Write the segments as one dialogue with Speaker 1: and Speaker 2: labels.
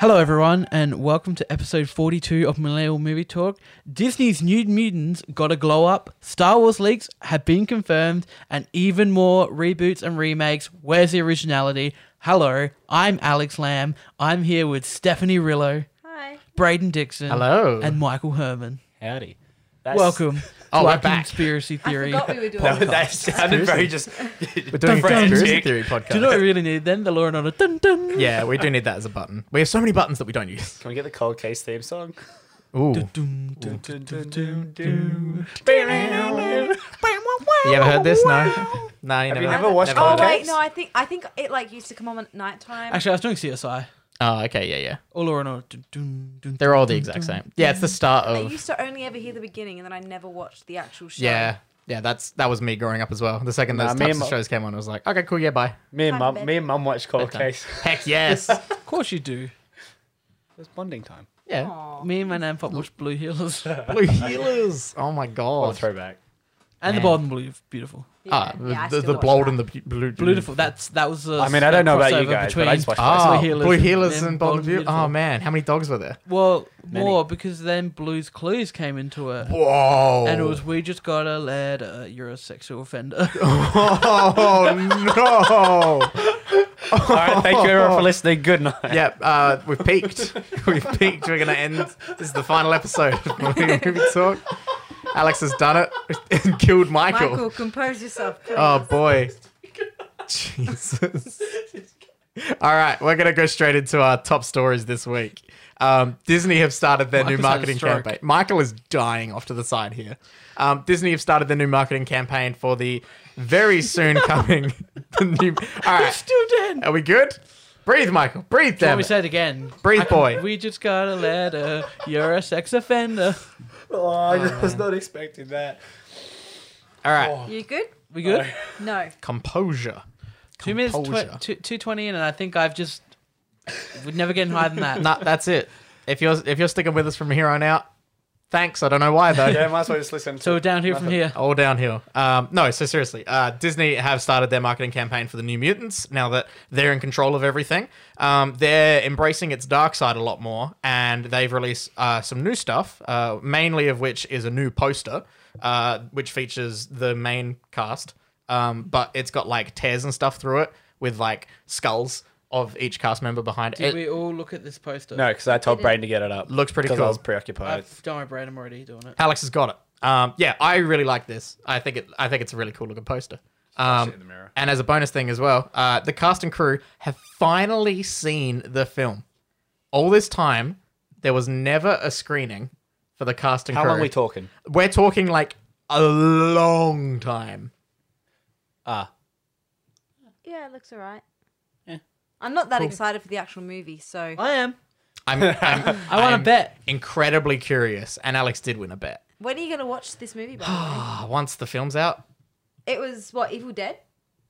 Speaker 1: Hello, everyone, and welcome to episode 42 of Millennial Movie Talk. Disney's New Mutants got a glow up, Star Wars leaks have been confirmed, and even more reboots and remakes. Where's the originality? Hello, I'm Alex Lamb. I'm here with Stephanie Rillo,
Speaker 2: Hi.
Speaker 1: Braden Dixon,
Speaker 3: Hello.
Speaker 1: and Michael Herman.
Speaker 3: Howdy. That's,
Speaker 1: welcome
Speaker 3: Oh,
Speaker 1: to
Speaker 3: we're
Speaker 1: our
Speaker 3: back.
Speaker 1: conspiracy theory.
Speaker 2: I forgot we were doing
Speaker 1: podcast.
Speaker 2: that.
Speaker 4: that sounded very just.
Speaker 3: We're
Speaker 1: Dun,
Speaker 3: doing a
Speaker 1: dun,
Speaker 3: conspiracy
Speaker 4: dun.
Speaker 3: theory podcast.
Speaker 1: Do you know what we really need then? The Laura Nonna. Dun, dun.
Speaker 3: yeah, we do need that as a button. We have so many buttons that we don't use.
Speaker 4: Can we get the cold case theme song?
Speaker 3: Ooh.
Speaker 1: Dun, dun, dun.
Speaker 3: You ever heard this? No. No, you
Speaker 4: Have
Speaker 3: never.
Speaker 4: you never watched
Speaker 3: heard
Speaker 2: Oh
Speaker 4: Cold
Speaker 3: it.
Speaker 2: wait,
Speaker 4: Case?
Speaker 2: no, I think I think it like used to come on at night time.
Speaker 1: Actually, I was doing CSI.
Speaker 3: Oh, okay, yeah, yeah.
Speaker 1: All Laura Nonna. Dun, dun, dun,
Speaker 3: They're all the exact same. Yeah, it's the start
Speaker 2: I
Speaker 3: of.
Speaker 2: Mm. used to only ever hear the beginning, and then I never watched the actual show.
Speaker 3: Yeah, yeah. That's that was me growing up as well. The second those
Speaker 4: Nah, me
Speaker 3: types
Speaker 4: and
Speaker 3: of
Speaker 4: my-
Speaker 3: shows came on, I was like, okay, cool, yeah, bye.
Speaker 4: Me and
Speaker 2: Time to
Speaker 4: mum,
Speaker 2: bed.
Speaker 4: me and mum watched Cold
Speaker 3: Bedtime.
Speaker 4: Case.
Speaker 3: Heck yes.
Speaker 1: Of course you do.
Speaker 4: It's bonding time.
Speaker 3: yeah.
Speaker 2: Aw.
Speaker 1: Me and my nan pop watched Blue Heelers. and
Speaker 3: Blue Healers. Oh my
Speaker 4: What a
Speaker 3: god.
Speaker 4: throwback.
Speaker 1: the
Speaker 3: Man.
Speaker 1: Bold and Blue, beautiful.
Speaker 3: Ah,
Speaker 2: Yeah, yeah, I
Speaker 3: the,
Speaker 2: still
Speaker 3: the, the
Speaker 2: watch
Speaker 3: bold
Speaker 2: that.
Speaker 3: and the bu- blue.
Speaker 1: Beautiful. That's that was. I
Speaker 4: I mean, I don't know about you guys, but I just watched
Speaker 3: Ah,
Speaker 1: Blue Heelers
Speaker 3: blue
Speaker 1: and-
Speaker 3: healers
Speaker 1: and
Speaker 3: and
Speaker 1: Bold and
Speaker 3: bold and beautiful.
Speaker 1: Beautiful.
Speaker 3: Oh man, how many dogs were there?
Speaker 1: well
Speaker 4: Many.
Speaker 1: more because then Blue's Clues came into it,
Speaker 3: Whoa.
Speaker 1: and it was we just got a letter. You're a sexual offender.
Speaker 3: Oh no.
Speaker 4: All right, thank you everyone for listening. Good night.
Speaker 3: Yep, uh, we've peaked. we've peaked. We're gonna end. This is the final episode of Movie Movie Talk. Alex has done it and killed Michael.
Speaker 2: Michael, compose yourself. please.
Speaker 3: Oh boy. Jesus. All right, we're gonna go straight into our top stories this week. Um, Disney have started their
Speaker 1: Michael's
Speaker 3: new
Speaker 1: had a
Speaker 3: marketing
Speaker 1: stroke.
Speaker 3: campaign. Michael is dying off to the side here. Um, Disney have started their new marketing campaign for the very soon coming the new. All
Speaker 1: You're
Speaker 3: right,
Speaker 1: still dead.
Speaker 3: Are we good? Breathe, Michael. Breathe,
Speaker 1: Let
Speaker 3: damn
Speaker 1: me
Speaker 3: it.
Speaker 1: say it again.
Speaker 3: Breathe,
Speaker 1: I can-
Speaker 3: boy.
Speaker 1: We just got a letter. You're a sex offender.
Speaker 4: Oh, I just was not expecting that.
Speaker 3: All right.
Speaker 2: You good?
Speaker 1: We good?
Speaker 2: No.
Speaker 3: Composure.
Speaker 1: Two minutes,
Speaker 3: Composure.
Speaker 1: tw- two, two twenty in, and I think I've just we're never getting higher than that.
Speaker 3: Nah, that's it. If you're if you're sticking with us from here on out, thanks. I don't know why though.
Speaker 4: Yeah, might as well just listen. To
Speaker 1: So we're down here from
Speaker 4: nothing.
Speaker 1: here.
Speaker 3: All downhill. Um, no, so seriously, uh, Disney have started their marketing campaign for the New Mutants now that they're in control of everything. Um, they're embracing its dark side a lot more, and they've released uh, some new stuff, uh, mainly of which is a new poster, uh, which features the main cast, um, but it's got like tears and stuff through it with like skulls of each cast member behind
Speaker 1: Did
Speaker 3: it.
Speaker 1: we all look at this poster?
Speaker 4: No, because I told Brain to get it up.
Speaker 3: Looks pretty
Speaker 4: 'Cause I
Speaker 3: cool.
Speaker 4: was preoccupied.
Speaker 1: I've, don't worry, Brad. I'm already doing it.
Speaker 3: Alex has got it. Um, yeah, I really like this. I think it. I think it's a really cool looking poster. Um,
Speaker 4: in the mirror.
Speaker 3: And as a bonus thing as well, uh, the cast and crew have finally seen the film. All this time, there was never a screening for the cast and
Speaker 4: How
Speaker 3: crew.
Speaker 4: long are we talking?
Speaker 3: We're talking like a long time.
Speaker 4: Ah,
Speaker 2: Yeah, it looks alright. I'm not that excited for the actual movie, so
Speaker 1: I am.
Speaker 3: I'm, I'm
Speaker 1: I want to
Speaker 3: I'm
Speaker 1: bet.
Speaker 3: incredibly curious, and Alex did win a bet.
Speaker 2: when are you gonna watch this movie? By the
Speaker 3: Ah, once the film's out,
Speaker 2: way? It was what Evil Dead.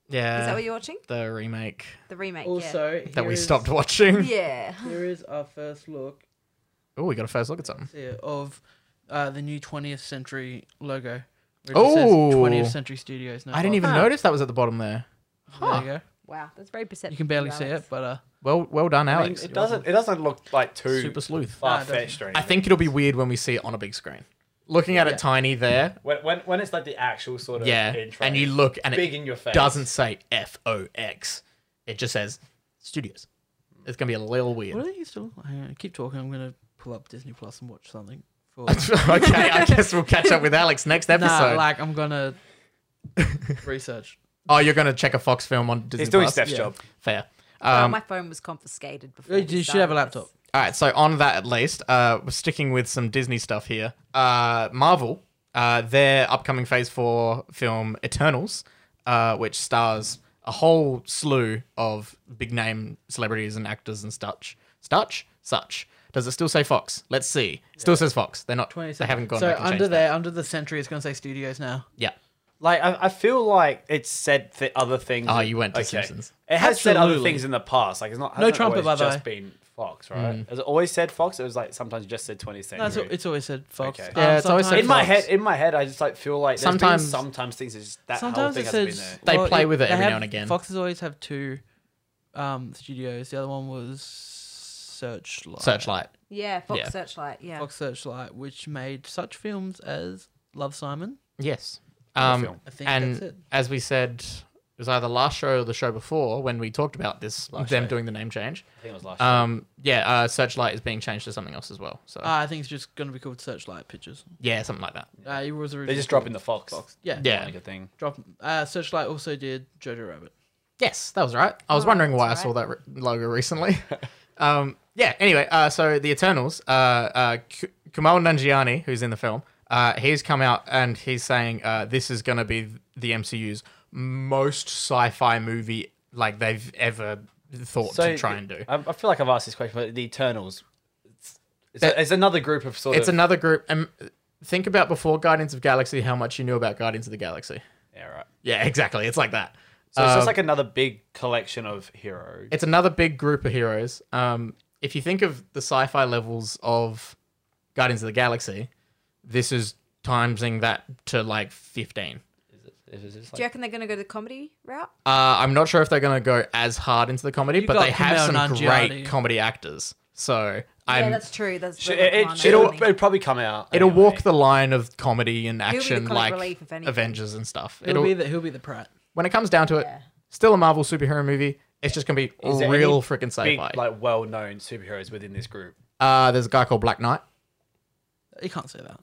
Speaker 3: yeah,
Speaker 2: Is that what you're watching?
Speaker 3: the remake
Speaker 2: The remake.
Speaker 1: Also,
Speaker 3: that
Speaker 1: here
Speaker 3: we
Speaker 1: is-
Speaker 3: stopped watching.
Speaker 2: Yeah. yeah.
Speaker 1: Here is our first look
Speaker 3: Oh, we got a first look at something.
Speaker 1: here of uh, the new 20th Century logo. where it just says
Speaker 3: Ooh.
Speaker 1: 20th Century Studios. No
Speaker 3: I didn't
Speaker 1: box.
Speaker 3: even notice that was at the bottom there.
Speaker 1: There you go.
Speaker 2: Wow, that's very perceptive.
Speaker 1: You can barely
Speaker 2: of
Speaker 1: see it,
Speaker 2: Alex.
Speaker 1: but uh,
Speaker 3: Well, well done,
Speaker 4: I mean,
Speaker 3: Alex.
Speaker 4: it doesn't. It doesn't look like too
Speaker 3: Super sleuth.
Speaker 4: far fetched or
Speaker 3: I
Speaker 4: anything.
Speaker 3: think it'll be weird when we see it on a big screen. Looking at it tiny there,
Speaker 4: When, when, when it's like the actual sort of
Speaker 3: yeah,
Speaker 4: intro,
Speaker 3: and you look and
Speaker 4: big
Speaker 3: it
Speaker 4: in your face
Speaker 3: doesn't say F O X. It just says Studios. It's gonna be a little
Speaker 1: what
Speaker 3: weird.
Speaker 1: do they used to look like? Hang on, keep talking. I'm gonna pull up Disney Plus and watch something. For
Speaker 3: okay, I guess we'll catch up with Alex next
Speaker 1: nah,
Speaker 3: episode.
Speaker 1: like I'm gonna research.
Speaker 3: oh, you're gonna check a Fox film on Disney
Speaker 4: He's doing
Speaker 3: Plus?
Speaker 4: Steph's
Speaker 1: yeah.
Speaker 4: job.
Speaker 3: Fair.
Speaker 2: Well,
Speaker 3: Um,
Speaker 2: Oh, my phone was confiscated before.
Speaker 1: You
Speaker 2: we
Speaker 1: should have a
Speaker 2: started
Speaker 1: laptop.
Speaker 2: this.
Speaker 3: All right, so on that at least, uh, we're sticking with some Disney stuff here. Uh, Marvel, uh, their upcoming Phase Four film Eternals, uh, which stars a whole slew of big name celebrities and actors and such, such, such. Does it still say Fox? Let's see. It Still says Fox. They're not. They haven't gone
Speaker 1: So
Speaker 3: back and
Speaker 1: under
Speaker 3: changed that.
Speaker 1: there, under the Century, it's gonna say Studios now.
Speaker 3: Yeah.
Speaker 4: Like I, I feel like it's said th- other things.
Speaker 3: Oh,
Speaker 4: in-
Speaker 3: you went to Simpsons.
Speaker 4: It has said other
Speaker 1: Absolutely.
Speaker 4: things in the past. Like it's not
Speaker 1: No
Speaker 4: hasn't
Speaker 1: trumpet,
Speaker 4: always
Speaker 1: by the
Speaker 4: just been Fox,
Speaker 3: Mm.
Speaker 4: right? Has it always said Fox? It was like sometimes just said 20th century.
Speaker 1: That's what, it's always said Fox. Um,
Speaker 4: Okay.
Speaker 3: Yeah, it's always said
Speaker 4: in my
Speaker 3: Fox.
Speaker 4: head, in my head, I just like feel like there's sometimes
Speaker 3: Sometimes-
Speaker 4: been sometimes things is that whole
Speaker 1: Sometimes
Speaker 4: thing
Speaker 1: it
Speaker 4: has
Speaker 1: says
Speaker 4: been there.
Speaker 3: They play with it
Speaker 1: they
Speaker 3: every now
Speaker 1: have-
Speaker 3: and again.
Speaker 1: Foxes always have two um, studios. The other one was Searchlight.
Speaker 3: Searchlight.
Speaker 2: Yeah, Fox
Speaker 3: Yeah.
Speaker 2: Searchlight. Yeah.
Speaker 1: Fox Searchlight, which made such films as Love Simon.
Speaker 3: Yes.
Speaker 4: a
Speaker 3: Um,
Speaker 4: film.
Speaker 1: I think
Speaker 3: and
Speaker 1: that's it.
Speaker 3: as we said, it was either last show or the show before when we talked about this,
Speaker 4: Last
Speaker 3: them
Speaker 4: show.
Speaker 3: doing the name change.
Speaker 4: I think it was last year.
Speaker 3: Um, yeah, uh, Searchlight is being changed to something else as well. So
Speaker 1: Uh, I think it's just going to be called Searchlight Pictures.
Speaker 3: yeah, something like that.
Speaker 1: Uh, it was
Speaker 4: They're
Speaker 1: originally
Speaker 4: just dropping the
Speaker 1: called
Speaker 4: Fox.
Speaker 1: Yeah.
Speaker 3: Yeah.
Speaker 4: Like a thing.
Speaker 1: Drop. Uh, Searchlight also did Jojo Rabbit.
Speaker 3: Yes, that was right. I was
Speaker 2: Oh,
Speaker 3: wondering
Speaker 2: that's
Speaker 3: why I
Speaker 2: right.
Speaker 3: saw that re- logo recently. um, yeah. Anyway, uh, so the Eternals, uh, uh, K- Kumail Nanjiani, who's in the film, uh, he's come out and he's saying uh, this is going to be the MCU's most sci-fi movie like they've ever thought to try and do.
Speaker 4: I, I feel like I've asked this question, but the Eternals. It's, it's,
Speaker 3: That-
Speaker 4: it's another group of sort
Speaker 3: It's
Speaker 4: of.
Speaker 3: another group. Um, think about before Guardians of Galaxy, how much you knew about Guardians of the Galaxy.
Speaker 4: yeah, right.
Speaker 3: Yeah, exactly. It's like that.
Speaker 4: So it's
Speaker 3: Um,
Speaker 4: just like another big collection of heroes.
Speaker 3: it's another big group of heroes. Um, if you think of the sci-fi levels of Guardians of the Galaxy, this is timesing that to like fifteen.
Speaker 4: Is it- is it just
Speaker 2: Do you
Speaker 4: like-
Speaker 2: reckon they're going to go the comedy route?
Speaker 3: Uh, I'm not sure if they're gonna go as hard into the comedy,
Speaker 1: You
Speaker 3: but
Speaker 1: got
Speaker 3: they have
Speaker 1: Kumail
Speaker 3: some
Speaker 1: Nanjiani.
Speaker 3: great comedy actors. So
Speaker 2: yeah,
Speaker 3: I'm,
Speaker 2: that's true. That's
Speaker 4: Sh- it,
Speaker 2: the
Speaker 4: it,
Speaker 2: line,
Speaker 4: should- it'll,
Speaker 2: isn't it?
Speaker 4: it'll probably come out.
Speaker 3: it'll
Speaker 4: anyway.
Speaker 3: walk the line of comedy and
Speaker 2: be the
Speaker 3: action,
Speaker 2: comic
Speaker 3: like
Speaker 2: relief, if anything.
Speaker 3: Avengers and stuff.
Speaker 1: He'll
Speaker 3: It'll,
Speaker 1: be the he'll be the Pratt.
Speaker 3: when it comes down to it,
Speaker 2: Yeah.
Speaker 3: still a Marvel superhero movie. It's just gonna be
Speaker 4: Is there
Speaker 3: real
Speaker 4: any
Speaker 3: freaking
Speaker 4: big,
Speaker 3: sci-fi.
Speaker 4: like well-known superheroes within this group.
Speaker 3: uh, there's a guy called Black Knight.
Speaker 1: You can't say that.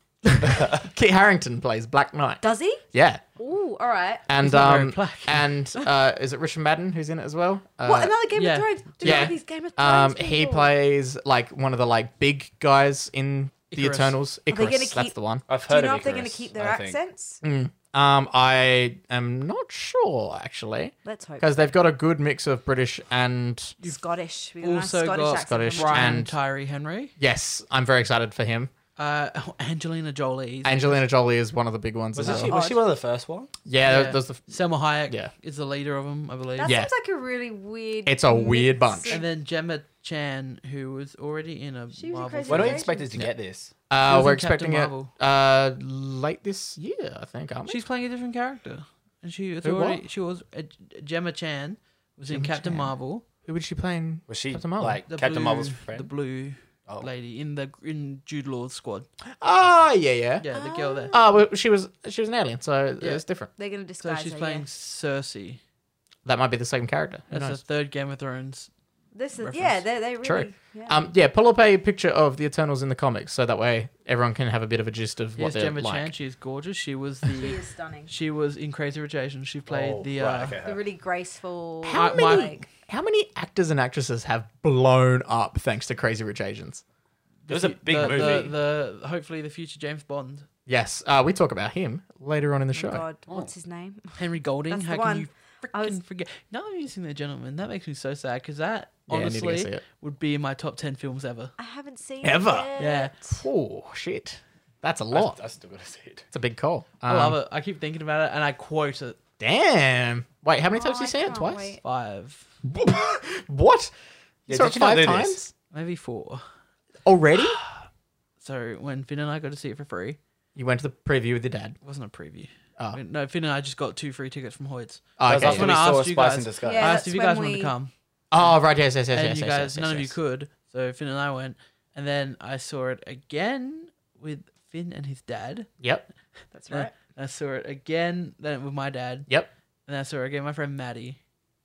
Speaker 3: Kit Harrington plays Black Knight.
Speaker 2: Does he?
Speaker 3: Yeah.
Speaker 2: Ooh, all right.
Speaker 3: and
Speaker 1: not very
Speaker 3: um
Speaker 1: black.
Speaker 3: and uh is it Richard Madden who's in it as well? Uh,
Speaker 2: what another Game
Speaker 1: yeah.
Speaker 2: of Thrones? Do you
Speaker 3: yeah.
Speaker 2: know these Game of Thrones?
Speaker 3: um he
Speaker 2: people?
Speaker 3: plays like one of the like big guys in the
Speaker 1: Icarus.
Speaker 3: Eternals.
Speaker 2: they gonna
Speaker 3: Icarus, that's
Speaker 2: keep-
Speaker 3: the one.
Speaker 4: I've
Speaker 2: Do you
Speaker 4: heard
Speaker 2: know
Speaker 4: of
Speaker 2: if they're going to
Speaker 4: Icarus,
Speaker 2: keep their
Speaker 4: I think.
Speaker 2: accents?
Speaker 3: Um I am not sure actually
Speaker 2: Let's hope.
Speaker 3: because they've got a good mix of British and
Speaker 2: Scottish. We got a nice
Speaker 1: also
Speaker 2: Scottish
Speaker 1: got
Speaker 2: accent.
Speaker 3: Scottish
Speaker 2: from-
Speaker 1: Ryan
Speaker 3: And-
Speaker 1: Tyree Henry.
Speaker 3: yes, I'm very excited for him.
Speaker 1: Uh, oh, Angelina Jolie.
Speaker 3: Angelina Jolie is one of the big ones
Speaker 4: Was,
Speaker 3: as
Speaker 4: she,
Speaker 3: well.
Speaker 4: was she one of the first ones?
Speaker 3: Yeah, there's the
Speaker 1: Selma Hayek
Speaker 3: Yeah.
Speaker 1: is the leader of them, I believe.
Speaker 2: That
Speaker 3: Yeah.
Speaker 2: seems like a really weird.
Speaker 3: It's a weird
Speaker 2: mix.
Speaker 3: bunch.
Speaker 1: And then Gemma Chan, who was already in a
Speaker 2: She was in
Speaker 1: Marvel.
Speaker 2: Crazy
Speaker 1: film.
Speaker 4: When are we
Speaker 2: Asian.
Speaker 4: expected to get this?
Speaker 1: She
Speaker 3: uh
Speaker 1: was
Speaker 3: we're
Speaker 1: in Captain
Speaker 3: expecting it
Speaker 1: Marvel.
Speaker 3: uh late this year, I think, aren't we?
Speaker 1: She's playing a different character, and she was
Speaker 3: Who, what?
Speaker 1: already, she was uh, Gemma Chan was in
Speaker 3: Gemma
Speaker 1: Captain
Speaker 3: Chan.
Speaker 1: Marvel.
Speaker 3: Who would she play in?
Speaker 4: Was she
Speaker 3: Captain Marvel.
Speaker 4: like
Speaker 1: The
Speaker 4: Captain
Speaker 1: blue,
Speaker 4: Marvel's
Speaker 1: the
Speaker 4: friend?
Speaker 1: blue
Speaker 4: Oh.
Speaker 1: lady in the in Jude Law's squad.
Speaker 3: Oh, yeah, yeah.
Speaker 1: Yeah, the girl there.
Speaker 3: Oh, well, she was she was an alien, so
Speaker 1: Yeah.
Speaker 3: it's different.
Speaker 2: They're going to
Speaker 1: So
Speaker 2: disguise
Speaker 1: she's
Speaker 2: her,
Speaker 1: playing
Speaker 2: yeah.
Speaker 1: Cersei.
Speaker 3: That might be the same character. Who
Speaker 1: That's the
Speaker 3: knows?
Speaker 1: third Game of Thrones.
Speaker 2: This is yeah,
Speaker 1: reference.
Speaker 2: they they really
Speaker 3: True.
Speaker 2: Yeah.
Speaker 3: Um, yeah, pull up a picture of the Eternals in the comics, so that way everyone can have a bit of a gist of what
Speaker 1: Here's
Speaker 3: they're
Speaker 1: Gemma Chan.
Speaker 3: like.
Speaker 1: She is gorgeous. She was
Speaker 2: she
Speaker 1: the
Speaker 2: is stunning.
Speaker 1: she was in Crazy Rich Asians. She played
Speaker 4: Oh,
Speaker 1: the uh,
Speaker 4: right, okay.
Speaker 2: The really graceful. oh
Speaker 3: How
Speaker 1: My-
Speaker 3: many how many actors and actresses have blown up thanks to Crazy Rich Asians?
Speaker 4: It was a big
Speaker 1: the,
Speaker 4: movie.
Speaker 1: The, the hopefully the future James Bond,
Speaker 3: Yes, uh, we talk about him later on in
Speaker 2: Oh
Speaker 3: the show.
Speaker 2: my God, what's his name?
Speaker 1: Henry Golding.
Speaker 2: That's the
Speaker 1: how can
Speaker 2: one.
Speaker 1: you
Speaker 2: I was-
Speaker 1: freaking forget? Now I'm using the gentleman. That makes me so sad because that
Speaker 3: Yeah, I need to go see
Speaker 1: honestly
Speaker 3: it.
Speaker 1: would be in my top ten films ever.
Speaker 2: I haven't seen
Speaker 3: Ever.
Speaker 1: Yeah.
Speaker 2: it yet.
Speaker 3: Oh shit, that's a
Speaker 4: I,
Speaker 3: lot.
Speaker 4: I still gotta see it.
Speaker 3: It's a big call. Um,
Speaker 1: I love it. I keep thinking about it and I quote it
Speaker 3: Damn. Wait, how many times
Speaker 2: Oh,
Speaker 3: have you
Speaker 2: I
Speaker 3: seen it?
Speaker 2: can't
Speaker 3: Twice.
Speaker 2: wait.
Speaker 1: five,
Speaker 3: what?
Speaker 4: Yeah,
Speaker 3: so
Speaker 4: did you not
Speaker 3: five
Speaker 4: do this?
Speaker 3: times
Speaker 1: maybe four.
Speaker 3: already?
Speaker 1: So when Finn and I got to see it for free,
Speaker 3: you went to the preview with your dad.
Speaker 1: it wasn't a preview.
Speaker 3: Oh.
Speaker 1: No, Finn and I just got two free tickets from Hoyt's.
Speaker 3: Oh,
Speaker 4: That was
Speaker 3: okay.
Speaker 1: That's
Speaker 4: after
Speaker 1: when
Speaker 4: we
Speaker 1: I
Speaker 4: saw
Speaker 1: asked you
Speaker 4: Spice
Speaker 1: guys-
Speaker 4: in Disguise.
Speaker 2: Yeah,
Speaker 1: I asked if
Speaker 2: that's
Speaker 1: you guys
Speaker 2: when
Speaker 1: wanted to
Speaker 2: we-
Speaker 1: come,
Speaker 3: Oh, right, yes, yes, yes,
Speaker 1: and
Speaker 3: yes.
Speaker 1: you
Speaker 3: yes,
Speaker 1: guys,
Speaker 3: yes,
Speaker 1: none of you
Speaker 3: yes.
Speaker 1: could. So Finn and I went, and then I saw it again with Finn and his dad.
Speaker 3: Yep,
Speaker 2: That's
Speaker 1: And
Speaker 2: right.
Speaker 1: I saw it again then with my dad,
Speaker 3: yep.
Speaker 1: and I saw it again with my friend Maddie.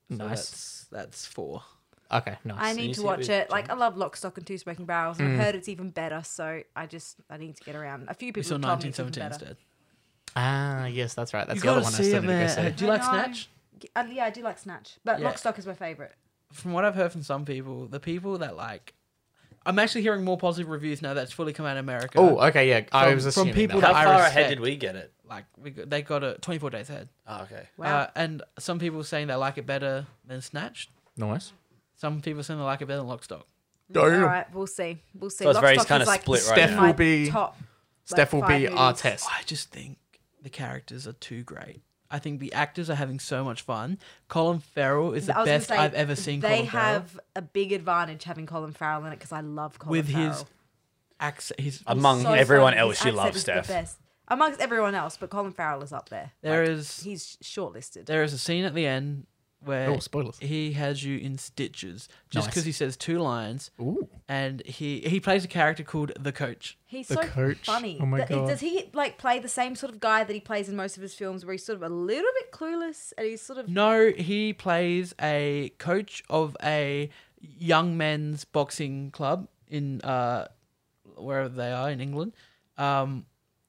Speaker 1: So
Speaker 3: Nice.
Speaker 1: That's, that's four.
Speaker 3: Okay, nice.
Speaker 2: I
Speaker 4: you
Speaker 2: need to
Speaker 4: see it with
Speaker 2: watch it. Like I love Lock, Stock, and Two Smoking Barrels, and I've heard it's even better. So I just I need to get around. A few
Speaker 1: Mm. We
Speaker 2: people
Speaker 1: saw
Speaker 2: have told me it's even
Speaker 1: 1917
Speaker 2: better.
Speaker 1: instead.
Speaker 3: ah, yes, that's right. That's
Speaker 1: You
Speaker 3: the other
Speaker 1: gotta
Speaker 3: one I
Speaker 1: see
Speaker 3: still
Speaker 1: it,
Speaker 3: need to go see.
Speaker 1: man. Do you
Speaker 2: I
Speaker 1: like
Speaker 2: know.
Speaker 1: Snatch?
Speaker 2: Uh, yeah, I do like Snatch, but
Speaker 1: Yeah.
Speaker 2: Lock, Stock is my favorite.
Speaker 1: From what I've heard from some people, the people that like, I'm actually hearing more positive reviews now that's fully come out in America.
Speaker 3: Oh, okay, yeah. I
Speaker 1: From-
Speaker 3: was
Speaker 1: from
Speaker 3: assuming
Speaker 1: people
Speaker 4: How
Speaker 3: that.
Speaker 1: that- I
Speaker 4: far
Speaker 1: respect.
Speaker 4: ahead did we get it?
Speaker 1: like we got, they got it 24 days ahead.
Speaker 4: Oh, okay.
Speaker 2: Wow.
Speaker 1: Uh, and some people saying they like it better than Snatch.
Speaker 3: nice.
Speaker 1: Some people saying they like it better than Lockstock.
Speaker 2: All right, we'll see. We'll see.
Speaker 4: So it's
Speaker 2: Lock,
Speaker 4: very
Speaker 2: Stock
Speaker 4: kinda
Speaker 2: is, like,
Speaker 4: split right
Speaker 3: Steph
Speaker 4: now.
Speaker 3: will
Speaker 2: my
Speaker 3: be
Speaker 2: top.
Speaker 3: Steph will
Speaker 2: like,
Speaker 3: be
Speaker 2: five
Speaker 3: our
Speaker 2: movies.
Speaker 3: test.
Speaker 1: I just think the characters are too great. I think the actors are having so much fun. Colin Farrell is the
Speaker 2: I was gonna
Speaker 1: best
Speaker 2: say,
Speaker 1: I've ever seen.
Speaker 2: They
Speaker 1: Colin Farrell
Speaker 2: have a big advantage having Colin Farrell in it because I love Colin
Speaker 1: with
Speaker 2: Farrell.
Speaker 1: his accent. His
Speaker 4: Among
Speaker 2: So
Speaker 4: everyone
Speaker 2: funny.
Speaker 4: else,
Speaker 2: His
Speaker 4: she
Speaker 2: accent
Speaker 4: loves
Speaker 2: is the
Speaker 4: Steph.
Speaker 2: best. Amongst everyone else, but Colin Farrell is up there.
Speaker 1: there
Speaker 2: Like,
Speaker 1: is
Speaker 2: he's shortlisted.
Speaker 1: there is a scene at the end where
Speaker 3: Oh, spoilers.
Speaker 1: he has you in stitches just
Speaker 3: Nice.
Speaker 1: because he says two lines,
Speaker 3: Ooh.
Speaker 1: and he he plays a character called the Coach.
Speaker 2: He's
Speaker 3: The
Speaker 2: so
Speaker 3: coach.
Speaker 2: funny.
Speaker 3: Oh my
Speaker 2: Th-
Speaker 3: God.
Speaker 2: Does he like play the same sort of guy that he plays in most of his films, where he's sort of a little bit clueless and he's sort of
Speaker 1: No, he plays a coach of a young men's boxing club in uh wherever they are in England. Um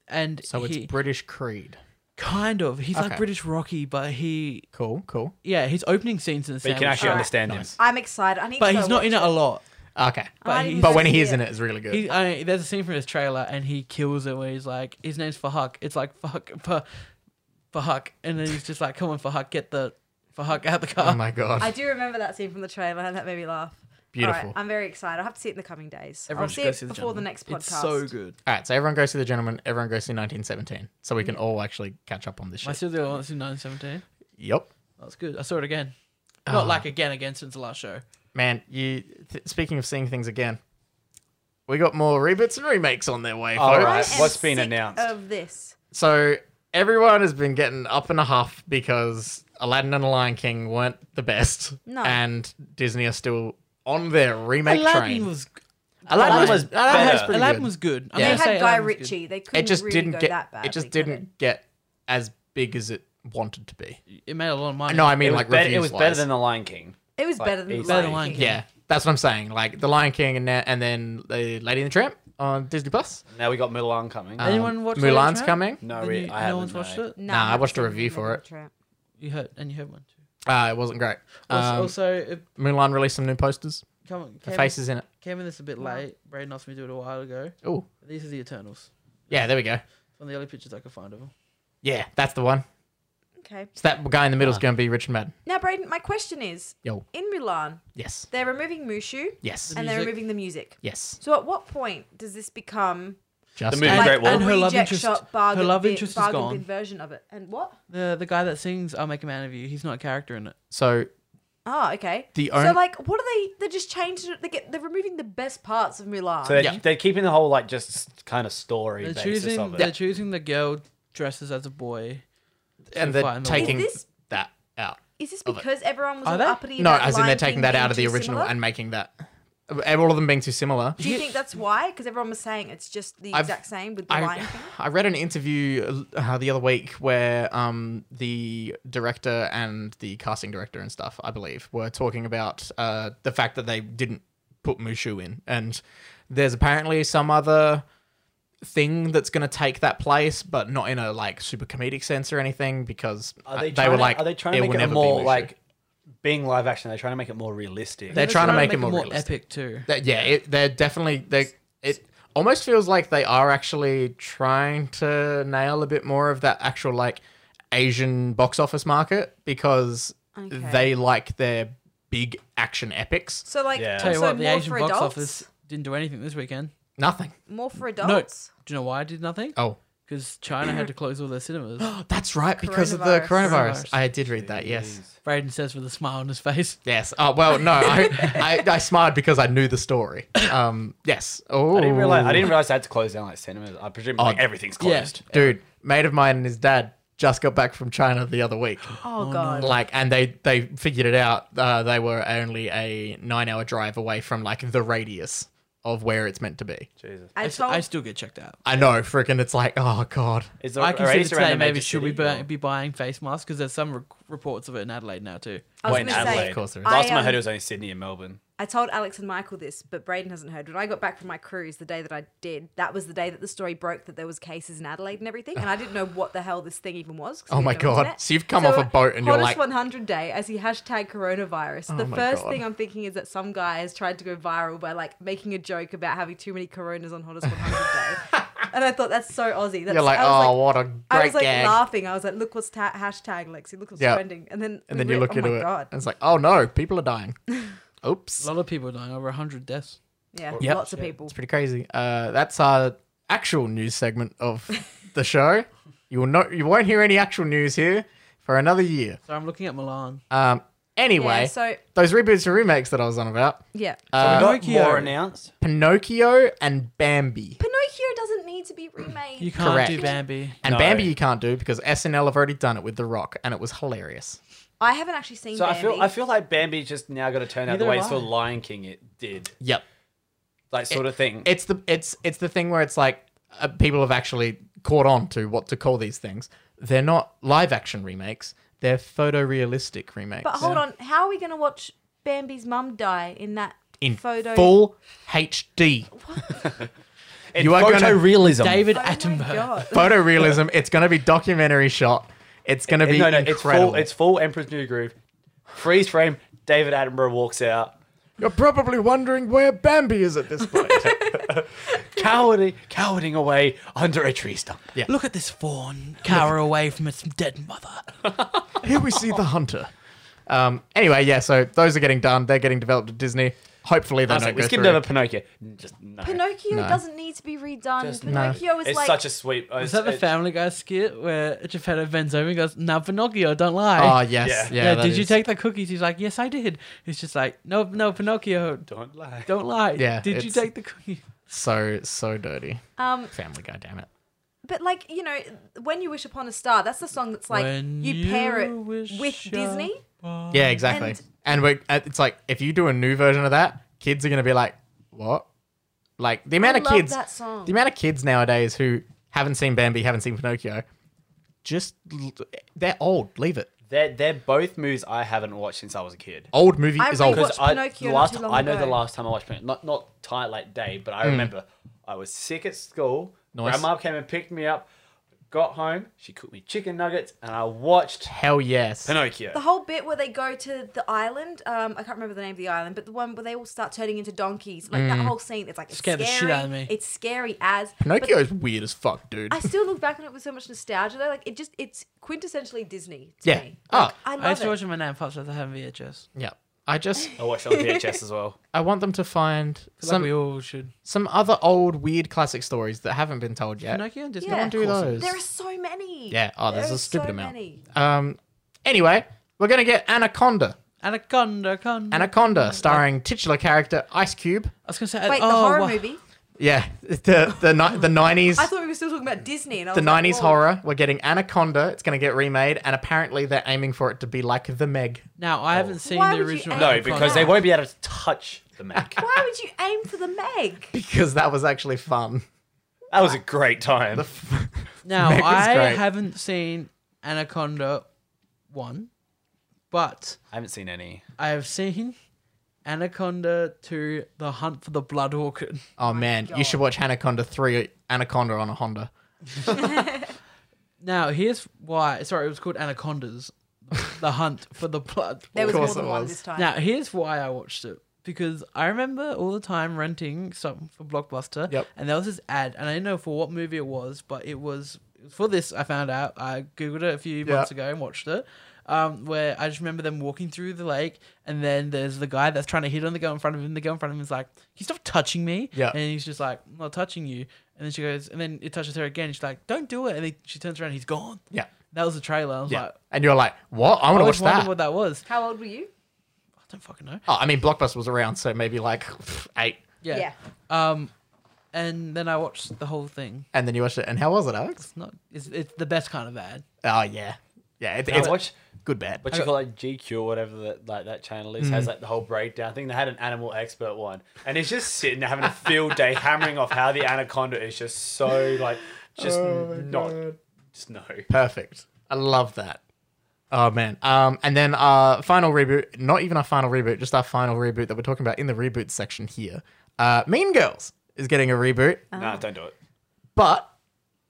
Speaker 1: and
Speaker 3: So it's
Speaker 1: he
Speaker 3: British Creed.
Speaker 1: kind of he's like
Speaker 3: Okay.
Speaker 1: British Rocky, but he
Speaker 3: Cool, cool.
Speaker 1: yeah, his opening scenes in the
Speaker 4: But you can actually
Speaker 2: Alright.
Speaker 4: understand him.
Speaker 3: Nice.
Speaker 2: I'm excited. I need
Speaker 1: but
Speaker 2: to go
Speaker 1: he's not in it
Speaker 2: watch
Speaker 1: a lot.
Speaker 3: Okay.
Speaker 2: I
Speaker 1: but
Speaker 2: need
Speaker 1: he's-
Speaker 2: to
Speaker 3: But
Speaker 2: go
Speaker 3: when he
Speaker 2: see
Speaker 3: is in it, it's really good.
Speaker 1: He, I, there's a scene from his trailer and he kills it where he's like, his name's Fahuk. It's like Fahuk, Fah- Fahuk, and then he's just like, come on, Fahuk, get the Fahuk out the car.
Speaker 3: oh my god.
Speaker 2: I do remember that scene from the trailer, and that made me laugh.
Speaker 3: Beautiful.
Speaker 2: All right, I'm very excited. I'll have to see it in the coming days.
Speaker 1: Everyone
Speaker 2: I'll
Speaker 1: should
Speaker 2: see
Speaker 1: go
Speaker 2: it
Speaker 1: see the
Speaker 2: before the
Speaker 1: Gentleman.
Speaker 2: next podcast.
Speaker 1: It's so good.
Speaker 3: All right, so everyone go see The Gentleman, everyone go see 1917, so we can all actually catch up on this
Speaker 1: Am I
Speaker 3: shit.
Speaker 1: still the only one that's in 917?
Speaker 3: Yep.
Speaker 1: That's good. I saw it again. Not
Speaker 3: Ah.
Speaker 1: like again, again since the last show.
Speaker 3: Man, you th- speaking of seeing things again, we got more reboots and remakes on their way, folks.
Speaker 4: All
Speaker 2: I
Speaker 4: right,
Speaker 2: am
Speaker 4: what's been
Speaker 2: sick
Speaker 4: announced?
Speaker 2: Of this.
Speaker 3: So everyone has been getting up in a huff because Aladdin and the Lion King weren't the best.
Speaker 2: No.
Speaker 3: And Disney are still on their remake
Speaker 1: Aladdin
Speaker 3: train.
Speaker 1: was,
Speaker 3: Aladdin
Speaker 4: Aladdin
Speaker 3: was
Speaker 4: was
Speaker 3: Aladdin was
Speaker 4: better.
Speaker 3: pretty
Speaker 1: Aladdin
Speaker 3: good.
Speaker 1: was good. I'm
Speaker 3: Yeah.
Speaker 2: They
Speaker 1: gonna
Speaker 2: had
Speaker 1: say
Speaker 2: Guy
Speaker 1: Aladdin was good.
Speaker 2: Ritchie. They couldn't
Speaker 3: it just
Speaker 2: really
Speaker 3: didn't
Speaker 2: go
Speaker 3: get
Speaker 2: that bad.
Speaker 3: it just didn't get as big as it wanted to be.
Speaker 1: It made a lot of money.
Speaker 3: No, I mean
Speaker 4: It was,
Speaker 3: like
Speaker 4: better,
Speaker 3: reviews
Speaker 4: it was better than The Lion King.
Speaker 2: It was
Speaker 4: Like,
Speaker 2: better than
Speaker 4: it's
Speaker 2: the
Speaker 1: better
Speaker 2: Lion
Speaker 1: than
Speaker 2: King.
Speaker 3: yeah. That's what I'm saying. Like the Lion King and then, and then the Lady and the Tramp on Disney Plus.
Speaker 4: Now we got Mulan coming.
Speaker 3: Um,
Speaker 1: Anyone watch Lady and the
Speaker 3: Mulan's
Speaker 1: Tramp?
Speaker 3: coming.
Speaker 4: no,
Speaker 1: Uh, Then
Speaker 4: we,
Speaker 1: you-
Speaker 4: I haven't.
Speaker 1: no one's watched
Speaker 4: no.
Speaker 1: it.
Speaker 2: No,
Speaker 3: Nah, I
Speaker 2: haven't
Speaker 3: watched a
Speaker 2: seen
Speaker 3: review for
Speaker 2: Mulan
Speaker 3: it.
Speaker 2: Trip.
Speaker 1: You heard, and you heard one too.
Speaker 3: Uh, it wasn't great.
Speaker 1: Also,
Speaker 3: Um,
Speaker 1: also it,
Speaker 3: Mulan released some new posters.
Speaker 1: come on,
Speaker 3: The
Speaker 1: came, in-
Speaker 3: faces in it.
Speaker 1: came in this a bit late. Braden asked me to do it a while ago.
Speaker 3: Oh,
Speaker 1: These are the Eternals.
Speaker 3: yeah. There we go.
Speaker 1: It's one of the only pictures I could find of them.
Speaker 3: Yeah, that's the one.
Speaker 2: Okay.
Speaker 3: So that guy in the middle is going to be Richard Madden.
Speaker 2: Now, Braden, my question is:
Speaker 3: Yo.
Speaker 2: In Mulan,
Speaker 3: Yes.
Speaker 2: they're removing Mushu
Speaker 3: Yes.
Speaker 2: and they're
Speaker 1: music.
Speaker 2: removing the music.
Speaker 3: Yes.
Speaker 2: So, at what point does this become
Speaker 3: Just
Speaker 4: The movie.
Speaker 3: a-
Speaker 2: like
Speaker 4: Great Wall.
Speaker 2: a
Speaker 1: And her love
Speaker 2: reject
Speaker 1: interest-
Speaker 2: shop bargain
Speaker 1: her love
Speaker 2: bin-
Speaker 1: interest is
Speaker 2: bargain
Speaker 1: gone.
Speaker 2: bin version of it? And what?
Speaker 1: The the guy that sings "I'll Make a Man of You," he's not a character in it.
Speaker 3: So
Speaker 2: Oh, okay.
Speaker 3: The
Speaker 2: so
Speaker 3: on-
Speaker 2: like, what are they? They're just changing. it- They get they're removing the best parts of Mulan.
Speaker 4: So they're,
Speaker 3: Yeah.
Speaker 4: they're keeping the whole like just kind of story
Speaker 1: They're
Speaker 4: basis
Speaker 1: choosing
Speaker 4: of it.
Speaker 1: they're choosing the girl dresses as a boy. Fine,
Speaker 3: and they're
Speaker 1: we'll-
Speaker 3: taking
Speaker 2: Is this-
Speaker 3: that out.
Speaker 2: is this
Speaker 3: of it.
Speaker 2: because everyone was
Speaker 1: Are
Speaker 2: all
Speaker 1: they?
Speaker 2: uppity?
Speaker 3: No,
Speaker 2: about
Speaker 3: as in
Speaker 2: Lion
Speaker 3: they're taking
Speaker 2: King
Speaker 3: that
Speaker 2: being
Speaker 3: out of the
Speaker 2: too
Speaker 3: original
Speaker 2: similar?
Speaker 3: and making that and all of them being too similar.
Speaker 2: do you think that's why? Because everyone was saying it's just the
Speaker 3: I've-
Speaker 2: exact same with the Lion
Speaker 3: I,
Speaker 2: King.
Speaker 3: I read an interview uh, the other week where um, the director and the casting director and stuff, I believe, were talking about uh, the fact that they didn't put Mushu in. And there's apparently some other thing that's going to take that place, but not in a like super comedic sense or anything because
Speaker 4: Are
Speaker 3: uh,
Speaker 4: they,
Speaker 3: they,
Speaker 4: trying
Speaker 3: were
Speaker 4: to-
Speaker 3: like,
Speaker 4: are they trying
Speaker 3: "There
Speaker 4: to make
Speaker 3: will
Speaker 4: it
Speaker 3: never be
Speaker 4: more
Speaker 3: Mushu."
Speaker 4: like being live action? They're trying to make it more realistic.
Speaker 3: They're trying to make it more realistic.
Speaker 1: epic too.
Speaker 3: That- yeah, it, they're definitely they. It almost feels like they are actually trying to nail a bit more of that actual like Asian box office market because
Speaker 2: Okay.
Speaker 3: they like their big action epics.
Speaker 2: So like,
Speaker 4: Yeah.
Speaker 1: Tell you
Speaker 2: also
Speaker 1: what, the
Speaker 2: more
Speaker 1: Asian
Speaker 2: for
Speaker 1: box
Speaker 2: adults.
Speaker 1: office didn't do anything this weekend.
Speaker 3: Nothing.
Speaker 2: More for adults.
Speaker 1: Do you know why I did nothing?
Speaker 3: Oh,
Speaker 1: Because China had to close all their cinemas.
Speaker 3: that's right because of the
Speaker 2: Coronavirus.
Speaker 3: coronavirus.
Speaker 1: Coronavirus.
Speaker 3: I did read that. Yes.
Speaker 4: Jeez.
Speaker 1: Braden says with a smile on his face.
Speaker 3: Yes. Oh well, no. I, I I smiled because I knew the story. Um. Yes. Oh.
Speaker 4: I didn't realize. I didn't realize they had to close down like cinemas. I presume like, everything's
Speaker 1: yeah.
Speaker 4: closed.
Speaker 3: Dude, mate of mine and his dad just got back from China the other week.
Speaker 2: Oh, god.
Speaker 3: like and they they figured it out uh, they were only a nine hour drive away from like the radius of where it's meant to be
Speaker 4: Jesus.
Speaker 1: I,
Speaker 2: I
Speaker 1: s-
Speaker 2: told
Speaker 1: I still get checked out.
Speaker 3: i know freaking it's like oh god
Speaker 4: Is
Speaker 1: I
Speaker 4: already
Speaker 1: consider
Speaker 4: surrounded
Speaker 1: today
Speaker 4: by
Speaker 1: maybe
Speaker 4: major
Speaker 1: should we
Speaker 4: city,
Speaker 1: bu-
Speaker 4: or-
Speaker 1: be buying face masks because there's some re- reports of it in Adelaide now too.
Speaker 2: I was
Speaker 4: Wait, in
Speaker 2: gonna say,
Speaker 4: Adelaide.
Speaker 3: Of course there is.
Speaker 2: I,
Speaker 4: Last time I
Speaker 2: um,
Speaker 4: heard it was only Sydney and Melbourne.
Speaker 2: I told Alex and Michael this, but Braden hasn't heard. When I got back from my cruise, the day that I did, that was the day that the story broke that there was cases in Adelaide and everything, and I didn't know what the hell this thing even was. 'cause
Speaker 3: Oh
Speaker 2: we
Speaker 3: my
Speaker 2: had no
Speaker 3: God.
Speaker 2: internet.
Speaker 3: So you've come off a boat and you're
Speaker 2: Qantas
Speaker 3: like-
Speaker 2: 100 day as he hashtag coronavirus. the
Speaker 3: my
Speaker 2: first
Speaker 3: God.
Speaker 2: thing I'm thinking is that some guy has tried to go viral by like making a joke about having too many coronas on Qantas 100 day, and I thought that's so Aussie. That's,
Speaker 3: you're like
Speaker 2: I was
Speaker 3: oh what a great
Speaker 2: I was like
Speaker 3: gag
Speaker 2: laughing. I was like, "Look what's ta- hashtag Lexi. Look what's
Speaker 3: Yeah.
Speaker 2: trending." And then we
Speaker 3: and then you
Speaker 2: read-
Speaker 3: look into
Speaker 2: oh my
Speaker 3: it
Speaker 2: God.
Speaker 3: and it's like oh no people are dying
Speaker 1: A
Speaker 3: oops
Speaker 1: lot of people are dying over hundred deaths.
Speaker 2: Yeah,
Speaker 3: Yep.
Speaker 2: lots of people.
Speaker 3: it's pretty crazy uh that's our actual news segment of the show you will not you won't hear any actual news here for another year
Speaker 1: So I'm looking at Milan.
Speaker 3: um anyway
Speaker 2: Yeah, so
Speaker 3: those reboots and remakes that i was on about
Speaker 2: yeah.
Speaker 3: uh,
Speaker 4: we got
Speaker 1: Pinocchio.
Speaker 4: more announced.
Speaker 3: Pinocchio and Bambi.
Speaker 2: Pinocchio doesn't need to be remade.
Speaker 1: You can't do
Speaker 3: Correct.
Speaker 1: Bambi.
Speaker 3: And
Speaker 4: No.
Speaker 3: Bambi you can't do because SNL have already done it with The Rock and it was hilarious.
Speaker 2: I haven't actually seen
Speaker 4: So I
Speaker 2: Bambi.
Speaker 4: feel I feel like Bambi just now got to turn out the
Speaker 1: Neither
Speaker 4: way
Speaker 1: have
Speaker 4: so
Speaker 1: I.
Speaker 4: Lion King it did,
Speaker 3: Yep.
Speaker 4: like sort of thing.
Speaker 3: It's the it's it's the thing where it's like uh, people have actually caught on to what to call these things. They're not live action remakes. They're photorealistic remakes.
Speaker 2: but hold on, how are we going to watch Bambi's mum die in that
Speaker 3: in
Speaker 2: photo?
Speaker 3: full HD.
Speaker 4: It's
Speaker 3: you are gonna-
Speaker 4: photorealism.
Speaker 1: David
Speaker 2: Oh my
Speaker 1: Attenborough.
Speaker 2: God.
Speaker 3: Photorealism. it's going to be documentary shot. It's going to be
Speaker 4: no, no, it's
Speaker 3: incredible.
Speaker 4: full. It's full Emperor's New Groove. Freeze frame. David Attenborough walks out.
Speaker 3: You're probably wondering where Bambi is at this point.
Speaker 4: Cowarding, cowarding away under a tree stump.
Speaker 1: Look at this fawn cower away from its dead mother.
Speaker 3: Here we see the hunter. Um, anyway, yeah. So those are getting done. They're getting developed at Disney. Hopefully, they
Speaker 4: I
Speaker 3: don't
Speaker 4: was like,
Speaker 3: go
Speaker 4: we skipped
Speaker 3: through.
Speaker 4: over Pinocchio. Just no.
Speaker 2: Pinocchio
Speaker 3: No.
Speaker 2: doesn't need to be redone.
Speaker 4: Just- no.
Speaker 2: Pinocchio is
Speaker 4: it's
Speaker 2: like
Speaker 4: such a sweet. uh,
Speaker 1: Is that the Family Guy skit where Geppetto bends over and goes, "Now, Pinocchio, don't lie."
Speaker 3: Oh yes,
Speaker 4: Yeah.
Speaker 3: yeah.
Speaker 1: yeah,
Speaker 3: that
Speaker 1: did you
Speaker 3: is-
Speaker 1: take the cookies? He's like, yes, I did. He's just like, no, no, Pinocchio,
Speaker 4: Don't lie.
Speaker 1: don't lie.
Speaker 3: Yeah,
Speaker 1: did you
Speaker 3: it's-
Speaker 1: take the cookies?
Speaker 3: so so dirty?
Speaker 2: um,
Speaker 3: Family Guy, damn it.
Speaker 2: but like you know, when you wish upon a star, that's the song that's like
Speaker 1: When
Speaker 2: you, pair it
Speaker 1: you wish
Speaker 2: with
Speaker 1: I-
Speaker 2: Disney.
Speaker 3: Yeah, exactly.
Speaker 2: And-
Speaker 3: And, we're, uh, it's like if you do a new version of that, kids are gonna be like, "What?" Like the amount
Speaker 2: I
Speaker 3: of
Speaker 2: love
Speaker 3: kids,
Speaker 2: that song.
Speaker 3: the amount of kids nowadays who haven't seen Bambi, haven't seen Pinocchio, just l- they're old. Leave it.
Speaker 4: They're, they're both movies I haven't watched since I was a kid.
Speaker 3: Old movie
Speaker 2: I
Speaker 3: is
Speaker 2: rewatched-
Speaker 3: old.
Speaker 4: Because
Speaker 2: watched
Speaker 4: I
Speaker 2: Pinocchio
Speaker 4: the
Speaker 2: not
Speaker 4: last
Speaker 2: too long
Speaker 4: I know the
Speaker 2: ago.
Speaker 4: last time I watched Pinocchio, not not tight like day, but I remember I was sick at school.
Speaker 3: Mm. Nice.
Speaker 4: Grandma came and picked me up, got home, she cooked me chicken nuggets, and I watched
Speaker 3: Hell yes.
Speaker 4: Pinocchio.
Speaker 2: The whole bit where they go to the island, um, I can't remember the name of the island, but the one where they all start turning into donkeys, like that whole scene, it's like it's
Speaker 1: Mm. Scared the
Speaker 2: scary.
Speaker 1: shit out of me.
Speaker 2: It's scary as but
Speaker 3: Pinocchio is weird as fuck, dude.
Speaker 2: I still look back on it with so much nostalgia though. Like it just it's quintessentially Disney to
Speaker 3: yeah.
Speaker 2: me.
Speaker 3: Oh,
Speaker 2: I
Speaker 1: I
Speaker 2: love
Speaker 1: used to watch
Speaker 2: it.
Speaker 1: it with my nan pops as I have VHS.
Speaker 3: yeah. I just
Speaker 4: I watched it on VHS as well.
Speaker 3: I want them to find
Speaker 1: Like
Speaker 3: some
Speaker 1: we all should.
Speaker 3: some other old weird classic stories that haven't been told yet.
Speaker 1: Pinocchio and Disney.
Speaker 2: Yeah.
Speaker 1: Yeah.
Speaker 3: Do those.
Speaker 2: There are so many.
Speaker 3: Yeah. Oh, there's
Speaker 2: There are
Speaker 3: a stupid
Speaker 2: so
Speaker 3: amount.
Speaker 2: many.
Speaker 3: Um. Anyway, we're gonna get Anaconda.
Speaker 1: Anaconda, Anaconda. Mm-hmm.
Speaker 3: Anaconda, starring titular character Ice Cube.
Speaker 1: I was gonna say,
Speaker 2: Wait,
Speaker 1: oh,
Speaker 2: the horror
Speaker 1: wow.
Speaker 2: movie?
Speaker 3: Yeah, the the ni- the nineties.
Speaker 2: I thought we were still talking about Disney and I
Speaker 3: The
Speaker 2: was like,
Speaker 3: 90s
Speaker 2: whoa.
Speaker 3: horror, we're getting Anaconda. It's going to get remade, and apparently they're aiming for it to be like The Meg.
Speaker 1: Now I haven't seen
Speaker 2: Why
Speaker 1: the
Speaker 2: would you
Speaker 1: original.
Speaker 2: add-
Speaker 4: No,
Speaker 2: Anaconda.
Speaker 4: because they won't be able to touch the Mac.
Speaker 2: Why would you aim for the Meg?
Speaker 3: Because that was actually fun.
Speaker 4: That was a great time.
Speaker 1: Now
Speaker 3: Meg was
Speaker 1: I
Speaker 3: great.
Speaker 1: haven't seen Anaconda one, but
Speaker 4: I haven't seen any.
Speaker 1: I have seen Anaconda two: The Hunt for the Blood Orchid.
Speaker 3: Oh, man, you should watch Anaconda 3, Anaconda on a Honda.
Speaker 1: Now here's why. Sorry, it was called Anacondas: The Hunt for the Blood.
Speaker 2: There was
Speaker 1: Orchid.
Speaker 2: more
Speaker 3: course
Speaker 2: than
Speaker 3: it
Speaker 2: one
Speaker 3: was.
Speaker 2: this time.
Speaker 1: Now, here's why I watched it because I remember all the time renting something for Blockbuster.
Speaker 3: Yep.
Speaker 1: And there was this ad, and I didn't know for what movie it was, but it was for this. I found out. I googled it a few months ago and watched it. Um, where I just remember them walking through the lake, and then there's the guy that's trying to hit on the girl in front of him. The girl in front of him is like, "He's not touching me,"
Speaker 3: Yeah.
Speaker 1: and he's just like, "I'm not touching you." And then she goes, and then it touches her again. She's like, "Don't do it!" And then she turns around, he's gone.
Speaker 3: Yeah.
Speaker 1: That was the trailer. I was
Speaker 3: Yeah.
Speaker 1: like,
Speaker 3: And you're like, what? I
Speaker 1: I
Speaker 3: want to watch
Speaker 1: was wondering
Speaker 3: that.
Speaker 1: what that was.
Speaker 2: How old were you?
Speaker 1: I don't fucking know.
Speaker 3: Oh, I mean, Blockbuster was around, so maybe like eight.
Speaker 1: yeah. Um, and then I watched the whole thing.
Speaker 3: And then you watched it. And how was it, Alex?
Speaker 1: It's not. It's, it's the best kind of ad.
Speaker 3: Oh, yeah. Yeah, it,
Speaker 4: I
Speaker 3: it's
Speaker 4: watched-
Speaker 3: good bad.
Speaker 4: What you call like GQ or whatever that like that channel is has like the whole breakdown thing. They had an animal expert one, and he's just sitting there having a field day hammering off how the anaconda is just so like just not just no.
Speaker 3: Perfect. I love that. Oh man. Um, and then our final reboot, not even our final reboot, just our final reboot that we're talking about in the reboot section here. Uh, mean Girls is getting a reboot,
Speaker 4: Nah, don't do it.
Speaker 3: but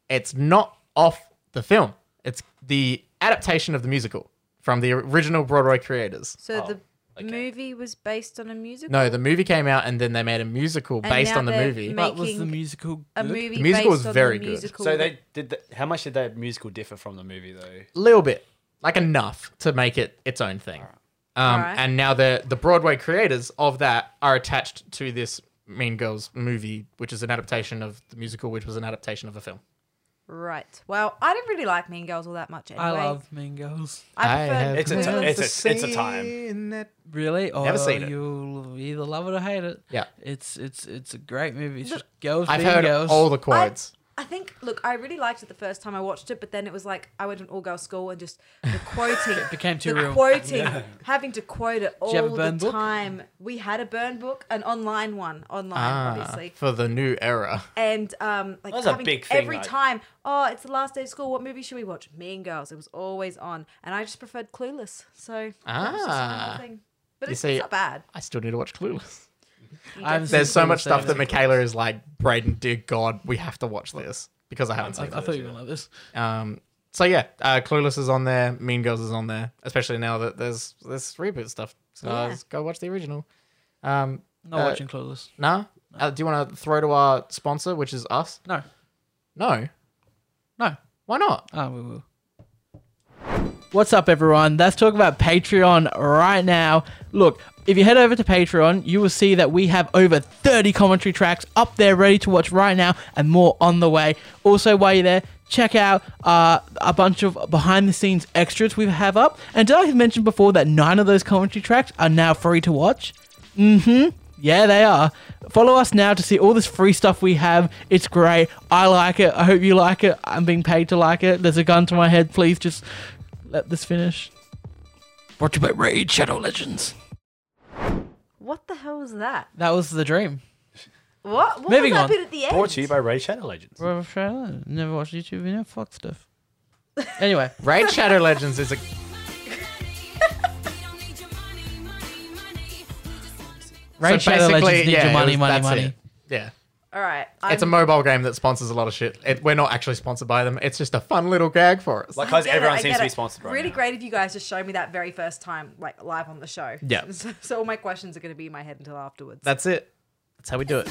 Speaker 3: it's not off the film. It's the adaptation of the musical from the original Broadway creators.
Speaker 2: So
Speaker 4: Oh,
Speaker 2: the
Speaker 4: okay.
Speaker 2: movie was based on a musical.
Speaker 3: No, the movie came out and then they made a musical
Speaker 2: And
Speaker 3: based
Speaker 2: now
Speaker 3: on the
Speaker 2: they're
Speaker 3: movie.
Speaker 2: ma-
Speaker 1: But was the
Speaker 2: Making
Speaker 1: musical
Speaker 2: a
Speaker 1: good?
Speaker 2: movie.
Speaker 3: The
Speaker 2: based
Speaker 3: musical was
Speaker 2: on
Speaker 3: very
Speaker 2: the
Speaker 3: good.
Speaker 2: musical
Speaker 4: So
Speaker 2: that-
Speaker 4: they did. The, how much did that musical differ from the movie though?
Speaker 3: A little bit, like enough to make it its own thing. Um,
Speaker 2: Alright.
Speaker 3: And now the the Broadway creators of that are attached to this Mean Girls movie, which is an adaptation of the musical, which was an adaptation of a film.
Speaker 2: right. Well, I didn't really like Mean Girls all that much. Anyway.
Speaker 1: I love Mean Girls.
Speaker 2: I preferred.
Speaker 4: It's a
Speaker 2: Mean
Speaker 4: ti-
Speaker 2: Girls.
Speaker 4: it's- a- a time.
Speaker 1: Really? Oh,
Speaker 3: Never seen it.
Speaker 1: You'll either love it or hate it.
Speaker 3: Yeah.
Speaker 1: It's it's it's a great movie. It's just girls
Speaker 3: I've
Speaker 1: being
Speaker 3: heard
Speaker 1: girls.
Speaker 3: all the quotes.
Speaker 2: I think, look, I really liked it the first time I watched it, but then it was like I went to an all girl school and just the quoting it
Speaker 1: became too
Speaker 2: the
Speaker 1: real.
Speaker 2: Quoting, having to quote it all
Speaker 1: you have a burn
Speaker 2: the
Speaker 1: book?
Speaker 2: time. We had a burn book, an online one, online
Speaker 1: Ah.
Speaker 2: obviously,
Speaker 3: Ah, for the new era.
Speaker 2: and um, like
Speaker 4: That was a
Speaker 2: having-
Speaker 4: big thing,
Speaker 2: every
Speaker 4: though.
Speaker 2: time. Oh, it's the last day of school. What movie should we watch? Mean Girls. It was always on, and I just preferred Clueless. So that was just
Speaker 3: Ah.
Speaker 2: another thing. But
Speaker 3: You
Speaker 2: it's,
Speaker 3: see-
Speaker 2: it's not bad.
Speaker 1: uh,
Speaker 3: I still need to watch Clueless.
Speaker 2: You
Speaker 1: I haven't
Speaker 2: don't-
Speaker 1: seen
Speaker 3: There's so
Speaker 1: Clueless
Speaker 3: much stuff
Speaker 1: either.
Speaker 3: that Michaela is like, Braden, dear God, we have to watch this because I haven't
Speaker 1: I,
Speaker 3: seen
Speaker 1: I
Speaker 3: it.
Speaker 1: thought you were gonna like this.
Speaker 3: Um, so yeah, uh, Clueless is on there. Mean Girls is on there, especially now that there's this reboot stuff. So
Speaker 2: Yeah.
Speaker 3: let's go watch the original. Um,
Speaker 1: Not
Speaker 3: uh,
Speaker 1: watching Clueless.
Speaker 3: Nah. Uh, do you want to throw to our sponsor, which is us?
Speaker 1: No,
Speaker 3: No.
Speaker 1: no.
Speaker 3: Why not?
Speaker 1: Ah, we will. What's up, everyone? Let's talk about Patreon right now. Look, if you head over to Patreon, you will see that we have over 30 commentary tracks up there ready to watch right now and more on the way. Also, while you're there, check out uh, a bunch of behind the scenes extras we have up. And did I mention before that nine of those commentary tracks are now free to watch? Yeah, they are. Follow us now to see all this free stuff we have. It's great. I like it. I hope you like it. I'm being paid to like it. There's a gun to my head. Please just let this finish. Brought to you by Raid Shadow Legends.
Speaker 2: What the hell was that?
Speaker 1: That was the dream.
Speaker 2: What? What
Speaker 1: Moving
Speaker 2: was that
Speaker 1: on.
Speaker 2: bit at the end?
Speaker 4: Brought to you by Ray Shadow Legends.
Speaker 1: Raid Shadow Legends. Never watched YouTube video. Fuck stuff. Anyway,
Speaker 3: Raid Shadow Legends is a.
Speaker 1: Raid
Speaker 3: so
Speaker 1: Shadow
Speaker 3: basically,
Speaker 1: Legends need
Speaker 3: yeah,
Speaker 1: your
Speaker 3: it
Speaker 1: money,
Speaker 3: was-
Speaker 1: money,
Speaker 3: that's
Speaker 1: money.
Speaker 3: it. Yeah.
Speaker 2: All right,
Speaker 3: It's a
Speaker 2: I'm-
Speaker 3: mobile game that sponsors a lot of shit. It, we're not actually sponsored by them. It's just a fun little gag for us.
Speaker 4: Like,
Speaker 2: I
Speaker 4: because
Speaker 2: get it,
Speaker 4: everyone
Speaker 2: I
Speaker 4: seems
Speaker 2: get
Speaker 4: to be
Speaker 2: it.
Speaker 4: sponsored right
Speaker 2: Really
Speaker 4: now.
Speaker 2: great if you guys just showed me that very first time, like live on the show.
Speaker 3: Yeah.
Speaker 2: So, so all my questions are going to be in my head until afterwards.
Speaker 3: That's it. That's how we do it.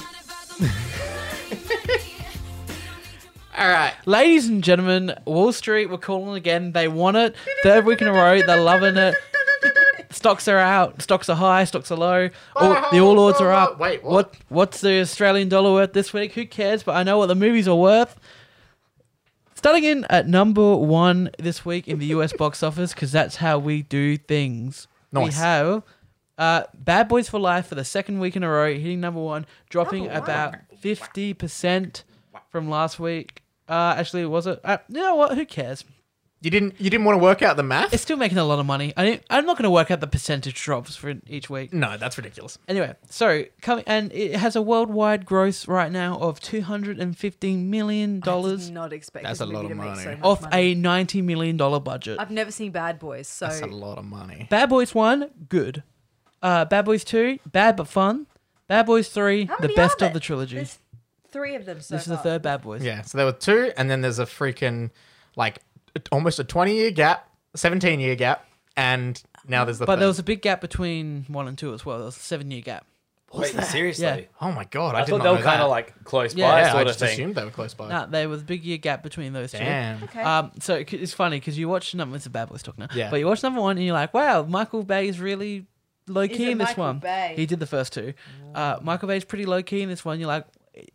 Speaker 3: All right.
Speaker 1: Ladies and gentlemen, Wall Street, we're calling again. They want it. Third week in a row, they're loving it. Stocks are out. Stocks are high. Stocks are low. All, the all odds are up.
Speaker 3: Wait, what?
Speaker 1: What's the Australian dollar worth this week? Who cares? But I know what the movies are worth. Starting in at number one this week in the US box office because that's how we do things. We
Speaker 3: Nice.
Speaker 1: have uh, Bad Boys for Life for the second week in a row, hitting number one, dropping
Speaker 2: Number one.
Speaker 1: about fifty percent from last week. Uh, actually, was it? Uh, you know what? Who cares?
Speaker 3: You didn't. You didn't want to work out the math.
Speaker 1: It's still making a lot of money. I didn't- I'm not going to work out the percentage drops for each week.
Speaker 3: no, that's ridiculous.
Speaker 1: Anyway, so coming and it has a worldwide gross right now of 215 million
Speaker 2: I
Speaker 1: dollars
Speaker 2: did not expect
Speaker 3: That's
Speaker 2: this
Speaker 3: a
Speaker 2: movie
Speaker 3: lot of
Speaker 2: to make
Speaker 3: money.
Speaker 2: so much
Speaker 1: off
Speaker 2: money.
Speaker 1: a 90 million dollar budget.
Speaker 2: I've never seen Bad Boys, so
Speaker 3: That's a lot of money.
Speaker 1: Bad Boys One, good. Uh, Bad Boys Two, bad but fun. Bad Boys Three,
Speaker 2: How
Speaker 1: the
Speaker 2: many are
Speaker 1: best
Speaker 2: there?
Speaker 1: of the trilogy.
Speaker 2: There's three of them. So
Speaker 1: this is the
Speaker 2: far.
Speaker 1: third Bad Boys.
Speaker 3: Yeah. So there were two, and then there's a freaking like almost a 20 year gap, 17 year gap, and now there's the.
Speaker 1: But
Speaker 3: third.
Speaker 1: there was a big gap between one and two as well. There was a seven year gap.
Speaker 4: Wait, seriously?
Speaker 1: Yeah.
Speaker 3: Oh my god! I,
Speaker 4: I,
Speaker 3: did
Speaker 4: thought
Speaker 3: not
Speaker 4: they were
Speaker 3: know
Speaker 4: kind
Speaker 3: that.
Speaker 4: of like close
Speaker 1: Yeah.
Speaker 4: by
Speaker 3: Yeah,
Speaker 4: sort
Speaker 3: I
Speaker 4: of
Speaker 3: just
Speaker 4: thing.
Speaker 3: assumed they were close by.
Speaker 1: Nah, there was a big year gap between those
Speaker 3: Damn.
Speaker 1: two.
Speaker 2: Okay.
Speaker 1: Um, so it- it's funny because you watch number. It's a bad boys talk now.
Speaker 3: Yeah.
Speaker 1: But you watch number one and you're like, wow, Michael Bay is really low
Speaker 2: it
Speaker 1: key in this
Speaker 2: Michael
Speaker 1: one.
Speaker 2: Bay?
Speaker 1: He did the first two. Uh, Michael Bay's pretty low key in this one. You're like,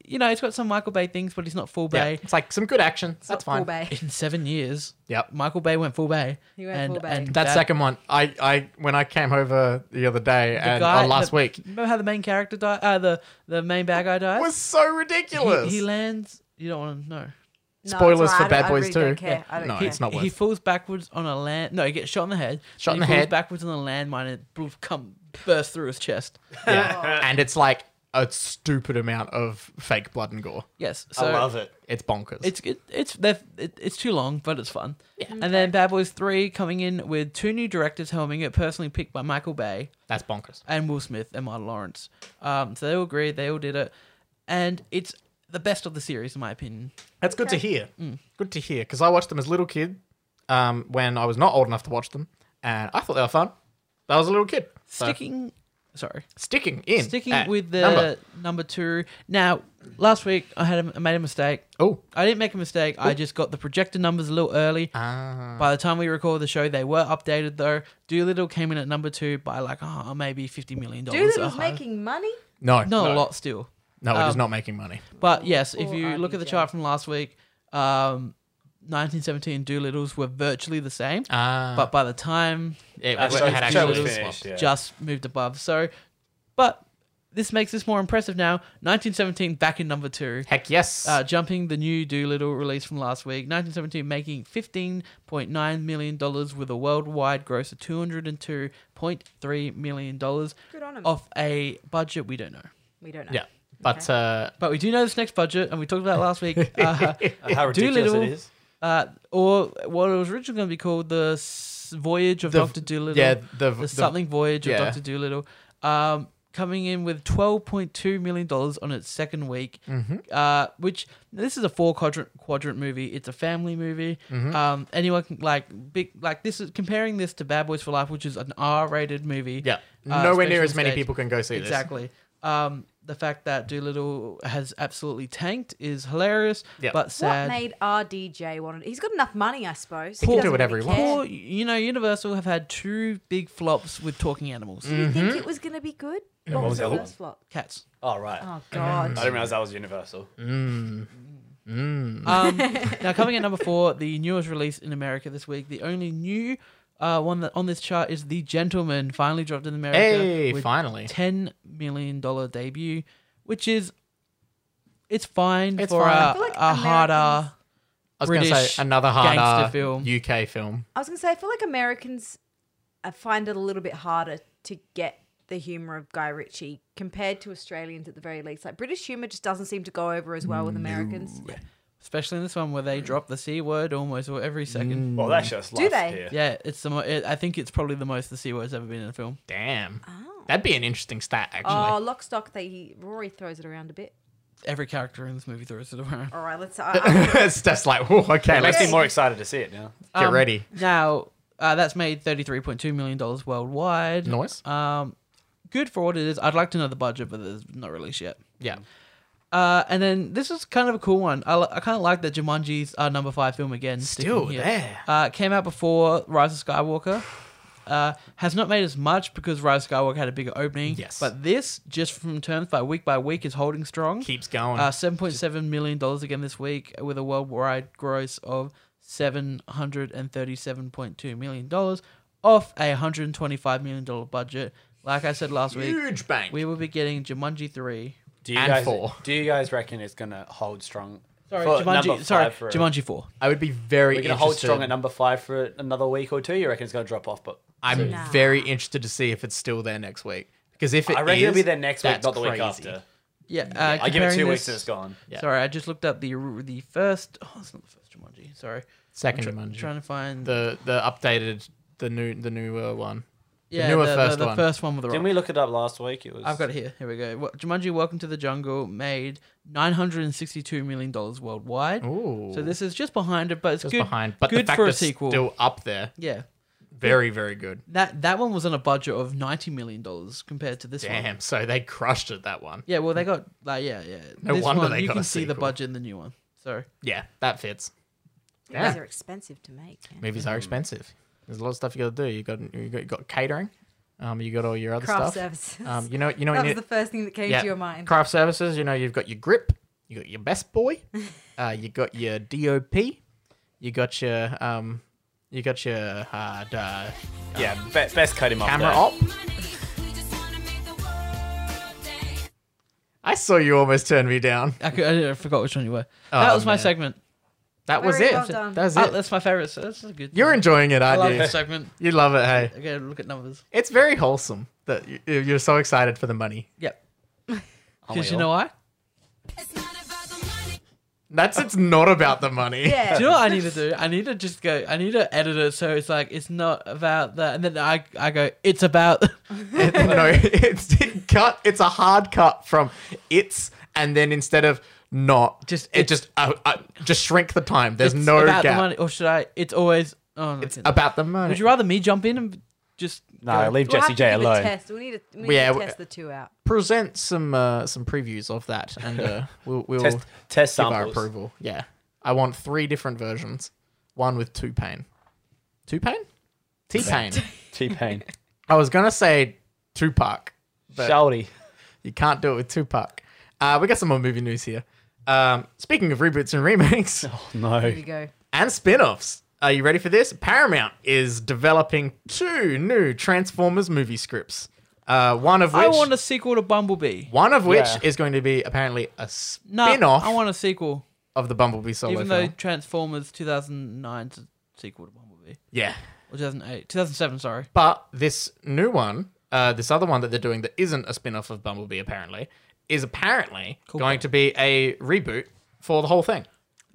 Speaker 1: you know, he's got some Michael Bay things, but he's not full
Speaker 3: Yeah,
Speaker 1: Bay.
Speaker 3: it's like some good action.
Speaker 2: It's
Speaker 3: That's
Speaker 2: not
Speaker 3: fine.
Speaker 2: Full Bay.
Speaker 1: In seven years,
Speaker 3: Yep.
Speaker 1: Michael Bay went full Bay.
Speaker 2: He went
Speaker 1: and,
Speaker 2: full Bay.
Speaker 1: And
Speaker 3: That, second one, I, I when I came over the other day
Speaker 1: the
Speaker 3: and
Speaker 1: guy-
Speaker 3: or last
Speaker 1: the-
Speaker 3: week
Speaker 1: Remember how the main character died? Uh, the the main bad guy died.
Speaker 3: was so
Speaker 1: he,
Speaker 3: ridiculous.
Speaker 1: he lands. You don't want to know.
Speaker 2: No,
Speaker 3: Spoilers
Speaker 2: it's all
Speaker 3: for
Speaker 2: right, I
Speaker 3: Bad
Speaker 2: don't- I
Speaker 3: Boys
Speaker 2: really
Speaker 3: too.
Speaker 2: Don't care. I don't
Speaker 3: No,
Speaker 2: care.
Speaker 3: it's not worth.
Speaker 1: He falls backwards on a land. No, he gets shot in the head.
Speaker 3: Shot
Speaker 1: Then
Speaker 3: in the
Speaker 1: he falls
Speaker 3: head.
Speaker 1: backwards on a landmine and it bl- come burst through his chest.
Speaker 3: yeah. and it's like a stupid amount of fake blood and gore.
Speaker 1: Yes, so
Speaker 4: I love it.
Speaker 3: It's bonkers.
Speaker 1: it's it, it's they've- it, it's too long, but it's fun. And then Bad Boys Three coming in with two new directors helming it, personally picked by Michael Bay
Speaker 3: that's bonkers.
Speaker 1: and Will Smith and Martin Lawrence. Um, so they all agreed, they all did it, and it's the best of the series in my opinion.
Speaker 3: That's good to hear.
Speaker 1: Mm.
Speaker 3: Good to hear because I watched them as little kid um, when I was not old enough to watch them, and I thought they were fun. But I was a little kid. So,
Speaker 1: Sticking, sorry,
Speaker 3: sticking in,
Speaker 1: sticking
Speaker 3: at
Speaker 1: with the
Speaker 3: Ah, number.
Speaker 1: number two. Now, last week I had a, I made a mistake.
Speaker 3: oh,
Speaker 1: I didn't make a mistake. I just got the projected numbers a little early.
Speaker 3: uh, Ah.
Speaker 1: By the time we recorded the show, they were updated though. Doolittle came in at number two by like oh, maybe fifty million dollars. Uh-huh.
Speaker 2: Doolittle's making money.
Speaker 3: no,
Speaker 1: not
Speaker 3: no,
Speaker 1: a lot still,
Speaker 3: No,
Speaker 1: um,
Speaker 3: it is not making money.
Speaker 1: but yes, if
Speaker 2: Poor
Speaker 1: you look at the
Speaker 2: RDJ.
Speaker 1: chart from last week, um, nineteen seventeen Doolittles were virtually the same,
Speaker 3: Ah,
Speaker 1: but by the time
Speaker 3: it,
Speaker 4: Uh,
Speaker 3: it
Speaker 4: so-
Speaker 3: had
Speaker 4: so it was
Speaker 3: actually
Speaker 4: finished,
Speaker 3: swapped.
Speaker 4: yeah.
Speaker 1: just moved above. So, but This makes this more impressive now. 1917 back in number two.
Speaker 3: Heck yes.
Speaker 1: Uh, jumping the new Doolittle release from last week, 1917 making $15.9 million with a worldwide gross of $202.3 million
Speaker 2: Good on 'em.
Speaker 1: off a budget we don't know.
Speaker 2: We don't know.
Speaker 3: yeah. But uh,
Speaker 1: But we do know this next budget, and we talked about it last week. Uh,
Speaker 4: Uh, How ridiculous
Speaker 1: Doolittle.
Speaker 4: it is.
Speaker 1: uh, or what it was originally going to be called the S- Voyage of
Speaker 3: The-
Speaker 1: Dr. Doolittle.
Speaker 3: yeah, the,
Speaker 1: the something voyage of
Speaker 3: yeah.
Speaker 1: Doctor Doolittle, um, coming in with twelve point two million dollars on its second week.
Speaker 3: Mm-hmm.
Speaker 1: Uh, which this is a four quadrant quadrant movie. It's a family movie.
Speaker 3: Mm-hmm.
Speaker 1: Um, anyone can like big like this is comparing this to Bad Boys for Life, which is an R rated movie.
Speaker 3: Yeah.
Speaker 1: uh,
Speaker 3: Nowhere near
Speaker 1: special
Speaker 3: as many
Speaker 1: stage.
Speaker 3: people can go see
Speaker 1: exactly. Um, the fact that Doolittle has absolutely tanked is hilarious,
Speaker 3: Yep.
Speaker 1: but sad.
Speaker 2: What made RDJ want it? He's got enough money, I suppose. He
Speaker 3: can
Speaker 2: doesn't
Speaker 3: do whatever he
Speaker 2: really care.
Speaker 1: Poor, you know, Universal have had two big flops with talking animals,
Speaker 3: Mm.
Speaker 2: Did you think it was going to be good? what
Speaker 4: was
Speaker 2: was
Speaker 4: the
Speaker 2: the
Speaker 4: other
Speaker 2: first flop?
Speaker 1: cats.
Speaker 4: Oh, right.
Speaker 2: Oh, Mm.
Speaker 4: I
Speaker 2: God.
Speaker 4: didn't realize that was universal.
Speaker 1: Um, now, coming at number four, the newest release in America this week, the only new uh, one that on this chart is The Gentleman, finally dropped in
Speaker 3: this.
Speaker 1: America
Speaker 3: Hey,
Speaker 1: with
Speaker 3: finally.
Speaker 1: ten million dollar debut, which is it's fine
Speaker 3: It's
Speaker 1: for
Speaker 3: fine.
Speaker 1: A,
Speaker 3: I
Speaker 2: feel like
Speaker 1: a harder.
Speaker 2: Americans-
Speaker 3: I was going to
Speaker 1: British
Speaker 3: say another
Speaker 1: gangster
Speaker 3: harder
Speaker 1: film.
Speaker 3: UK film.
Speaker 2: I was going to say, I feel like Americans uh, find it a little bit harder to get the humor of Guy Ritchie compared to Australians at the very least. Like, British humor just doesn't seem to go over as well with Americans.
Speaker 1: Especially in this one where they drop the c word almost or every
Speaker 3: Mm.
Speaker 1: second.
Speaker 4: Well, that's just
Speaker 2: Do
Speaker 4: life
Speaker 2: they?
Speaker 4: here.
Speaker 1: Yeah, it's the. Mo- it, I think it's probably the most the c word's ever been in a film.
Speaker 3: Damn.
Speaker 2: Oh.
Speaker 3: That'd be an interesting stat, actually.
Speaker 2: Oh, lock stock. They Rory throws it around a bit.
Speaker 1: Every character in this movie throws it around.
Speaker 2: All right, let's. I, I,
Speaker 3: it's just like, whoa, okay,
Speaker 4: It makes
Speaker 3: let's
Speaker 4: me
Speaker 2: Yeah.
Speaker 4: more excited to see it now.
Speaker 3: get
Speaker 1: Um,
Speaker 3: ready.
Speaker 1: Now, uh, that's made thirty-three point two million dollars worldwide.
Speaker 3: Noise.
Speaker 1: Um, good for what it is. I'd like to know the budget, but it's not released yet.
Speaker 3: yeah.
Speaker 1: Uh, and then this is kind of a cool one. I, li- I kind of like that Jumanji's uh, number five film again. sticking
Speaker 3: Still
Speaker 1: here.
Speaker 3: there.
Speaker 1: Uh, came out before Rise of Skywalker. Uh, has not made as much because Rise of Skywalker had a bigger opening.
Speaker 3: Yes.
Speaker 1: But this, just from terms by week by week, is holding strong.
Speaker 3: Keeps going.
Speaker 1: Uh, seven point seven million dollars again this week, with a worldwide gross of seven hundred and thirty-seven point two million dollars, off a hundred and twenty-five million dollar budget. Like I said last week,
Speaker 3: Huge bank.
Speaker 1: we will be getting Jumanji three.
Speaker 4: Do you
Speaker 3: And
Speaker 4: guys,
Speaker 3: four.
Speaker 4: Do you guys reckon it's going to hold strong?
Speaker 1: Sorry,
Speaker 4: for
Speaker 1: Jumanji.
Speaker 4: number
Speaker 1: Sorry,
Speaker 4: five for-
Speaker 1: Jumanji four.
Speaker 3: I would be very
Speaker 4: We're going to
Speaker 3: interested.
Speaker 4: hold strong at number five for another week or two. You reckon it's going to drop off? But
Speaker 3: I'm
Speaker 2: Nah.
Speaker 3: very interested to see if it's still there next week. Because if it
Speaker 4: I reckon it'll
Speaker 3: is,
Speaker 4: be there next week,
Speaker 3: that's
Speaker 4: not the week
Speaker 3: crazy.
Speaker 4: after.
Speaker 1: Yeah, uh,
Speaker 4: I give it
Speaker 1: comparing
Speaker 4: two weeks
Speaker 1: this-
Speaker 4: and it's gone.
Speaker 3: Yeah.
Speaker 1: Sorry, I just looked up the the first. Oh, it's not the first Jumanji. Sorry,
Speaker 3: Second
Speaker 1: Tr-
Speaker 3: Jumanji.
Speaker 1: trying to find
Speaker 3: the the updated, the new, the newer one.
Speaker 1: yeah,
Speaker 3: newer
Speaker 1: the,
Speaker 3: first
Speaker 1: the,
Speaker 3: one.
Speaker 1: The first one with the rock.
Speaker 4: Didn't we look it up last week? It was.
Speaker 1: I've got it here. Here we go. Wel- Jumanji: Welcome to the Jungle made nine hundred and sixty-two million dollars worldwide.
Speaker 3: Ooh.
Speaker 1: So this is just behind it, but it's
Speaker 3: just
Speaker 1: good.
Speaker 3: behind, but
Speaker 1: good
Speaker 3: the fact
Speaker 1: for a
Speaker 3: it's
Speaker 1: sequel.
Speaker 3: still up there,
Speaker 1: yeah,
Speaker 3: very very good.
Speaker 1: that that one was on a budget of ninety million dollars compared to this one.
Speaker 3: Damn, so they crushed it that one.
Speaker 1: Yeah, well they got like yeah yeah.
Speaker 3: No
Speaker 1: this
Speaker 3: wonder
Speaker 1: one,
Speaker 3: they
Speaker 1: you
Speaker 3: got
Speaker 1: can
Speaker 3: a
Speaker 1: see the
Speaker 3: sequel.
Speaker 1: budget in the new one. So
Speaker 3: Yeah, that fits.
Speaker 2: These
Speaker 3: Yeah.
Speaker 2: are expensive to make. yeah.
Speaker 3: Movies
Speaker 1: Mm.
Speaker 3: are expensive. There's a lot of stuff you got to do. You got you got, you got catering. Um, you got all your other
Speaker 2: Craft
Speaker 3: stuff.
Speaker 2: services.
Speaker 3: Um, you know you know
Speaker 2: that
Speaker 3: you
Speaker 2: was
Speaker 3: need-
Speaker 2: the first thing that came
Speaker 3: yeah,
Speaker 2: to your mind.
Speaker 3: Craft services. You know you've got your grip. You got your best boy. uh, you got your DOP. You got your um, you got your uh, duh,
Speaker 4: Yeah, be- best cut him off.
Speaker 3: camera
Speaker 4: there.
Speaker 3: op. I saw you almost turn me down.
Speaker 1: I, could, I forgot which one you were.
Speaker 3: Oh,
Speaker 1: that was my
Speaker 3: man.
Speaker 1: segment.
Speaker 3: That was
Speaker 2: Very
Speaker 3: it.
Speaker 2: well done.
Speaker 3: That was
Speaker 1: Oh,
Speaker 3: it.
Speaker 1: that's my favorite. So that's a good.
Speaker 3: You're enjoying it,
Speaker 1: I
Speaker 3: aren't
Speaker 1: love
Speaker 3: you?
Speaker 1: this segment.
Speaker 3: You love it, hey.
Speaker 1: I gotta look at numbers.
Speaker 3: It's very wholesome that you- you're so excited for the money.
Speaker 1: Yep.
Speaker 4: Aren't we
Speaker 1: Because you
Speaker 4: all?
Speaker 1: know why?
Speaker 3: That's it's not about the money.
Speaker 2: Yeah.
Speaker 1: Do you know what I need to do? I need to just go. I need to edit it so it's like it's not about that, and then I I go. It's about.
Speaker 3: It- no, it's it cut. It's a hard cut from it's, and then instead of not,
Speaker 1: Just-
Speaker 3: just it just uh, uh, just shrink the time. There's
Speaker 1: it's
Speaker 3: no
Speaker 1: about
Speaker 3: gap.
Speaker 1: the money, or should I? It's always. Oh, no,
Speaker 3: It's
Speaker 1: okay.
Speaker 3: about the money.
Speaker 1: Would you rather me jump in and just?
Speaker 4: No,
Speaker 1: go-
Speaker 4: leave
Speaker 2: We'll have
Speaker 4: Jesse
Speaker 2: to
Speaker 4: J
Speaker 2: give a
Speaker 4: alone.
Speaker 2: Test. We need to, we need
Speaker 3: Well, yeah,
Speaker 2: to
Speaker 3: we-
Speaker 2: test the two out.
Speaker 3: present some uh, some previews of that, and uh, we'll we'll
Speaker 4: Test,
Speaker 3: give
Speaker 4: test
Speaker 3: our
Speaker 4: samples.
Speaker 3: approval. Yeah, I want three different versions. One with two pain, two pain, T pain.
Speaker 4: T Pain.
Speaker 3: I was gonna say Tupac, but
Speaker 4: Shouty.
Speaker 3: you can't do it with Tupac. Uh, we got some more movie news here. Um, speaking of reboots and remakes
Speaker 4: No.
Speaker 2: Here we go.
Speaker 3: and spin-offs, are you ready for this? Paramount is developing two new Transformers movie scripts. Uh, one of which,
Speaker 1: I want a sequel to Bumblebee.
Speaker 3: one of which
Speaker 4: Yeah.
Speaker 3: is going to be apparently a
Speaker 1: No,
Speaker 3: spin-off
Speaker 1: I want a sequel.
Speaker 3: of the Bumblebee solo
Speaker 1: even though
Speaker 3: film.
Speaker 1: Transformers 2009 's a sequel to Bumblebee.
Speaker 3: yeah,
Speaker 1: Or 2008. 2007, sorry.
Speaker 3: but this new one, uh, this other one that they're doing that isn't a spin-off of Bumblebee apparently, is apparently going to be a reboot for the whole thing.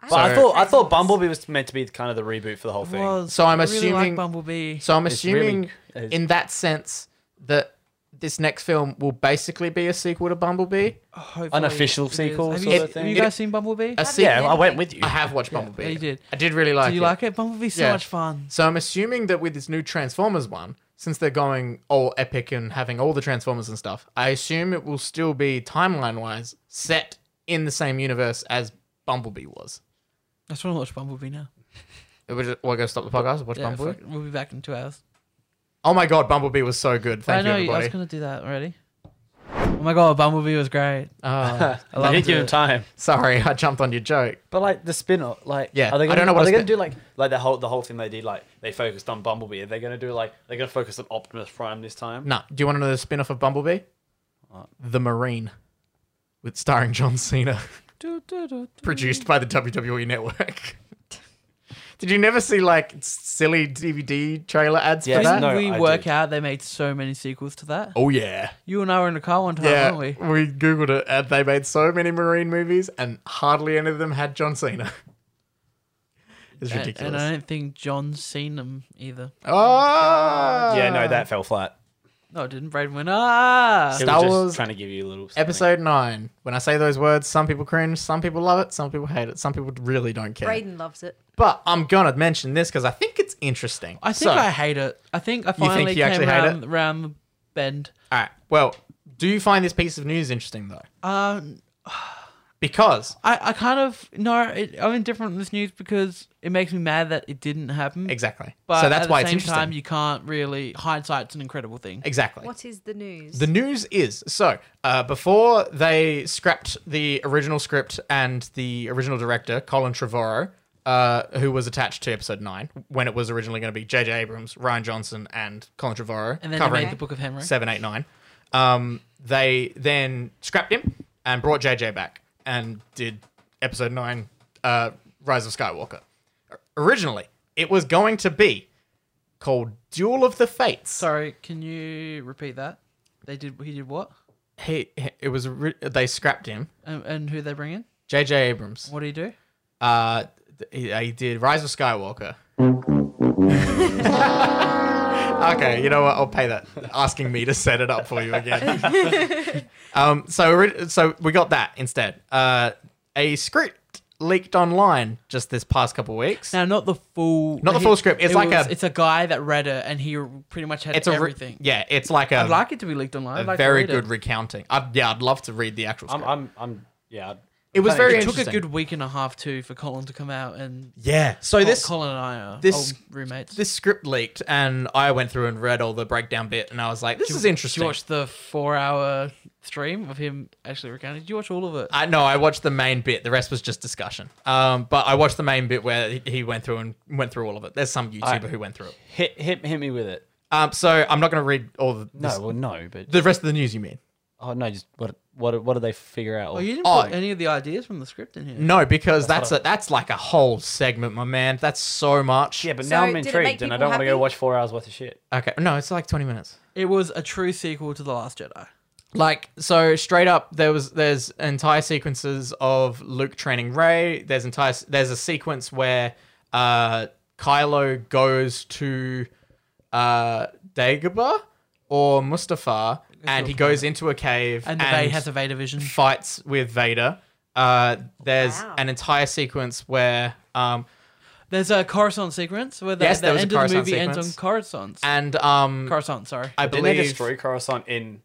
Speaker 4: But I
Speaker 3: So-
Speaker 4: thought I thought Bumblebee was meant to be kind of the reboot for the whole thing.
Speaker 1: Was-
Speaker 3: So I'm
Speaker 1: I Really
Speaker 3: assuming-
Speaker 1: like Bumblebee.
Speaker 3: So I'm
Speaker 4: It's
Speaker 3: assuming,
Speaker 4: really-
Speaker 3: in that sense, that this next film will basically be a sequel to Bumblebee.
Speaker 1: Hopefully
Speaker 4: unofficial
Speaker 1: it is.
Speaker 4: sequel
Speaker 1: Have
Speaker 4: sort
Speaker 1: you,
Speaker 4: of thing?
Speaker 1: have you
Speaker 3: It-
Speaker 1: guys seen Bumblebee?
Speaker 3: A
Speaker 1: Do
Speaker 3: se-
Speaker 4: yeah, I went with you.
Speaker 3: I have watched Bumblebee.
Speaker 1: yeah, you did.
Speaker 3: I did really like.
Speaker 1: you
Speaker 3: it.
Speaker 1: like it? Bumblebee's so
Speaker 3: Yeah.
Speaker 1: much fun.
Speaker 3: So I'm assuming that with this new Transformers one, since they're going all epic and having all the Transformers and stuff, I assume it will still be timeline wise set in the same universe as Bumblebee was.
Speaker 1: I just want to watch Bumblebee now.
Speaker 3: It would just, well, I go stop the podcast and watch
Speaker 1: Yeah,
Speaker 3: Bumblebee.
Speaker 1: fuck, we'll be back in two hours.
Speaker 3: Oh my god, Bumblebee was so good.
Speaker 1: I
Speaker 3: Thank you,
Speaker 1: know I
Speaker 3: everybody.
Speaker 1: was gonna do that already. Oh my god, Bumblebee was great.
Speaker 3: Oh,
Speaker 1: I
Speaker 4: I
Speaker 1: loved
Speaker 4: didn't give him
Speaker 1: it.
Speaker 4: time.
Speaker 3: sorry, I jumped on your joke.
Speaker 4: But like the spin off, like
Speaker 3: Yeah,
Speaker 4: are they
Speaker 3: I
Speaker 4: gonna,
Speaker 3: don't know what
Speaker 4: are
Speaker 3: a
Speaker 4: they
Speaker 3: spin-
Speaker 4: going to do like like the whole the whole thing they did like they focused on Bumblebee. Are they going to do like they're going to focus on Optimus Prime this time?
Speaker 3: Nah, do you want another spin off of Bumblebee? The Marine, with starring John Cena,
Speaker 1: Do, do, do, do.
Speaker 3: produced by the WWE Network. Did you never see like silly DVD trailer ads
Speaker 4: Yeah,
Speaker 3: for that?
Speaker 1: Didn't
Speaker 4: no,
Speaker 1: we
Speaker 4: I
Speaker 1: work
Speaker 4: did.
Speaker 1: out they made so many sequels to that?
Speaker 3: Oh yeah.
Speaker 1: You and I were in a car one time,
Speaker 3: Yeah, we?
Speaker 1: weren't we?
Speaker 3: googled it, and they made so many Marine movies, and hardly any of them had John Cena. it's
Speaker 1: And-
Speaker 3: ridiculous.
Speaker 1: And I don't think John's seen them either.
Speaker 3: oh,
Speaker 4: Yeah, no, that fell flat.
Speaker 1: No, it didn't. Braden went, ah!
Speaker 4: It
Speaker 3: Star
Speaker 4: was just
Speaker 3: Wars
Speaker 4: trying to give you a little something.
Speaker 3: Episode nine. When I say those words, some people cringe, some people love it, some people hate it, some people really don't care.
Speaker 2: Braden loves it.
Speaker 3: But I'm gonna mention this because I think it's interesting.
Speaker 1: I think
Speaker 3: So-
Speaker 1: I hate it. I think I
Speaker 3: think
Speaker 1: finally
Speaker 3: you
Speaker 1: came
Speaker 3: actually hate
Speaker 1: around, around the bend.
Speaker 3: All right. Well, do you find this piece of news interesting though?
Speaker 1: Um,
Speaker 3: Because
Speaker 1: I, I kind of, no, it, I'm indifferent to this news because it makes me mad that it didn't happen.
Speaker 3: exactly.
Speaker 1: But
Speaker 3: so that's
Speaker 1: at
Speaker 3: why
Speaker 1: the
Speaker 3: it's
Speaker 1: same
Speaker 3: interesting.
Speaker 1: time, you can't really, hindsight's an incredible thing.
Speaker 3: exactly.
Speaker 2: What is the news?
Speaker 3: The news is so uh, before they scrapped the original script and the original director Colin Trevorrow, uh, who was attached to episode nine when it was originally going to be J.J. Abrams, Ryan Johnson, and Colin Trevorrow
Speaker 1: And then they
Speaker 3: covering
Speaker 1: made the Book of Henry.
Speaker 3: seven, eight, nine. Um, they then scrapped him and brought J.J. back and did episode nine, uh, Rise of Skywalker. Originally, it was going to be called Duel of the Fates.
Speaker 1: Sorry, can you repeat that? They did, he did what?
Speaker 3: he, he- it was ri- they scrapped him.
Speaker 1: And, and who they bring in?
Speaker 3: J.J. Abrams.
Speaker 1: What do you do?
Speaker 3: Uh, th- he, he did Rise of Skywalker. okay, you know what? I'll pay that. Asking me to set it up for you again. um, so ori- so we got that instead. Uh, a script leaked online just this past couple weeks.
Speaker 1: Now, not the full.
Speaker 3: Not the full script. It's
Speaker 1: it
Speaker 3: like a-
Speaker 1: It's a guy that read it, and he pretty much had
Speaker 3: it's a re-
Speaker 1: everything.
Speaker 3: yeah, it's like a,
Speaker 1: I'd like it to be leaked online.
Speaker 3: a
Speaker 1: I'd like to
Speaker 3: very
Speaker 1: read it.
Speaker 3: good recounting. I'd, yeah, I'd love to read the actual
Speaker 4: I'm,
Speaker 3: script.
Speaker 4: I'm, I'm, yeah. I'd-
Speaker 3: it was
Speaker 1: But
Speaker 3: very
Speaker 1: It took a
Speaker 3: interesting.
Speaker 1: good week and a half too for Colin to come out and.
Speaker 3: yeah. So
Speaker 1: Col-
Speaker 3: this
Speaker 1: Colin and I are old
Speaker 3: this-
Speaker 1: roommates.
Speaker 3: this script leaked, and I went through and read all the breakdown bit, and I was like, "This is
Speaker 1: Did
Speaker 3: interesting."
Speaker 1: you watch the four-hour stream of him actually recounting? Did you watch all of it?
Speaker 3: I no, I watched the main bit. The rest was just discussion. Um, but I watched the main bit where he- he went through and went through all of it. There's some YouTuber
Speaker 4: Alright.
Speaker 3: who went through it.
Speaker 4: Hit, hit, hit me with it.
Speaker 3: Um, so I'm not going to read all the
Speaker 4: No,
Speaker 3: this-
Speaker 4: well, no, but
Speaker 3: the rest of the news. You mean?
Speaker 4: oh no, just what, what, what do they figure out?
Speaker 1: oh, you didn't
Speaker 3: I-
Speaker 1: put any of the ideas from the script in here.
Speaker 3: No, because that's a, that's like a whole segment, my man. That's so much.
Speaker 4: yeah, but
Speaker 2: So
Speaker 4: now I'm
Speaker 2: did it make
Speaker 4: intrigued, and I
Speaker 2: people
Speaker 4: don't want to go
Speaker 2: happy?
Speaker 4: watch four hours worth of shit.
Speaker 3: Okay. No, it's like 20 minutes.
Speaker 1: It was a true sequel to The Last Jedi.
Speaker 3: Like so, straight up, there was there's entire sequences of Luke training Ray. There's entire there's a sequence where uh, Kylo goes to uh, Dagobah or Mustafar, and he goes into a cave
Speaker 1: And
Speaker 3: and,
Speaker 1: the Bay has a Vader vision.
Speaker 3: fights with Vader. Uh, there's
Speaker 2: Wow.
Speaker 3: an entire sequence where um,
Speaker 1: There's a Coruscant sequence where the,
Speaker 3: Yes,
Speaker 1: the
Speaker 3: there was a
Speaker 1: end of the
Speaker 3: Coruscant
Speaker 1: movie ends on
Speaker 3: sequence.
Speaker 1: Coruscant.
Speaker 3: and um,
Speaker 1: Coruscant, sorry.
Speaker 3: I
Speaker 4: Didn't they
Speaker 3: believe
Speaker 4: destroy Coruscant in?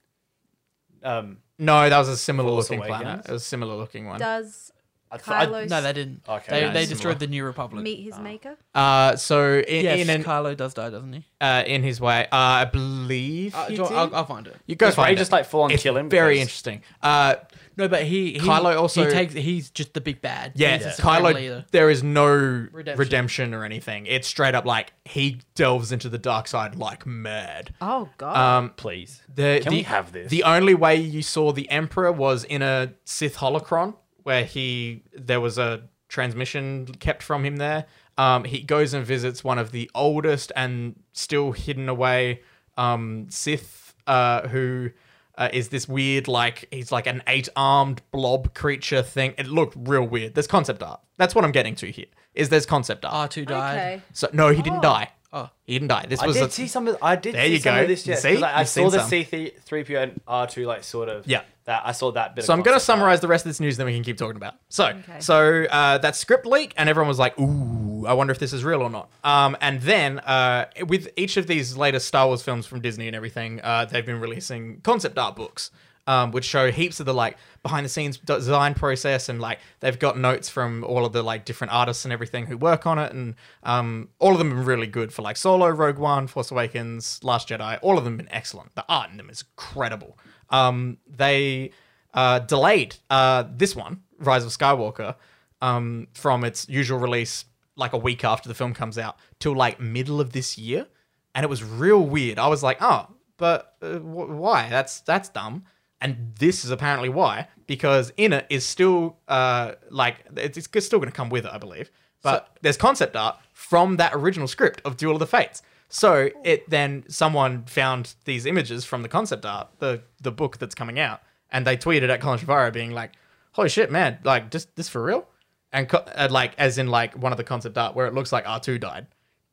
Speaker 4: Um,
Speaker 3: no, that was a similar
Speaker 4: Force
Speaker 3: looking planet.
Speaker 4: Awakens?
Speaker 3: It was a similar looking one.
Speaker 2: Does
Speaker 4: I th- I-
Speaker 2: Kylo
Speaker 1: No, they didn't.
Speaker 4: Okay,
Speaker 1: they
Speaker 4: no,
Speaker 1: they
Speaker 3: it's
Speaker 1: destroyed the
Speaker 3: similar.
Speaker 1: New Republic.
Speaker 2: meet his maker?
Speaker 3: Uh, so in,
Speaker 1: yes,
Speaker 3: in an
Speaker 1: Kylo does die, doesn't he?
Speaker 3: uh, in his way. Uh, I believe
Speaker 1: Uh,
Speaker 3: he
Speaker 1: do you want-
Speaker 3: did.
Speaker 1: I'll, I'll find it.
Speaker 3: you go
Speaker 4: Does Ray
Speaker 3: find it.
Speaker 4: just, like, full on
Speaker 3: It's
Speaker 4: kill him
Speaker 3: Very
Speaker 4: because-
Speaker 3: interesting. Uh,
Speaker 1: No, but he, he
Speaker 3: Kylo also-
Speaker 1: he takes he's just the big bad.
Speaker 3: Yeah,
Speaker 1: he's a supreme
Speaker 3: Kylo.
Speaker 1: leader.
Speaker 3: There is no
Speaker 1: Redemption.
Speaker 3: redemption. or anything. It's straight up like he delves into the dark side like mad.
Speaker 2: Oh god.
Speaker 3: Um,
Speaker 4: Please.
Speaker 3: the,
Speaker 4: Can
Speaker 3: the,
Speaker 4: we have this?
Speaker 3: The only way you saw the Emperor was in a Sith holocron where he there was a transmission kept from him there. Um, he goes and visits one of the oldest and still hidden away um, Sith uh, who. Uh, is this weird like he's like an eight-armed blob creature thing? It looked real weird. There's concept art. That's what I'm getting to here. Is there's concept art?
Speaker 1: R two died.
Speaker 2: okay.
Speaker 3: So no, he didn't
Speaker 2: Oh.
Speaker 3: die.
Speaker 1: Oh.
Speaker 3: He didn't die. This
Speaker 4: I
Speaker 3: was
Speaker 4: did
Speaker 3: a,
Speaker 4: see some of. I did.
Speaker 3: There
Speaker 4: see
Speaker 3: you
Speaker 4: some
Speaker 3: go.
Speaker 4: Of this
Speaker 3: You
Speaker 4: yet,
Speaker 3: see?
Speaker 4: 'cause I, I
Speaker 3: You've
Speaker 4: saw
Speaker 3: seen
Speaker 4: the
Speaker 3: some.
Speaker 4: C three PO and R two like sort of.
Speaker 3: Yeah.
Speaker 4: That I saw that bit.
Speaker 3: So
Speaker 4: of
Speaker 3: I'm going to
Speaker 4: concept art.
Speaker 3: summarize the rest of this news, then we can keep talking about. It. So,
Speaker 2: Okay.
Speaker 3: so uh, that script leak, and everyone was like, "Ooh, I wonder if this is real or not." Um, and then uh, with each of these latest Star Wars films from Disney and everything, uh, they've been releasing concept art books, um, which show heaps of the like behind the scenes design process, and like they've got notes from all of the like different artists and everything who work on it, and um, all of them are really good for like Solo, Rogue One, Force Awakens, Last Jedi. All of them been excellent. The art in them is incredible. Um, they uh, delayed uh, this one, Rise of Skywalker, um, from its usual release like a week after the film comes out till like middle of this year, and it was real weird. I was like, oh, but uh, wh- why? That's that's dumb. And this is apparently why, because in it is still uh, like it's, it's still going to come with it, I believe. But there's concept art from that original script of Duel of the Fates. So it then someone found these images from the concept art, the the book that's coming out, and they tweeted at Colin Trevorrow being like, "Holy shit, man! Like, just this for real?" And co- uh, like, as in like one of the concept art where it looks like R two died,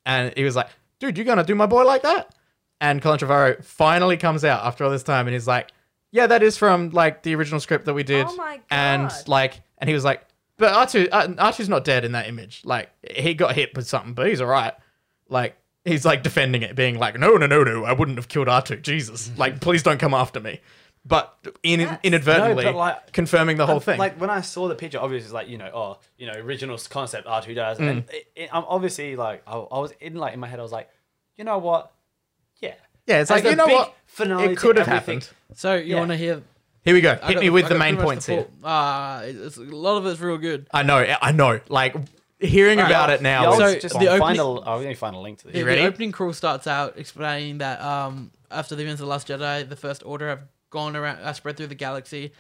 Speaker 3: and he was like, "Dude, you gonna do my boy like that?" And Colin Trevorrow finally comes out after all this time, and he's like, "Yeah, that is from like the original script that we did."
Speaker 2: Oh my
Speaker 3: And
Speaker 2: God.
Speaker 3: like, and he was like, "But R two, uh, R two's not dead in that image. Like, he got hit with something, but he's all right." like he's like defending it, being like, "No, no, no, no! I wouldn't have killed R2. Jesus!
Speaker 4: Mm-hmm.
Speaker 3: Like, please don't come after me." But in,
Speaker 2: That's-
Speaker 3: inadvertently
Speaker 4: No, but, like-
Speaker 3: confirming the whole
Speaker 4: I'm-
Speaker 3: thing.
Speaker 4: Like when I saw the picture, obviously, it's like you know, oh, you know, original s- concept R two does, and
Speaker 3: Mm.
Speaker 4: it, it, I'm obviously like, I, I was in like in my head, I was like, you know what, yeah,
Speaker 3: yeah, it's
Speaker 4: As
Speaker 3: like
Speaker 4: the
Speaker 3: you know
Speaker 4: big
Speaker 3: what?
Speaker 4: finale
Speaker 3: It
Speaker 4: to
Speaker 3: could have
Speaker 4: everything.
Speaker 3: happened.
Speaker 1: So you
Speaker 4: Yeah.
Speaker 1: want to hear?
Speaker 3: Here we go.
Speaker 1: I
Speaker 3: Hit
Speaker 1: got-
Speaker 3: me
Speaker 1: I
Speaker 3: with
Speaker 1: got
Speaker 3: the
Speaker 1: pretty
Speaker 3: main
Speaker 1: much
Speaker 3: points here.
Speaker 1: full- Ah, it's, a lot of it's real good.
Speaker 3: I know, I know. Like hearing
Speaker 1: Alright,
Speaker 3: about it now.
Speaker 1: y'all-
Speaker 3: is
Speaker 1: So
Speaker 4: just
Speaker 1: the opening-
Speaker 4: find a, oh, we're gonna find a link to this.
Speaker 1: The,
Speaker 3: You
Speaker 1: the
Speaker 3: ready?
Speaker 1: opening crawl starts out explaining that um, after the events of the Last Jedi, the First Order have gone around, uh, spread through the galaxy,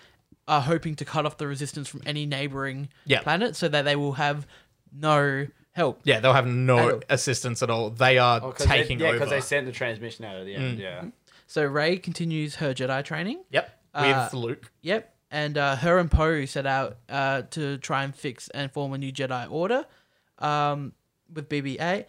Speaker 1: are hoping to cut off the resistance from any neighboring
Speaker 3: Yeah.
Speaker 1: planet so that they will have no help.
Speaker 3: yeah, they'll have
Speaker 1: I
Speaker 3: no
Speaker 1: know.
Speaker 3: assistance at all. They are
Speaker 4: Oh, 'cause they-
Speaker 3: taking
Speaker 4: yeah,
Speaker 3: over. Mm.
Speaker 4: because they sent the transmission out at the end. Yeah,
Speaker 1: So Ray continues her Jedi training.
Speaker 3: yep,
Speaker 1: Uh,
Speaker 3: with Luke.
Speaker 1: Yep. And uh, her and Poe set out uh, to try and fix and form a new Jedi Order um, with BB-8.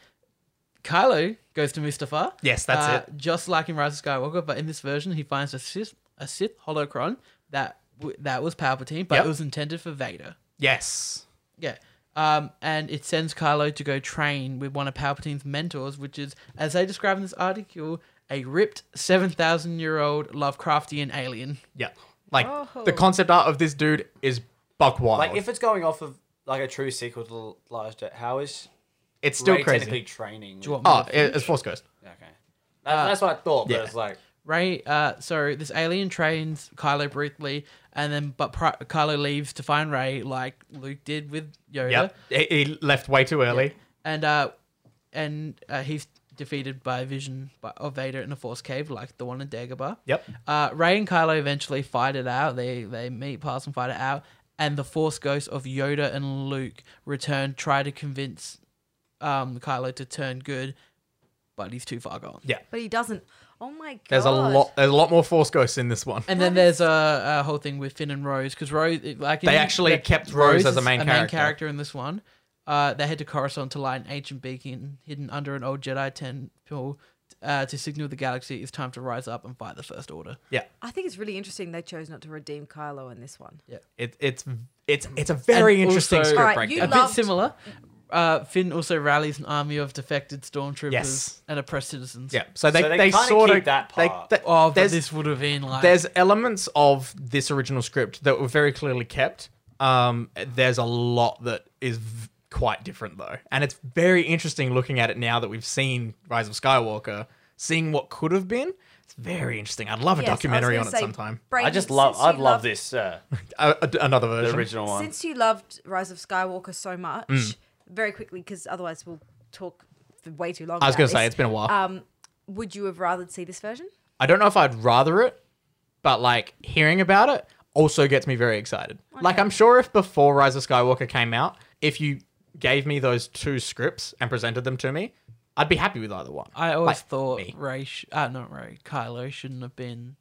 Speaker 1: Kylo goes to Mustafar.
Speaker 3: Yes, that's
Speaker 1: uh, Just like in Rise of Skywalker, but in this version, he finds a Sith, a Sith holocron that w- that was Palpatine, but
Speaker 3: Yep.
Speaker 1: it was intended for Vader.
Speaker 3: Yes.
Speaker 1: Yeah. Um, and it sends Kylo to go train with one of Palpatine's mentors, which is, as they describe in this article, a ripped 7,000 year old Lovecraftian alien.
Speaker 3: Yeah. Like
Speaker 2: Oh.
Speaker 3: the concept art of this dude is buck wild.
Speaker 4: like if it's going off of like a true sequel to L- Last Jet, how is
Speaker 3: it's still
Speaker 4: Rey technically
Speaker 3: crazy.
Speaker 4: training?
Speaker 1: you want
Speaker 3: Oh, it- it's Force Ghost.
Speaker 4: okay, that, that's what I thought, but
Speaker 3: yeah.
Speaker 4: it's like.
Speaker 1: Ray, uh, so this alien trains Kylo briefly, and then but pri- Kylo leaves to find Ray, like Luke did with Yoda,
Speaker 3: Yep. He, he left way too early.
Speaker 1: and uh, and uh, he's defeated by a vision by, of Vader in a Force cave, like the one in Dagobah.
Speaker 3: Yep.
Speaker 1: Uh, Ray and Kylo eventually fight it out. They they meet, pass, and fight it out. And the Force ghosts of Yoda and Luke return, try to convince um, Kylo to turn good, but he's too far gone.
Speaker 2: But he doesn't. Oh my god.
Speaker 3: There's a lot. There's a lot more Force Ghosts in this one.
Speaker 1: And then there's a, a whole thing with Finn and Rose because Rose, it- like
Speaker 3: They
Speaker 1: in-
Speaker 3: actually
Speaker 1: the-
Speaker 3: kept Rose as a
Speaker 1: is
Speaker 3: main character.
Speaker 1: in this one. Uh, they had to Coruscant to light an ancient beacon hidden under an old Jedi temple uh, to signal the galaxy it's time to rise up and fight the First Order.
Speaker 3: Yeah.
Speaker 2: I think it's really interesting they chose not to redeem Kylo in this one.
Speaker 3: It, it's it's it's a very
Speaker 1: And
Speaker 3: interesting
Speaker 1: also-
Speaker 3: script
Speaker 2: Alright, you
Speaker 1: A
Speaker 3: breakdown.
Speaker 2: lo-
Speaker 1: bit
Speaker 2: Loved-
Speaker 1: similar. Uh, Finn also rallies an army of defected stormtroopers
Speaker 3: Yes.
Speaker 1: and oppressed citizens.
Speaker 3: yeah. So they
Speaker 4: So they
Speaker 3: they,
Speaker 4: kinda
Speaker 3: sort
Speaker 4: keep
Speaker 3: of
Speaker 4: that
Speaker 3: they-
Speaker 4: part.
Speaker 3: they-
Speaker 1: Oh, but
Speaker 3: there's
Speaker 1: this would have been like
Speaker 3: there's elements of this original script that were very clearly kept. Um, there's a lot that is v- quite different though, and it's very interesting looking at it now that we've seen Rise of Skywalker seeing what could have been. It's very interesting. I'd love a
Speaker 2: Yes, I was
Speaker 3: documentary
Speaker 2: gonna
Speaker 3: on it
Speaker 2: say,
Speaker 3: sometime.
Speaker 4: I
Speaker 2: Brayden,
Speaker 4: just love.
Speaker 2: since you
Speaker 4: I'd love
Speaker 2: loved-
Speaker 4: this. Uh,
Speaker 3: A- a- another
Speaker 4: the
Speaker 3: version.
Speaker 4: original one.
Speaker 2: Since you loved Rise of Skywalker so much,
Speaker 3: Mm.
Speaker 2: very quickly, because otherwise we'll talk for way too long.
Speaker 3: I was
Speaker 2: going
Speaker 3: gonna
Speaker 2: to
Speaker 3: say it's been a while.
Speaker 2: Um, would you have rather see this version?
Speaker 3: I don't know if I'd rather it, but like hearing about it also gets me very excited. Like I'm sure if before Rise of Skywalker came out, if you gave me those two scripts and presented them to me, I'd be happy with either one.
Speaker 1: I always
Speaker 3: Like,
Speaker 1: thought
Speaker 3: me.
Speaker 1: Ray, sh- uh, not Ray, Kylo shouldn't have been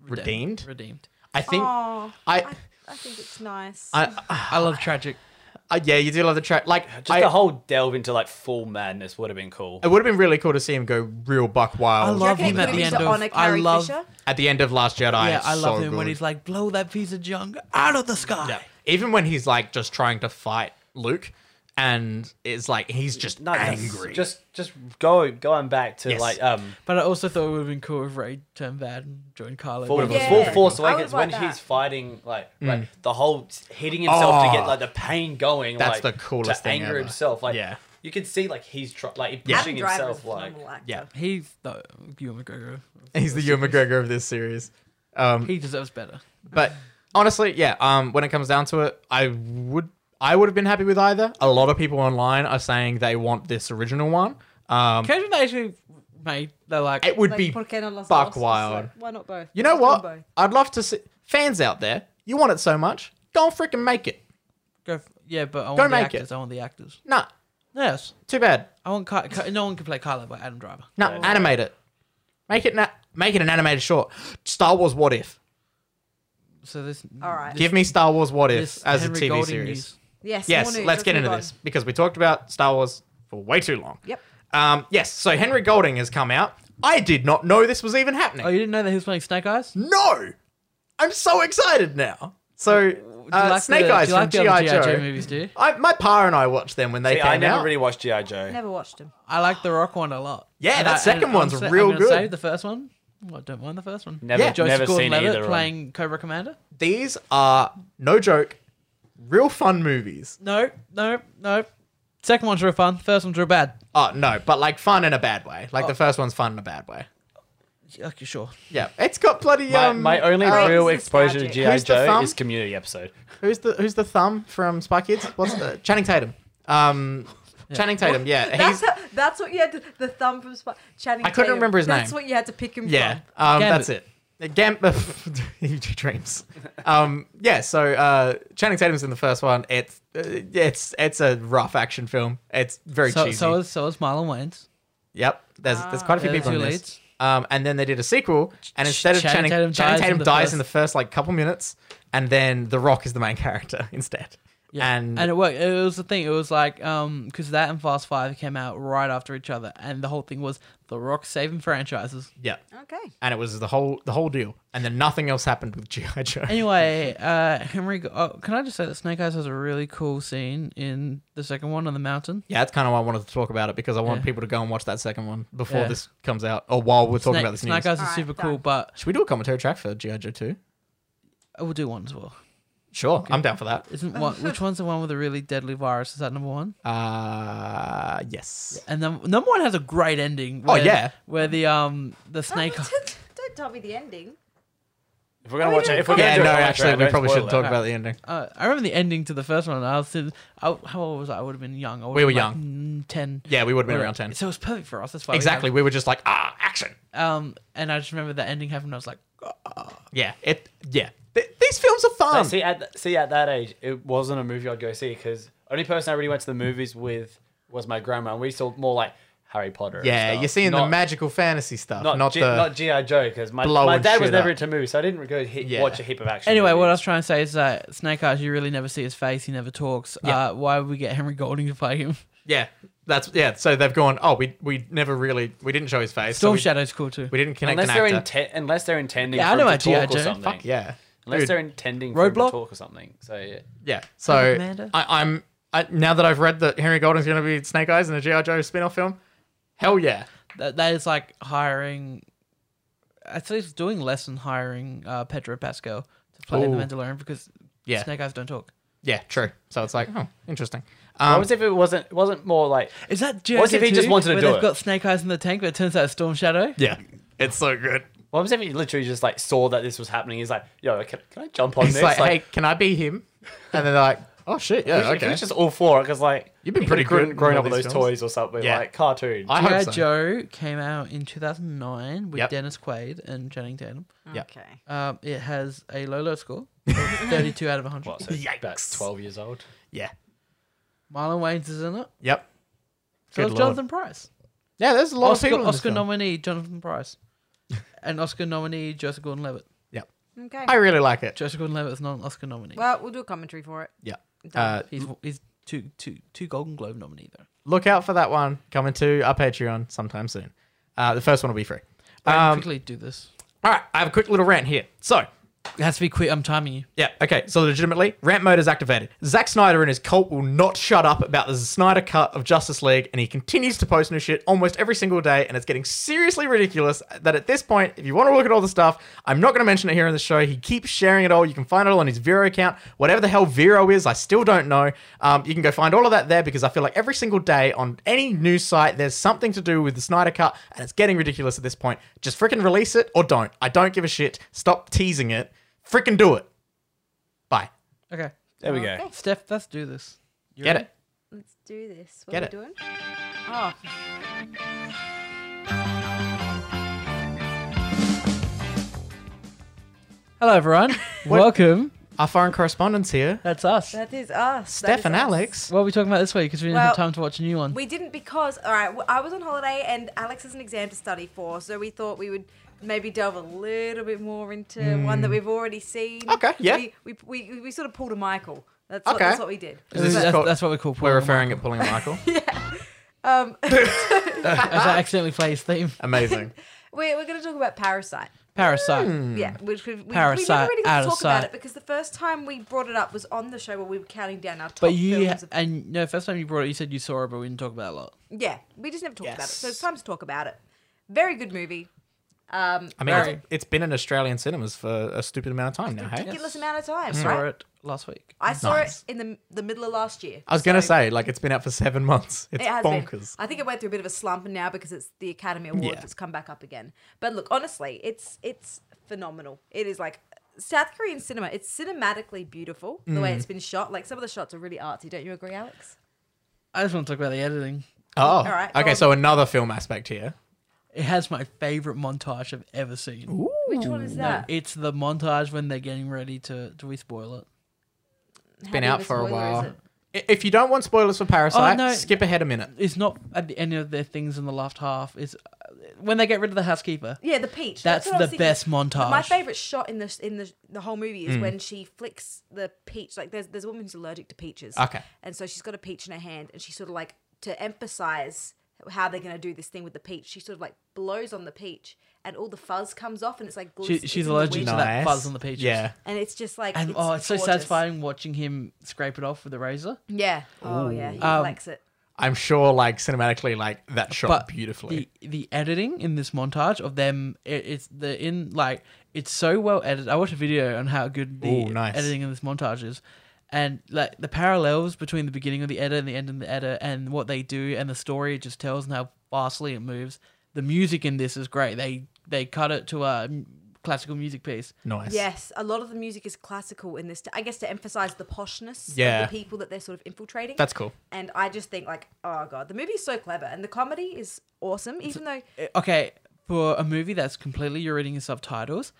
Speaker 3: redeemed.
Speaker 1: Redeemed.
Speaker 3: I think
Speaker 2: oh,
Speaker 3: I-
Speaker 2: I, I think it's nice.
Speaker 3: I,
Speaker 1: I love tragic.
Speaker 3: I yeah, you do love the track. Like
Speaker 4: just
Speaker 3: I-
Speaker 4: a whole delve into like full madness would have been cool.
Speaker 3: it would have been really cool to see him go real buck
Speaker 1: I
Speaker 3: wild
Speaker 1: love
Speaker 2: Okay,
Speaker 1: him at the
Speaker 2: could've
Speaker 1: end
Speaker 2: used to
Speaker 1: of.
Speaker 2: honour
Speaker 1: I
Speaker 2: Carrie
Speaker 1: love.
Speaker 2: Fisher.
Speaker 3: at the end of Last Jedi.
Speaker 1: Yeah, I
Speaker 3: it's
Speaker 1: love
Speaker 3: so
Speaker 1: him when
Speaker 3: good.
Speaker 1: he's like, blow that piece of junk out of the sky.
Speaker 3: Yeah. Even when he's like just trying to fight Luke, and it's like he's just
Speaker 4: No, that's-
Speaker 3: angry.
Speaker 4: Just just go going back to
Speaker 3: Yes.
Speaker 4: like um
Speaker 1: But I also thought it would have been cool if Ray turned bad and joined Kylo.
Speaker 4: full,
Speaker 1: Ren.
Speaker 2: Yeah.
Speaker 4: full Force
Speaker 2: I would
Speaker 4: Awakens when
Speaker 2: like
Speaker 4: he's
Speaker 2: that.
Speaker 4: fighting like like the whole hitting himself
Speaker 3: Mm. Oh.
Speaker 4: to get like the pain going.
Speaker 3: That's
Speaker 4: like,
Speaker 3: the coolest
Speaker 4: to
Speaker 3: thing
Speaker 4: anger
Speaker 3: ever.
Speaker 4: himself. Like
Speaker 3: Yeah.
Speaker 4: you can see like he's tr- like
Speaker 3: Yeah.
Speaker 4: pushing
Speaker 2: Adam Driver is a
Speaker 4: himself like.
Speaker 2: phenomenal actor.
Speaker 3: yeah,
Speaker 1: He's the Ewan McGregor.
Speaker 3: he's the Ewan McGregor of this series. Um,
Speaker 1: He deserves better.
Speaker 3: but honestly, yeah. Um, when it comes down to it, I would I would have been happy with either. A lot of people online are saying they want this original one. Um,
Speaker 1: Can you imagine they actually made? They're like,
Speaker 3: it would
Speaker 2: Like,
Speaker 3: be
Speaker 2: ¿por qué no las dos?
Speaker 3: buck
Speaker 2: It's
Speaker 3: wild.
Speaker 2: like, why not both?
Speaker 3: You know
Speaker 2: Just do
Speaker 3: what?
Speaker 2: both.
Speaker 3: I'd love to see fans out there. You want it so much, go and freaking make it.
Speaker 1: go, f- yeah, but I want
Speaker 3: Don't
Speaker 1: the
Speaker 3: make it.
Speaker 1: actors. I want the actors.
Speaker 3: Nah,
Speaker 1: Yes,
Speaker 3: too bad.
Speaker 1: I want. Ky- Ky- no one can play Kylo but Adam Driver.
Speaker 3: No, animate it. Make it na- make it an animated short. Star Wars What If?
Speaker 1: So this.
Speaker 2: All right.
Speaker 3: Give me Star Wars What If
Speaker 1: this
Speaker 3: as
Speaker 1: Henry
Speaker 3: a TV
Speaker 1: Golding
Speaker 3: series.
Speaker 1: news.
Speaker 2: Yes. more
Speaker 3: Yes,
Speaker 2: news.
Speaker 3: let's get
Speaker 2: move
Speaker 3: into
Speaker 2: on.
Speaker 3: this because we talked about Star Wars for way too long.
Speaker 2: Yep.
Speaker 3: Um, yes, so Henry Golding has come out. I did not know this was even happening.
Speaker 1: Oh, you didn't know that he was playing Snake Eyes?
Speaker 3: Uh, no, I'm so excited now. So
Speaker 1: Do you
Speaker 3: uh,
Speaker 1: like
Speaker 3: Snake
Speaker 1: the,
Speaker 3: Eyes
Speaker 1: do you
Speaker 3: from
Speaker 1: like the
Speaker 3: GI
Speaker 1: other
Speaker 3: Joe.
Speaker 1: movies, do you?
Speaker 3: I, my pa and I watched them when they
Speaker 4: See,
Speaker 3: came
Speaker 4: I never
Speaker 3: out.
Speaker 4: really watched GI Joe.
Speaker 2: Never watched him.
Speaker 1: I like the Rock one a lot.
Speaker 3: Yeah,
Speaker 1: And
Speaker 3: that
Speaker 1: I- and
Speaker 3: second
Speaker 1: I'm
Speaker 3: one's
Speaker 1: sa- I'm
Speaker 3: real
Speaker 1: gonna
Speaker 3: good.
Speaker 1: Say the first one. Well, I don't mind the first one.
Speaker 4: Never,
Speaker 3: Yeah.
Speaker 1: Joseph
Speaker 4: never seen either.
Speaker 1: Gordon-Levitt
Speaker 4: one.
Speaker 1: playing Cobra Commander.
Speaker 3: These are no joke, real fun movies.
Speaker 1: No, no, no. Second one's real fun. First one's real bad.
Speaker 3: Oh no, but like fun in a bad way.
Speaker 1: Oh.
Speaker 3: Like the first one's fun in a bad way.
Speaker 1: Okay, sure.
Speaker 3: Yeah, it's got bloody.
Speaker 4: My,
Speaker 3: um,
Speaker 4: my only
Speaker 3: uh,
Speaker 4: real
Speaker 2: Racist
Speaker 4: exposure to
Speaker 2: magic.
Speaker 4: GI
Speaker 3: Who's the
Speaker 4: Joe
Speaker 3: thumb?
Speaker 4: is Community episode.
Speaker 3: who's the who's the thumb from Spy Kids? What's the Channing Tatum? Um, Channing Tatum. Yeah,
Speaker 2: That's,
Speaker 3: he's
Speaker 2: how, that's what you had to, the thumb from Spy. Channing
Speaker 3: I couldn't
Speaker 2: Tatum.
Speaker 3: remember his
Speaker 2: That's
Speaker 3: name.
Speaker 2: what you had to pick him
Speaker 3: yeah.
Speaker 2: from.
Speaker 3: Um,
Speaker 1: Gambit.
Speaker 3: that's it. Gam- he dreams. Um, yeah. So uh, Channing Tatum's in the first one. It's uh, it's it's a rough action film. It's very
Speaker 1: So,
Speaker 3: cheesy.
Speaker 1: so is so is Marlon Wayans.
Speaker 3: Yep. There's there's quite a few
Speaker 1: They're the
Speaker 3: people in
Speaker 1: two
Speaker 3: this.
Speaker 1: leads.
Speaker 3: Um, and then they did a sequel, and instead of
Speaker 1: Channing
Speaker 3: Channing,
Speaker 1: Tatum dies in
Speaker 3: Channing Tatum
Speaker 1: the
Speaker 3: dies
Speaker 1: first-
Speaker 3: in the first like couple minutes, and then The Rock is the main character instead. And,
Speaker 1: and it worked. It was the thing. It was like um because that and Fast Five came out right after each other, and the whole thing was The Rock saving franchises.
Speaker 3: yeah,
Speaker 2: Okay.
Speaker 3: and it was the whole the whole deal, and then nothing else happened with GI Joe.
Speaker 1: Anyway, uh, Henry. Go- oh, can I just say that Snake Eyes has a really cool scene in the second one on the mountain.
Speaker 3: yeah, that's kind of why I wanted to talk about it because I want
Speaker 1: Yeah.
Speaker 3: people to go and watch that second one before
Speaker 1: Yeah.
Speaker 3: this comes out, or while we're talking
Speaker 1: Snake,
Speaker 3: about this news.
Speaker 1: Snake Eyes is
Speaker 2: Alright,
Speaker 1: super
Speaker 2: done.
Speaker 1: cool, but
Speaker 3: Should we do a commentary track for GI Joe too?
Speaker 1: I will do one as well.
Speaker 3: Sure, I'm down for that.
Speaker 1: Isn't one, which one's the one with the really deadly virus? Is that number one?
Speaker 3: Uh yes.
Speaker 1: And then number one has a great ending.
Speaker 3: Oh,
Speaker 1: Where,
Speaker 3: yeah.
Speaker 1: where the um the
Speaker 2: Don't,
Speaker 1: snake.
Speaker 2: Oh, don't tell me the ending.
Speaker 4: If we're gonna
Speaker 2: Oh,
Speaker 4: watch
Speaker 2: yeah,
Speaker 4: it, if we're
Speaker 2: cool.
Speaker 4: gonna
Speaker 3: Yeah,
Speaker 4: do
Speaker 3: no,
Speaker 4: it, don't
Speaker 3: actually,
Speaker 4: spoil
Speaker 3: we
Speaker 4: it.
Speaker 3: probably shouldn't talk
Speaker 1: it.
Speaker 3: about the ending.
Speaker 1: Uh, I remember the ending to the first one. And I was, in- I, how old was I? I would have been young. I
Speaker 3: We were
Speaker 1: would've been, like, mm, ten.
Speaker 3: Yeah, we would have been around ten.
Speaker 1: So it was perfect for us. That's why we had
Speaker 3: Exactly, we were just like ah, action.
Speaker 1: it. Um, and I just remember that ending happened. I was like,
Speaker 3: Yeah, it. Yeah, Th- these films are fun.
Speaker 4: see at th- see at that age, it wasn't a movie I'd go see because only person I really went to the movies with was my grandma, and we saw more like Harry Potter. and
Speaker 3: yeah,
Speaker 4: stuff.
Speaker 3: you're seeing the
Speaker 4: Not-
Speaker 3: magical fantasy stuff,
Speaker 4: not
Speaker 3: not,
Speaker 4: G-
Speaker 3: the.
Speaker 4: not GI Joe because my,
Speaker 3: blowing
Speaker 4: my dad was
Speaker 3: shit
Speaker 4: never
Speaker 3: up.
Speaker 4: into movies, so I didn't go hit,
Speaker 3: Yeah.
Speaker 4: watch a heap of action.
Speaker 1: Anyway, what I was
Speaker 4: movies.
Speaker 1: trying to say is that Snake Eyes, you really never see his face. He never talks.
Speaker 3: Yeah.
Speaker 1: Uh, why would we get Henry Golding to play him?
Speaker 3: yeah, that's yeah. So they've gone. Oh, we we never really we didn't show his face. so
Speaker 1: Storm
Speaker 3: we,
Speaker 1: Shadow's cool too.
Speaker 3: We didn't connect
Speaker 4: unless
Speaker 3: an
Speaker 4: they're
Speaker 3: actor.
Speaker 4: inten- unless they're intending
Speaker 1: Yeah, I
Speaker 4: for
Speaker 1: know
Speaker 4: him
Speaker 1: about
Speaker 4: to
Speaker 1: G.I.
Speaker 4: talk or
Speaker 1: Joe.
Speaker 4: something.
Speaker 3: Fuck yeah.
Speaker 4: Unless
Speaker 3: Dude,
Speaker 4: they're intending for him to
Speaker 1: Roadblock?
Speaker 4: talk or something. So yeah.
Speaker 3: yeah. So
Speaker 1: Amanda?
Speaker 3: I, I'm I, now that I've read that Henry Golding's going to be Snake Eyes in a GI Joe spin-off film. Hell yeah.
Speaker 1: That, that is like hiring. I think it's doing less than hiring uh, Pedro Pascal to play in The
Speaker 3: Ooh.
Speaker 1: Mandalorian because
Speaker 3: Yeah.
Speaker 1: Snake Eyes don't talk.
Speaker 3: Yeah, true. So it's like, oh, interesting.
Speaker 4: what
Speaker 3: Um,
Speaker 4: was if it wasn't? It wasn't more like
Speaker 1: Is that GI
Speaker 4: What if he
Speaker 1: Joe
Speaker 4: just
Speaker 1: 2,
Speaker 4: wanted to
Speaker 1: where
Speaker 4: do
Speaker 1: they've
Speaker 4: it?
Speaker 1: got Snake Eyes in the tank, but it turns out it's Storm Shadow?
Speaker 3: yeah, it's so good.
Speaker 4: what was if he literally just like saw that this was happening? He's like, "Yo, can, can I jump on
Speaker 3: It's
Speaker 4: this?"
Speaker 3: like, hey, can I be him? And they're like, oh shit, yeah,
Speaker 4: okay.
Speaker 3: okay.
Speaker 4: just all for it because like
Speaker 3: You've been
Speaker 4: he
Speaker 3: pretty
Speaker 4: could've
Speaker 3: good in
Speaker 4: grown
Speaker 3: all
Speaker 4: up with
Speaker 3: these
Speaker 4: those
Speaker 3: films.
Speaker 4: toys or something
Speaker 3: Yeah.
Speaker 4: like cartoon.
Speaker 3: I
Speaker 1: GI
Speaker 3: hope so.
Speaker 1: Joe came out in 2009 with
Speaker 3: Yep.
Speaker 1: Dennis Quaid and Channing Tatum.
Speaker 3: Yeah.
Speaker 2: Okay.
Speaker 1: Um, it has a low, low score, of 32 out of 100.
Speaker 4: What, so about
Speaker 3: Yikes.
Speaker 4: twelve years old.
Speaker 3: Yeah.
Speaker 1: Marlon Wayans is in it.
Speaker 3: Yep.
Speaker 1: So
Speaker 3: Good
Speaker 1: it's
Speaker 3: lord.
Speaker 1: Jonathan Price.
Speaker 3: Yeah, there's a lot
Speaker 1: Oscar,
Speaker 3: of people. in this
Speaker 1: Oscar
Speaker 3: film.
Speaker 1: nominee Jonathan Price, and Oscar nominee Joseph Gordon-Levitt.
Speaker 3: Yep.
Speaker 2: Okay.
Speaker 3: I really like it.
Speaker 1: Joseph Gordon-Levitt is not an Oscar nominee.
Speaker 2: well, we'll do a commentary for it.
Speaker 3: Yeah.
Speaker 2: Done.
Speaker 3: Uh,
Speaker 1: he's he's two two two Golden Globe nominee though.
Speaker 3: look out for that one coming to our Patreon sometime soon. Uh, the first one will be free.
Speaker 1: Wait,
Speaker 3: Um,
Speaker 1: quickly do this.
Speaker 3: all right, I have a quick little rant here. So,
Speaker 1: It has to be quick. I'm timing you.
Speaker 3: yeah, okay, so legitimately, rant mode is activated. Zack Snyder and his cult will not shut up about the Snyder cut of Justice League, and he continues to post new shit almost every single day, and it's getting seriously ridiculous that at this point, if you want to look at all the stuff, I'm not going to mention it here in the show. He keeps sharing it all. You can find it all on his Vero account. Whatever the hell Vero is, I still don't know. Um, you can go find all of that there because I feel like every single day on any news site, there's something to do with the Snyder cut, and it's getting ridiculous at this point. Just freaking release it or don't. I don't give a shit. Stop teasing it. Freaking do it. Bye.
Speaker 1: Okay,
Speaker 4: There
Speaker 3: Oh,
Speaker 4: we
Speaker 2: Okay.
Speaker 4: go.
Speaker 1: Steph, let's do this. You
Speaker 3: Get
Speaker 1: ready?
Speaker 3: it?
Speaker 2: Let's do this. What
Speaker 3: Get
Speaker 2: are we
Speaker 3: it.
Speaker 2: doing? Oh,
Speaker 1: Hello everyone. Welcome.
Speaker 3: Our foreign correspondents here,
Speaker 1: That's us.
Speaker 2: that is us. That
Speaker 3: Steph
Speaker 2: is
Speaker 3: and
Speaker 2: us.
Speaker 3: Alex.
Speaker 1: What are we talking about this week? Because we didn't have
Speaker 2: Well,
Speaker 1: time to watch a new one.
Speaker 2: We didn't because, all right, I was on holiday and Alex has an exam to study for, so we thought we would maybe delve a little bit more into one that we've already seen.
Speaker 3: Hmm. Okay, yeah.
Speaker 2: We, we, we, we sort of pulled a Michael. That's, what,
Speaker 3: Okay.
Speaker 2: that's what we did.
Speaker 3: Is this
Speaker 1: that's,
Speaker 3: called-
Speaker 1: that's what we call.
Speaker 3: We're
Speaker 1: We're
Speaker 3: referring at pulling a Michael.
Speaker 2: Um,
Speaker 1: As I accidentally play his theme.
Speaker 3: Amazing.
Speaker 2: we're we're going to talk about Parasite.
Speaker 1: Parasite.
Speaker 2: Yeah,
Speaker 3: Hmm.
Speaker 2: which we, we, we never
Speaker 1: Parasite,
Speaker 2: really got
Speaker 1: out
Speaker 2: to
Speaker 1: of
Speaker 2: talk about
Speaker 1: sight.
Speaker 2: it because the first time we brought it up was on the show where we were counting down our top
Speaker 1: But you
Speaker 2: films. Of,
Speaker 1: and no, first time you brought it, you said you saw it, but we didn't talk about it a lot.
Speaker 2: yeah, we just never talked about it. So it's
Speaker 3: Yes.
Speaker 2: time to talk about it. Very good movie. Um,
Speaker 3: I mean,
Speaker 1: Very.
Speaker 3: it's- it's been in Australian cinemas for a stupid amount of time now, hey?
Speaker 2: ridiculous amount of time,
Speaker 1: Saw
Speaker 2: right?
Speaker 1: it last week.
Speaker 2: I saw
Speaker 3: Nice.
Speaker 2: it in the the middle of last year.
Speaker 3: I was going to say, like, it's been out for seven months. It's
Speaker 2: It has been.
Speaker 3: bonkers.
Speaker 2: I think it went through a bit of a slump, and now because it's the Academy Awards,
Speaker 3: Yeah.
Speaker 2: it's come back up again. But look, honestly, it's it's phenomenal. It is like South Korean cinema. It's cinematically beautiful the
Speaker 3: Hmm.
Speaker 2: way it's been shot. Like some of the shots are really artsy. Don't you agree, Alex?
Speaker 1: I just want to talk about the editing.
Speaker 3: Oh,
Speaker 2: right, go
Speaker 3: okay.
Speaker 2: on.
Speaker 3: So another film aspect here.
Speaker 1: It has my favorite montage I've ever seen.
Speaker 2: Which one is
Speaker 1: No,
Speaker 2: that?
Speaker 1: it's the montage when they're getting ready to. Do we spoil it?
Speaker 2: It's
Speaker 3: Been out for a while. I- If you don't want spoilers for Parasite,
Speaker 1: Oh, no.
Speaker 3: skip ahead a minute.
Speaker 1: It's not at the end of their things in the last half. It's uh, when they get rid of the housekeeper.
Speaker 2: Yeah, the peach.
Speaker 1: That's
Speaker 2: what I was
Speaker 1: the
Speaker 2: thinking.
Speaker 1: best montage.
Speaker 2: My favorite shot in the in the the whole movie
Speaker 3: Mm.
Speaker 2: is when she flicks the peach. Like there's there's a woman who's allergic to peaches.
Speaker 3: Okay.
Speaker 2: And so she's got a peach in her hand, and she sort of like to emphasize how they're gonna do this thing with the peach. She sort of like blows on the peach, and all the fuzz comes off, and it's like
Speaker 1: She,
Speaker 2: glist- it's in
Speaker 1: she's
Speaker 2: the
Speaker 1: allergic
Speaker 2: wind.
Speaker 1: to that fuzz on the peaches.
Speaker 3: Yeah.
Speaker 2: And it's just like
Speaker 1: And
Speaker 2: it's
Speaker 1: oh, it's so
Speaker 2: gorgeous.
Speaker 1: satisfying watching him scrape it off with a razor.
Speaker 2: Yeah. Oh yeah, he
Speaker 1: Um,
Speaker 2: likes it.
Speaker 3: I'm sure, like, cinematically, like, that shot
Speaker 1: But
Speaker 3: beautifully.
Speaker 1: The the editing in this montage of them, it, it's the in like it's so well edited. I watched a video on how good the
Speaker 3: Ooh, nice.
Speaker 1: editing in this montage is, and like the parallels between the beginning of the edit and the end of the edit, and what they do and the story it just tells and how fastly it moves. The music in this is great. They they cut it to a m- classical music piece.
Speaker 3: nice.
Speaker 2: Yes, a lot of the music is classical in this. To, I guess to emphasize the poshness
Speaker 3: Yeah.
Speaker 2: of the people that they're sort of infiltrating.
Speaker 3: That's cool.
Speaker 2: And I just think like, oh god, the movie's so clever, and the comedy is awesome. Even though
Speaker 1: Eh, okay, for a movie that's completely you're reading the subtitles,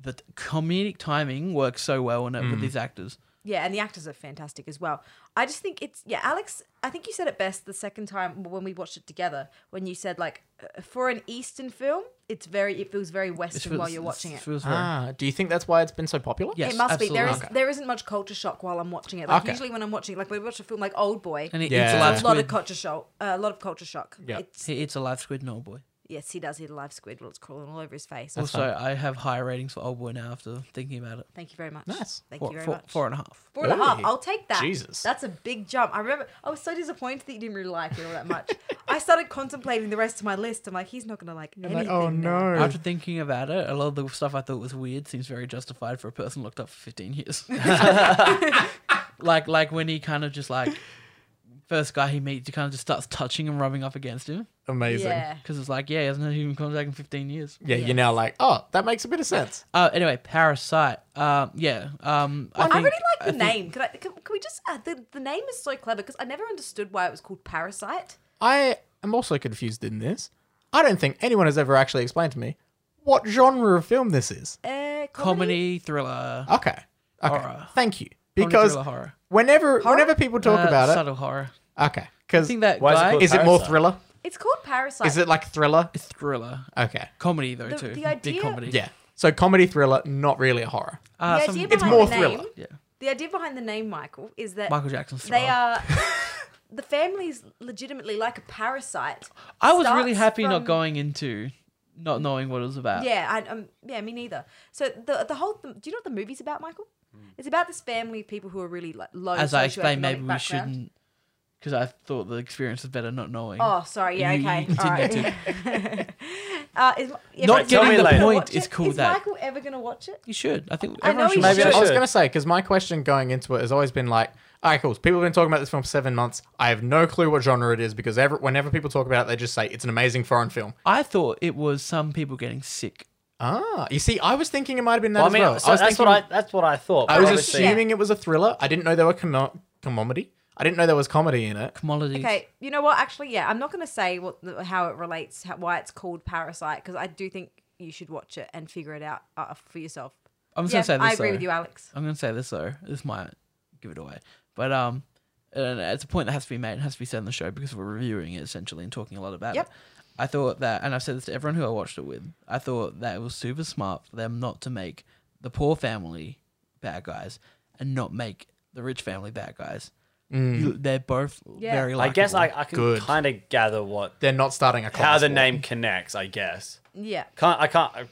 Speaker 1: the t- comedic timing works so well in it
Speaker 3: Mm.
Speaker 1: with these actors.
Speaker 2: Yeah, and the actors are fantastic as well. I just think it's yeah, Alex. I think you said it best the second time when we watched it together. When you said like, uh, for an Eastern film, it's very it feels very
Speaker 1: This
Speaker 2: Western
Speaker 1: feels-
Speaker 2: while you're watching
Speaker 1: this
Speaker 2: it.
Speaker 1: feels very-
Speaker 3: Ah, do you think that's why it's been so popular?
Speaker 1: yes,
Speaker 2: it must
Speaker 1: absolutely.
Speaker 2: be there is
Speaker 3: Okay.
Speaker 2: there isn't much culture shock while I'm watching it. Like
Speaker 3: Okay.
Speaker 2: usually when I'm watching like when we watch a film like Old Boy,
Speaker 1: And he
Speaker 3: Yeah.
Speaker 1: eats a
Speaker 2: there's
Speaker 1: live
Speaker 2: a lot
Speaker 1: squid.
Speaker 2: of culture shock. Uh, a lot of culture shock.
Speaker 3: Yeah.
Speaker 2: It's,
Speaker 1: he eats a live squid in Old Boy.
Speaker 2: yes, he does eat a live squid while it's crawling all over his face.
Speaker 1: Also, I have higher ratings for Old Boy now after thinking about it.
Speaker 2: Thank you very much.
Speaker 3: Nice.
Speaker 2: Thank
Speaker 1: Four,
Speaker 2: you very
Speaker 1: four-
Speaker 2: much.
Speaker 1: four and a half.
Speaker 2: Four and a half.
Speaker 3: Ooh.
Speaker 2: I'll take that.
Speaker 3: Jesus.
Speaker 2: That's a big jump. I remember I was so disappointed that you didn't really like it all that much. I started contemplating the rest of my list. I'm like, he's not gonna like anything.
Speaker 3: Like, oh,
Speaker 2: now.
Speaker 3: no.
Speaker 1: After thinking about it, a lot of the stuff I thought was weird seems very justified for a person locked up for 15 years. like, like when he kind of just like first guy he meets, he kind of just starts touching and rubbing up against him
Speaker 3: Amazing. Yeah.
Speaker 2: Yeah.
Speaker 1: because it's like, yeah, he hasn't had human contact in 15 years.
Speaker 3: you're now like, oh, that makes a bit of sense.
Speaker 1: Uh, anyway, Parasite. Um, yeah. Um, I,
Speaker 2: I
Speaker 1: think,
Speaker 2: really like the
Speaker 1: think-
Speaker 2: name. Can, I, can, can we just add the, the name is so clever because I never understood why it was called Parasite.
Speaker 3: I am also confused in this. I don't think anyone has ever actually explained to me what genre of film this is.
Speaker 2: Uh, comedy.
Speaker 1: comedy thriller.
Speaker 3: Okay. Okay.
Speaker 1: Horror.
Speaker 3: Thank you.
Speaker 1: Comedy,
Speaker 3: Because
Speaker 1: thriller, horror.
Speaker 3: whenever
Speaker 2: Horror?
Speaker 3: whenever people talk
Speaker 1: Uh,
Speaker 3: about
Speaker 1: subtle horror.
Speaker 3: it, okay,
Speaker 1: I
Speaker 3: because
Speaker 1: think that
Speaker 4: Why is it
Speaker 1: guy
Speaker 4: called-
Speaker 3: is it more
Speaker 4: Parasite.
Speaker 3: thriller?
Speaker 2: It's called Parasite.
Speaker 3: Is it like thriller?
Speaker 1: is thriller
Speaker 3: Okay.
Speaker 1: comedy though
Speaker 2: The-
Speaker 1: too.
Speaker 2: the
Speaker 1: Big
Speaker 2: idea-
Speaker 1: comedy.
Speaker 3: Yeah. So comedy thriller, not really a horror.
Speaker 1: Uh,
Speaker 2: the
Speaker 1: some-
Speaker 2: idea behind
Speaker 3: It's more
Speaker 2: the
Speaker 3: thriller.
Speaker 2: Name,
Speaker 1: yeah.
Speaker 2: The idea behind the name, Michael, is that
Speaker 1: Michael Jackson's thriller.
Speaker 2: they uh, are the family's legitimately like a parasite.
Speaker 1: I was really
Speaker 2: starts
Speaker 1: happy
Speaker 2: from-
Speaker 1: not going into not knowing what it was about.
Speaker 2: Yeah, I, um, yeah, me neither. So the the whole do you know what the movie's about, Michael? It's about this family of people who are really like low.
Speaker 1: Hmm. As I explained,
Speaker 2: socioeconomic
Speaker 1: maybe we
Speaker 2: background.
Speaker 1: shouldn't because I thought the experience was better not knowing.
Speaker 2: Oh, sorry. Yeah,
Speaker 1: You- you
Speaker 2: okay.
Speaker 1: didn't
Speaker 2: All right. uh, is,
Speaker 1: Not
Speaker 2: yeah, but is
Speaker 1: getting
Speaker 2: Michael
Speaker 4: the
Speaker 2: gonna
Speaker 1: point
Speaker 2: watch
Speaker 1: is
Speaker 2: it?
Speaker 1: cool
Speaker 2: Is
Speaker 1: that-
Speaker 2: Michael ever gonna watch it?
Speaker 1: You should. I think
Speaker 2: I
Speaker 1: everyone
Speaker 2: know
Speaker 1: should.
Speaker 2: you
Speaker 1: watch
Speaker 3: Maybe
Speaker 2: Sure.
Speaker 1: it.
Speaker 3: I was
Speaker 4: Sure.
Speaker 3: going to say because my question going into it has always been like, all right, cool. so People have been talking about this film for seven months. I have no clue what genre it is because ever, whenever people talk about it, they just say it's an amazing foreign film.
Speaker 1: I thought it was some people getting sick.
Speaker 3: Ah, you see, I was thinking it might have been that
Speaker 4: Well, I
Speaker 3: as
Speaker 4: mean,
Speaker 3: well.
Speaker 4: so
Speaker 3: I was
Speaker 4: that's
Speaker 3: thinking,
Speaker 4: what I that's what I thought.
Speaker 3: I
Speaker 4: but
Speaker 3: was
Speaker 4: obviously-
Speaker 3: assuming it was a thriller. I didn't know there were com- comedy. I didn't know there was comedy in it.
Speaker 1: Commodities.
Speaker 2: Okay, you know what? Actually, yeah, I'm not gonna say what the, how it relates, how, why it's called Parasite, because I do think you should watch it and figure it out uh, for yourself.
Speaker 1: I'm just
Speaker 2: yeah,
Speaker 1: gonna say this.
Speaker 2: I agree
Speaker 1: though.
Speaker 2: with you, Alex.
Speaker 1: I'm gonna say this though. This might give it away, but um, I don't know, it's a point that has to be made. It has to be said on the show because we're reviewing it essentially and talking a lot about
Speaker 2: Yep.
Speaker 1: it. I thought that, and I've said this to everyone who I watched it with. I thought that it was super smart for them not to make the poor family bad guys and not make the rich family bad guys. You- they're both
Speaker 2: Yeah.
Speaker 1: very.
Speaker 4: Mm. I
Speaker 1: Likeable.
Speaker 4: guess I, I can
Speaker 3: Good.
Speaker 4: kind of gather what
Speaker 3: They're not starting a
Speaker 4: how
Speaker 3: class
Speaker 4: the
Speaker 3: war.
Speaker 4: name connects. I guess
Speaker 2: Yeah.
Speaker 4: can't I can't I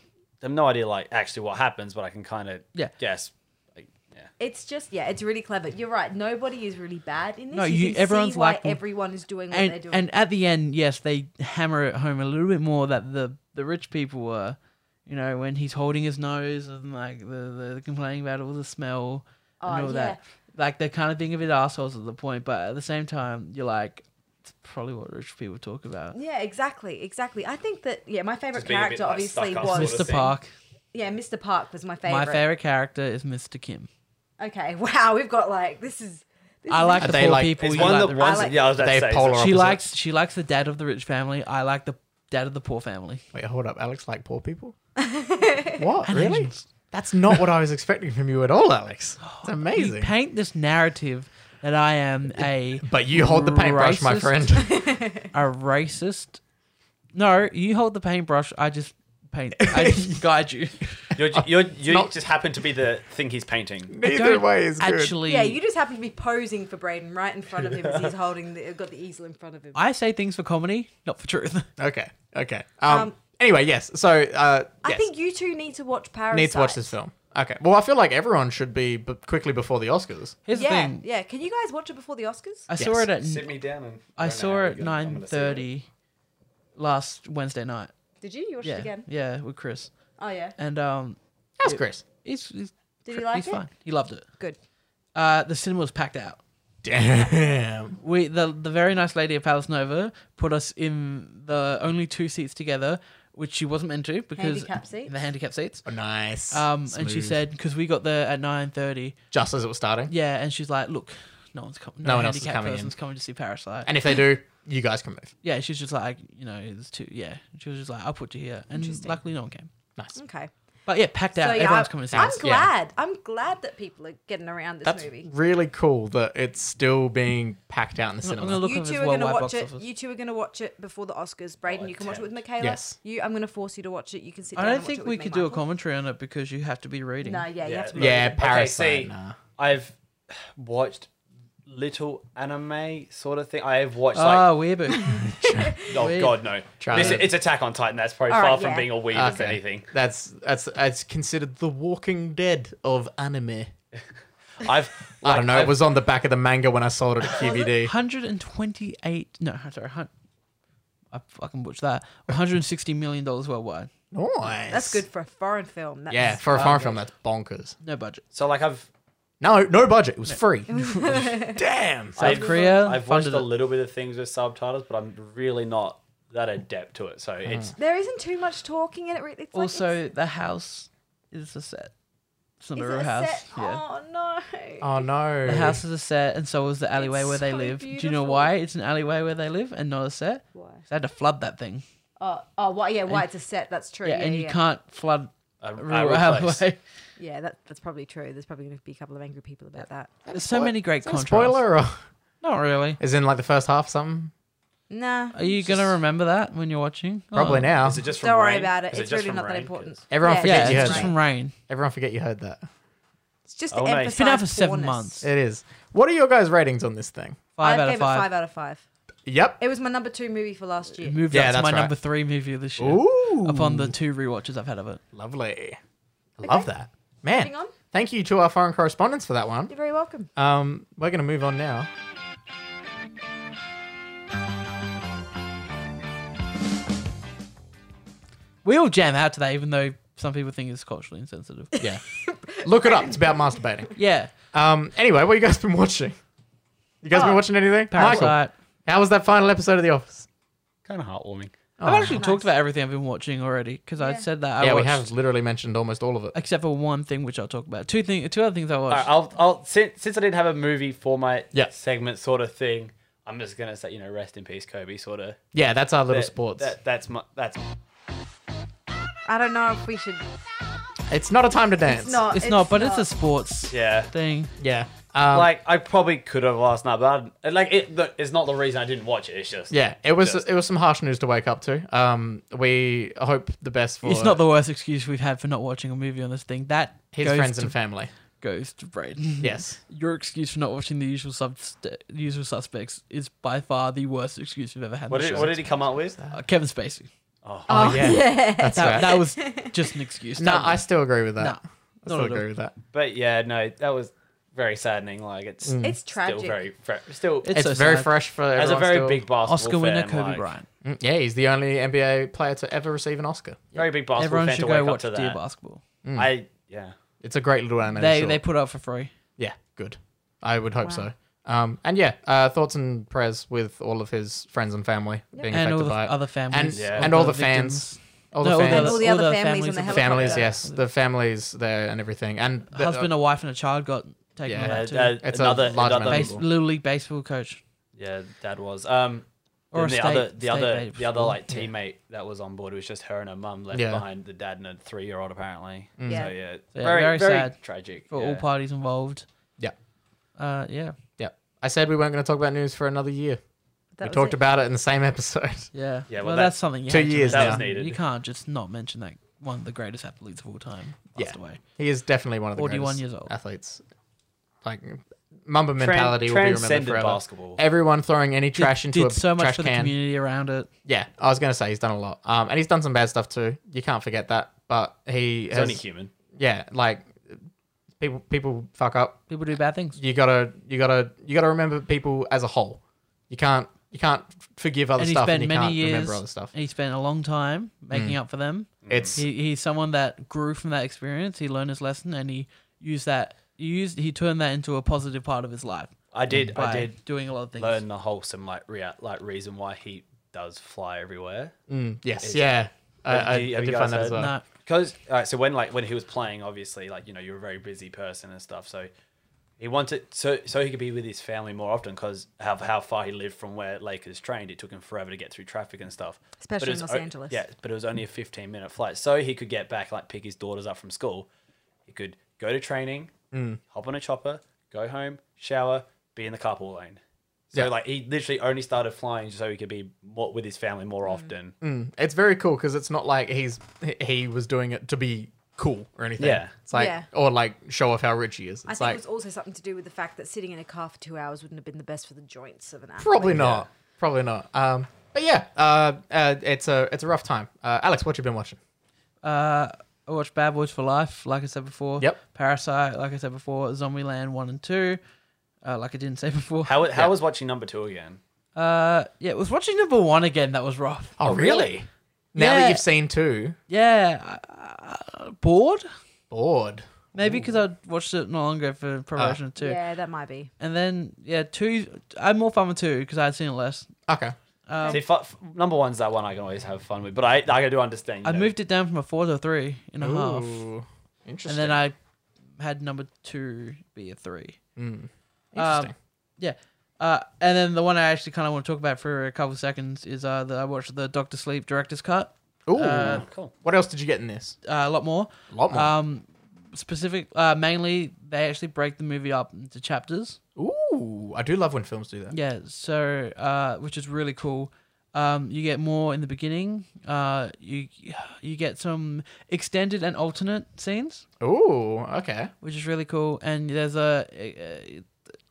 Speaker 4: have no idea like actually what happens, but I can kind of
Speaker 1: Yeah.
Speaker 4: guess. Like, yeah.
Speaker 2: It's just yeah, it's really clever. You're right. Nobody is really bad in this.
Speaker 1: No,
Speaker 2: you,
Speaker 1: you-
Speaker 2: can
Speaker 1: everyone's
Speaker 2: see why
Speaker 1: likable.
Speaker 2: everyone is doing what they're
Speaker 1: and
Speaker 2: doing.
Speaker 1: and at the end, yes, they hammer it home a little bit more that the the rich people were, you know, when he's holding his nose and like the, the, complaining about all the smell and
Speaker 2: Oh,
Speaker 1: all that. Like they're kind of being a bit assholes at the point, but at the same time, you're like, it's probably what rich people talk about.
Speaker 2: yeah, exactly, exactly. I think that yeah, my favorite
Speaker 4: Just being a bit,
Speaker 2: character
Speaker 4: like,
Speaker 2: obviously
Speaker 4: stuck-up
Speaker 2: was
Speaker 4: sort of
Speaker 1: Mr. Park,
Speaker 2: yeah, Mr. Park was my
Speaker 1: my
Speaker 2: favorite.
Speaker 1: favorite character is Mr. Kim.
Speaker 2: Okay, wow, we've got like this is this
Speaker 1: I
Speaker 2: is
Speaker 1: like
Speaker 3: Are
Speaker 1: the
Speaker 3: they
Speaker 1: four
Speaker 3: like-
Speaker 1: people.
Speaker 4: It's
Speaker 1: you
Speaker 4: one
Speaker 1: like
Speaker 4: of
Speaker 1: the
Speaker 4: the
Speaker 1: rich-
Speaker 4: ones.
Speaker 2: like-
Speaker 4: yeah, I was about to
Speaker 3: They
Speaker 4: say, it's
Speaker 3: polar
Speaker 4: a-
Speaker 1: she
Speaker 3: opposite.
Speaker 1: likes she likes the dad of the rich family. I like the dad of the poor family.
Speaker 3: Wait, hold up. Alex like poor people? what? Really?
Speaker 1: Asians.
Speaker 3: That's not what I was expecting from you at all, Alex. It's
Speaker 1: You
Speaker 3: amazing.
Speaker 1: paint this narrative that I am a
Speaker 3: But you hold the paintbrush, my
Speaker 1: Racist.
Speaker 3: friend.
Speaker 1: a racist. No, you hold the paintbrush. I just paint. I just guide you.
Speaker 4: You're, you're, you
Speaker 3: Not-
Speaker 4: just happen to be the thing he's painting.
Speaker 3: Neither
Speaker 1: Don't
Speaker 3: way is good.
Speaker 1: Actually,
Speaker 2: Yeah, you just happen to be posing for Braden right in front of him as he's holding the, got the easel in front of him.
Speaker 1: I say things for comedy, not for truth.
Speaker 3: Okay. Okay. Um,
Speaker 2: Um,
Speaker 3: anyway, yes. So uh,
Speaker 2: I
Speaker 3: yes,
Speaker 2: think you two need to watch Parasite.
Speaker 3: need to watch this film. Okay. Well, I feel like everyone should be b- quickly before the Oscars.
Speaker 1: Here's
Speaker 2: Yeah,
Speaker 1: the thing.
Speaker 2: yeah. Can you guys watch it before the Oscars?
Speaker 1: I saw
Speaker 3: Yes.
Speaker 1: it at
Speaker 4: me down and
Speaker 1: I saw it at nine thirty last Wednesday night.
Speaker 2: Did you? You watched
Speaker 1: Yeah,
Speaker 2: it again?
Speaker 1: yeah, with Chris,
Speaker 2: Oh yeah.
Speaker 1: and um,
Speaker 3: How's Chris?
Speaker 1: he's, he's
Speaker 2: Did
Speaker 1: cr-
Speaker 2: he like
Speaker 1: he's
Speaker 2: it?
Speaker 1: fine. He loved it.
Speaker 2: Good.
Speaker 1: Uh, the cinema was packed out.
Speaker 3: Damn.
Speaker 1: we the the very nice lady at Palace Nova put us in the only two seats together, which she wasn't meant to because
Speaker 2: Handicap seats?
Speaker 1: the handicap seats.
Speaker 3: Oh, nice.
Speaker 1: Um, and she
Speaker 3: Smooth.
Speaker 1: said because we got there at nine thirty,
Speaker 3: just as it was starting.
Speaker 1: yeah, and she's like, look, no one's coming, no,
Speaker 3: No one else is
Speaker 1: handicapped
Speaker 3: coming in."
Speaker 1: person's coming to see Parasite.
Speaker 3: And if they do, you guys can move.
Speaker 1: yeah, she's just like, you know, it's too, yeah, she was just like, I'll put you here, and
Speaker 2: Interesting.
Speaker 1: luckily no one came.
Speaker 3: Nice.
Speaker 2: Okay.
Speaker 1: But yeah, packed out,
Speaker 2: so yeah,
Speaker 1: everyone's coming to see
Speaker 2: I'm
Speaker 1: us.
Speaker 3: yeah.
Speaker 2: glad. I'm glad that people are getting around this
Speaker 3: That's
Speaker 2: movie.
Speaker 3: really cool that it's still being packed out in the
Speaker 1: I'm
Speaker 3: cinema.
Speaker 1: gonna look
Speaker 2: You
Speaker 1: at his
Speaker 2: two are gonna
Speaker 1: worldwide
Speaker 2: watch
Speaker 1: box
Speaker 2: it.
Speaker 1: office.
Speaker 2: You two are gonna watch it before the Oscars.
Speaker 4: Oh,
Speaker 2: Braden, you can watch it with Michaela.
Speaker 3: Yes.
Speaker 2: You, I'm gonna force you to watch it. You can sit.
Speaker 1: I
Speaker 2: down
Speaker 1: don't
Speaker 2: and watch
Speaker 1: think
Speaker 2: it
Speaker 1: we
Speaker 2: with me,
Speaker 1: could do a
Speaker 2: Michael.
Speaker 1: commentary on it because you have to be reading.
Speaker 2: No, yeah, you have to.
Speaker 4: Yeah.
Speaker 2: watch
Speaker 3: yeah,
Speaker 2: it.
Speaker 3: Parasite.
Speaker 4: Okay, see,
Speaker 3: nah.
Speaker 4: I've watched little anime sort of thing. I have watched like
Speaker 1: Ah, weeaboo.
Speaker 4: oh
Speaker 1: weird.
Speaker 4: god no.
Speaker 3: Try
Speaker 4: This,
Speaker 3: to-
Speaker 4: it's Attack on Titan. That's probably
Speaker 2: All
Speaker 4: far
Speaker 2: right,
Speaker 4: from
Speaker 2: yeah.
Speaker 4: being a weeb as
Speaker 3: Okay.
Speaker 4: anything.
Speaker 3: That's that's that's considered the Walking Dead of anime.
Speaker 4: I've
Speaker 3: I don't know.
Speaker 4: I've-
Speaker 3: It was on the back of the manga when I sold
Speaker 1: Oh,
Speaker 3: it at QVD.
Speaker 1: 128 no I'm sorry hun- i fucking butchered that 160 million dollars worldwide
Speaker 3: Nice.
Speaker 2: That's good for a foreign film. That's,
Speaker 3: Yeah, for a foreign film, that's bonkers.
Speaker 1: no budget
Speaker 4: so like I've
Speaker 3: No, no budget. It was free. Damn.
Speaker 1: South
Speaker 4: I've-
Speaker 1: Korea
Speaker 4: I've watched
Speaker 1: funded
Speaker 4: a
Speaker 1: it.
Speaker 4: little bit of things with subtitles, but I'm really not that adept to it. So it's
Speaker 2: There isn't too much talking in it. Really. It's like
Speaker 1: also,
Speaker 2: it's-
Speaker 1: the house is a set. It's not
Speaker 2: is
Speaker 1: a
Speaker 2: it
Speaker 1: real
Speaker 2: a
Speaker 1: house.
Speaker 2: set?
Speaker 1: Yeah. Uh,
Speaker 2: Oh no.
Speaker 3: Oh no.
Speaker 1: The house is a set, and so is the alleyway where they
Speaker 2: so
Speaker 1: live. Do you know
Speaker 2: beautiful.
Speaker 1: why it's an alleyway where they live and not a set?
Speaker 2: Why?
Speaker 1: They had to flood that thing.
Speaker 2: Oh, oh, why? Yeah, why it's a set. That's true.
Speaker 1: Yeah,
Speaker 2: Yeah,
Speaker 1: and you
Speaker 2: yeah.
Speaker 1: can't flood
Speaker 4: a, a
Speaker 1: a
Speaker 4: real
Speaker 1: real
Speaker 4: place.
Speaker 1: alleyway.
Speaker 2: Yeah, that, that's probably true. There's probably going to be a couple of angry people about that.
Speaker 1: There's so many great contrasts.
Speaker 3: Spoiler or
Speaker 1: Not really.
Speaker 3: is in like the first half or something?
Speaker 2: Nah.
Speaker 1: Are you gonna remember that when you're watching?
Speaker 3: Probably
Speaker 1: Oh.
Speaker 3: now.
Speaker 4: Is it just from
Speaker 2: Don't worry
Speaker 4: rain?
Speaker 2: about it.
Speaker 4: Is
Speaker 2: It's
Speaker 4: just
Speaker 2: really
Speaker 4: from
Speaker 2: not that
Speaker 4: rain?
Speaker 2: important.
Speaker 4: 'Cause-
Speaker 3: Everyone
Speaker 2: Yeah,
Speaker 3: forget
Speaker 1: Yeah,
Speaker 3: you
Speaker 1: it's
Speaker 3: heard
Speaker 1: just
Speaker 3: that.
Speaker 1: from rain.
Speaker 3: Everyone forget you heard that.
Speaker 2: It's just
Speaker 4: Oh,
Speaker 2: to
Speaker 4: no.
Speaker 2: emphasize
Speaker 4: It's
Speaker 1: been out for seven
Speaker 2: poorness.
Speaker 1: months.
Speaker 3: It is. What are your guys' ratings on this thing?
Speaker 1: Five
Speaker 2: I
Speaker 1: out
Speaker 2: gave
Speaker 1: of five.
Speaker 2: it five out of five.
Speaker 3: Yep.
Speaker 2: It was my number two movie for last year.
Speaker 1: Moved
Speaker 3: Yeah,
Speaker 1: up to
Speaker 3: that's
Speaker 1: my
Speaker 3: right.
Speaker 1: number three movie of this year.
Speaker 3: Ooh.
Speaker 1: Upon the two rewatches I've had of it.
Speaker 3: Lovely. I love that. Man.
Speaker 2: Moving on.
Speaker 3: Thank you to our foreign correspondents for that one.
Speaker 2: You're very welcome.
Speaker 3: Um, we're gonna move on now.
Speaker 1: We all jam out to that, even though some people think it's culturally insensitive.
Speaker 3: Yeah. Look it up. It's about masturbating.
Speaker 1: yeah.
Speaker 3: Um. Anyway, what you guys been watching? You guys been
Speaker 2: Oh.
Speaker 3: watching anything? Michael,
Speaker 1: Parasite.
Speaker 3: how was that final episode of The Office?
Speaker 4: Kind of heartwarming.
Speaker 1: I've actually talked about everything I've been watching already because I
Speaker 2: Yeah.
Speaker 1: said that I
Speaker 3: yeah,
Speaker 1: watched,
Speaker 3: we have literally mentioned almost all of it.
Speaker 1: except for one thing which I'll talk about. Two thing, two other things I
Speaker 4: All right,
Speaker 1: watched.
Speaker 4: I'll, I'll since, since I didn't have a movie for my
Speaker 3: Yeah.
Speaker 4: segment sort of thing, I'm just gonna say you know rest in peace Kobe sort of
Speaker 3: Yeah, that's our little
Speaker 4: That-
Speaker 3: sports.
Speaker 4: That, that's my that's
Speaker 2: I don't know if we should.
Speaker 3: It's not a time to dance.
Speaker 2: It's not.
Speaker 1: it's, not, but it's a sports
Speaker 4: yeah.
Speaker 1: thing.
Speaker 3: Yeah. Um,
Speaker 4: like I probably could have last night, but I, like it, look, it's not the reason I didn't watch it. It's just
Speaker 3: yeah, it was
Speaker 4: Just-
Speaker 3: it was some harsh news to wake up to. Um, we hope the best for
Speaker 1: It's not the worst excuse we've had for not watching a movie on this thing. That
Speaker 3: his
Speaker 1: goes
Speaker 3: friends
Speaker 1: to,
Speaker 3: and family.
Speaker 1: goes to Braden.
Speaker 3: Yes.
Speaker 1: Your excuse for not watching the usual sub usual suspects is by far the worst excuse we've ever had. in
Speaker 4: What
Speaker 1: the
Speaker 4: did,
Speaker 1: show.
Speaker 4: what did he come up with?
Speaker 1: Uh, Kevin Spacey.
Speaker 4: Oh,
Speaker 3: Oh, yeah. That's
Speaker 1: That,
Speaker 3: right.
Speaker 1: that was just an excuse.
Speaker 3: no,
Speaker 1: That-
Speaker 3: I still agree with that. I
Speaker 1: not
Speaker 3: still
Speaker 1: at all.
Speaker 3: agree with that.
Speaker 4: but yeah, no, that was very saddening. Like it's
Speaker 2: It's tragic.
Speaker 4: still very fre- still
Speaker 1: It's
Speaker 3: It's,
Speaker 1: so
Speaker 3: very
Speaker 1: sad.
Speaker 3: fresh for everyone
Speaker 4: as a very
Speaker 3: still.
Speaker 4: big basketball
Speaker 1: Oscar winner
Speaker 4: fan,
Speaker 1: Kobe
Speaker 4: like,
Speaker 1: Bryant.
Speaker 3: Mm, Yeah, he's the only NBA player to ever receive an Oscar.
Speaker 4: Very big basketball
Speaker 1: Everyone
Speaker 4: fan
Speaker 1: should
Speaker 4: to wake
Speaker 1: go watch
Speaker 4: up
Speaker 1: Dear
Speaker 4: to that.
Speaker 1: Basketball.
Speaker 4: I yeah. uh,
Speaker 3: It's a great little animated
Speaker 1: They
Speaker 3: short.
Speaker 1: they put it up for free.
Speaker 3: Yeah, good. I would hope
Speaker 2: Wow.
Speaker 3: so. Um, and yeah, uh, thoughts and prayers with all of his friends and family being
Speaker 1: And all
Speaker 3: affected
Speaker 1: the
Speaker 3: by it.
Speaker 1: other families.
Speaker 3: and,
Speaker 4: Yeah.
Speaker 3: and
Speaker 1: of
Speaker 3: all the
Speaker 1: victims.
Speaker 3: fans, all
Speaker 1: No,
Speaker 3: the fans,
Speaker 2: And all the other
Speaker 1: other
Speaker 2: families on the
Speaker 1: of
Speaker 2: helicopter.
Speaker 3: families.
Speaker 2: helicopter.
Speaker 3: Yes, the families there and everything, and the,
Speaker 1: husband, a wife, and a child got taken
Speaker 3: Yeah.
Speaker 1: on
Speaker 4: Uh,
Speaker 1: that too.
Speaker 4: uh,
Speaker 3: It's a
Speaker 4: another,
Speaker 3: large
Speaker 4: another
Speaker 3: amount of
Speaker 1: Base, Little League baseball coach.
Speaker 4: Yeah, dad was. Um,
Speaker 1: Or
Speaker 4: then
Speaker 1: a
Speaker 4: the
Speaker 1: state-
Speaker 4: other, the
Speaker 1: state
Speaker 4: other,
Speaker 1: baseball.
Speaker 4: the other like teammate that was on board it was just her and her mum left
Speaker 3: Yeah.
Speaker 4: behind the dad and a three-year-old apparently.
Speaker 2: Yeah.
Speaker 4: So yeah, it's
Speaker 1: Mm. Yeah,
Speaker 4: very,
Speaker 1: very
Speaker 4: very,
Speaker 1: sad
Speaker 4: tragic
Speaker 1: for
Speaker 4: yeah.
Speaker 1: all parties involved.
Speaker 3: Yeah.
Speaker 1: Uh, yeah,
Speaker 3: yeah. I said we weren't going to talk about news for another year.
Speaker 2: That
Speaker 3: we
Speaker 2: was
Speaker 3: talked
Speaker 2: it.
Speaker 3: about it in the same episode.
Speaker 1: yeah.
Speaker 4: Yeah,
Speaker 1: well,
Speaker 4: well,
Speaker 1: that's
Speaker 4: that-
Speaker 1: something. You
Speaker 3: two
Speaker 1: had to
Speaker 3: years
Speaker 1: mention.
Speaker 3: now. That
Speaker 4: was needed.
Speaker 1: You can't just not mention that one of the greatest athletes of all time passed
Speaker 3: Yeah.
Speaker 1: away.
Speaker 3: He is definitely one of the
Speaker 1: 41
Speaker 3: greatest
Speaker 1: years old.
Speaker 3: athletes. Like Mamba
Speaker 4: Tran-
Speaker 3: mentality will be remembered
Speaker 4: transcended
Speaker 3: forever.
Speaker 4: basketball.
Speaker 3: Everyone throwing any trash
Speaker 1: did,
Speaker 3: into
Speaker 1: did
Speaker 3: a
Speaker 1: so much
Speaker 3: trash
Speaker 1: for the
Speaker 3: can.
Speaker 1: community around it.
Speaker 3: Yeah, I was going to say he's done a lot, um, and he's done some bad stuff too. You can't forget that. But he
Speaker 4: He's
Speaker 3: has,
Speaker 4: only human.
Speaker 3: yeah, like people people fuck up.
Speaker 1: People do bad things.
Speaker 3: You gotta you gotta you gotta remember people as a whole. You can't you can't forgive other
Speaker 1: and he
Speaker 3: stuff
Speaker 1: spent
Speaker 3: and you
Speaker 1: many
Speaker 3: can't
Speaker 1: years.
Speaker 3: remember other stuff. Mm.
Speaker 1: He spent a long time making up for them.
Speaker 3: It's
Speaker 1: He, he's someone that grew from that experience. He learned his lesson, and he used that. He used he turned that into a positive part of his life
Speaker 4: I did,
Speaker 1: by
Speaker 4: I did
Speaker 1: doing a lot of things.
Speaker 4: learn the wholesome like rea- like reason why he does fly everywhere.
Speaker 3: mm, yes, yeah. I,
Speaker 4: Have
Speaker 3: I,
Speaker 4: you-
Speaker 3: I
Speaker 4: have you
Speaker 3: did
Speaker 4: guys
Speaker 3: find that
Speaker 4: heard?
Speaker 3: as well.
Speaker 1: No,
Speaker 4: Because all right, so when like when he was playing, obviously like you know you're a very busy person and stuff. So he wanted so so he could be with his family more often because how how far he lived from where Lakers trained, it took him forever to get through traffic and stuff. But
Speaker 2: Especially
Speaker 4: it
Speaker 2: in
Speaker 4: was
Speaker 2: Los
Speaker 4: o-
Speaker 2: Angeles.
Speaker 4: Yeah, but it was only a 15 minute flight, so he could get back like pick his daughters up from school. He could go to training,
Speaker 3: Mm.
Speaker 4: hop on a chopper, go home, shower, be in the carpool lane. So
Speaker 3: Yeah.
Speaker 4: like he literally only started flying so he could be more with his family more often.
Speaker 3: Mm, It's very cool because it's not like he's he- he was doing it to be cool or anything.
Speaker 4: Yeah.
Speaker 3: it's like
Speaker 2: Yeah.
Speaker 3: or like show off how rich he is. It's
Speaker 2: I think
Speaker 3: like
Speaker 2: it was also something to do with the fact that sitting in a car for two hours wouldn't have been the best for the joints of an athlete.
Speaker 3: Probably not. Probably not. Um, but yeah, uh, uh, it's a it's a rough time. Uh, Alex, what you been watching?
Speaker 1: Uh, I watched Bad Boys for Life, like I said before.
Speaker 3: Yep.
Speaker 1: Parasite, like I said before. Zombieland one and two, uh, like I didn't say before.
Speaker 4: How how was watching number two again?
Speaker 1: Uh, yeah, it was watching number one again that was rough.
Speaker 3: Oh, really? Now that
Speaker 1: Yeah.
Speaker 3: you've seen two,
Speaker 1: Yeah, uh, bored.
Speaker 3: bored.
Speaker 1: Maybe because I watched it not long ago
Speaker 4: Ah.
Speaker 1: for promotion of two,
Speaker 2: Yeah, that might be.
Speaker 1: and then yeah, two. I had more fun with two because I had seen it less.
Speaker 3: Okay.
Speaker 1: Um,
Speaker 4: See, f- f- number one's that one I can always have fun with, but I I do understand. you
Speaker 1: I
Speaker 4: know.
Speaker 1: moved it down from a four to a three and a half,
Speaker 3: Ooh,
Speaker 1: and
Speaker 3: Interesting.
Speaker 1: then uh, I had number two be a three.
Speaker 3: Mm.
Speaker 1: Um,
Speaker 3: Interesting.
Speaker 1: yeah. Uh, and then the one I actually kind of want to talk about for a couple seconds is uh, that I watched the Doctor Sleep director's cut
Speaker 3: Ooh.
Speaker 1: uh,
Speaker 4: cool.
Speaker 3: what else did you get in this?
Speaker 1: uh, a lot more.
Speaker 3: A lot more.
Speaker 1: Um, specific, uh, mainly they actually break the movie up into chapters.
Speaker 3: Ooh, I do love when films do that.
Speaker 1: Yeah, so uh, which is really cool. Um, you get more in the beginning. Uh, you you get some extended and alternate scenes,
Speaker 3: Ooh, okay.
Speaker 1: which is really cool. And there's a, a, a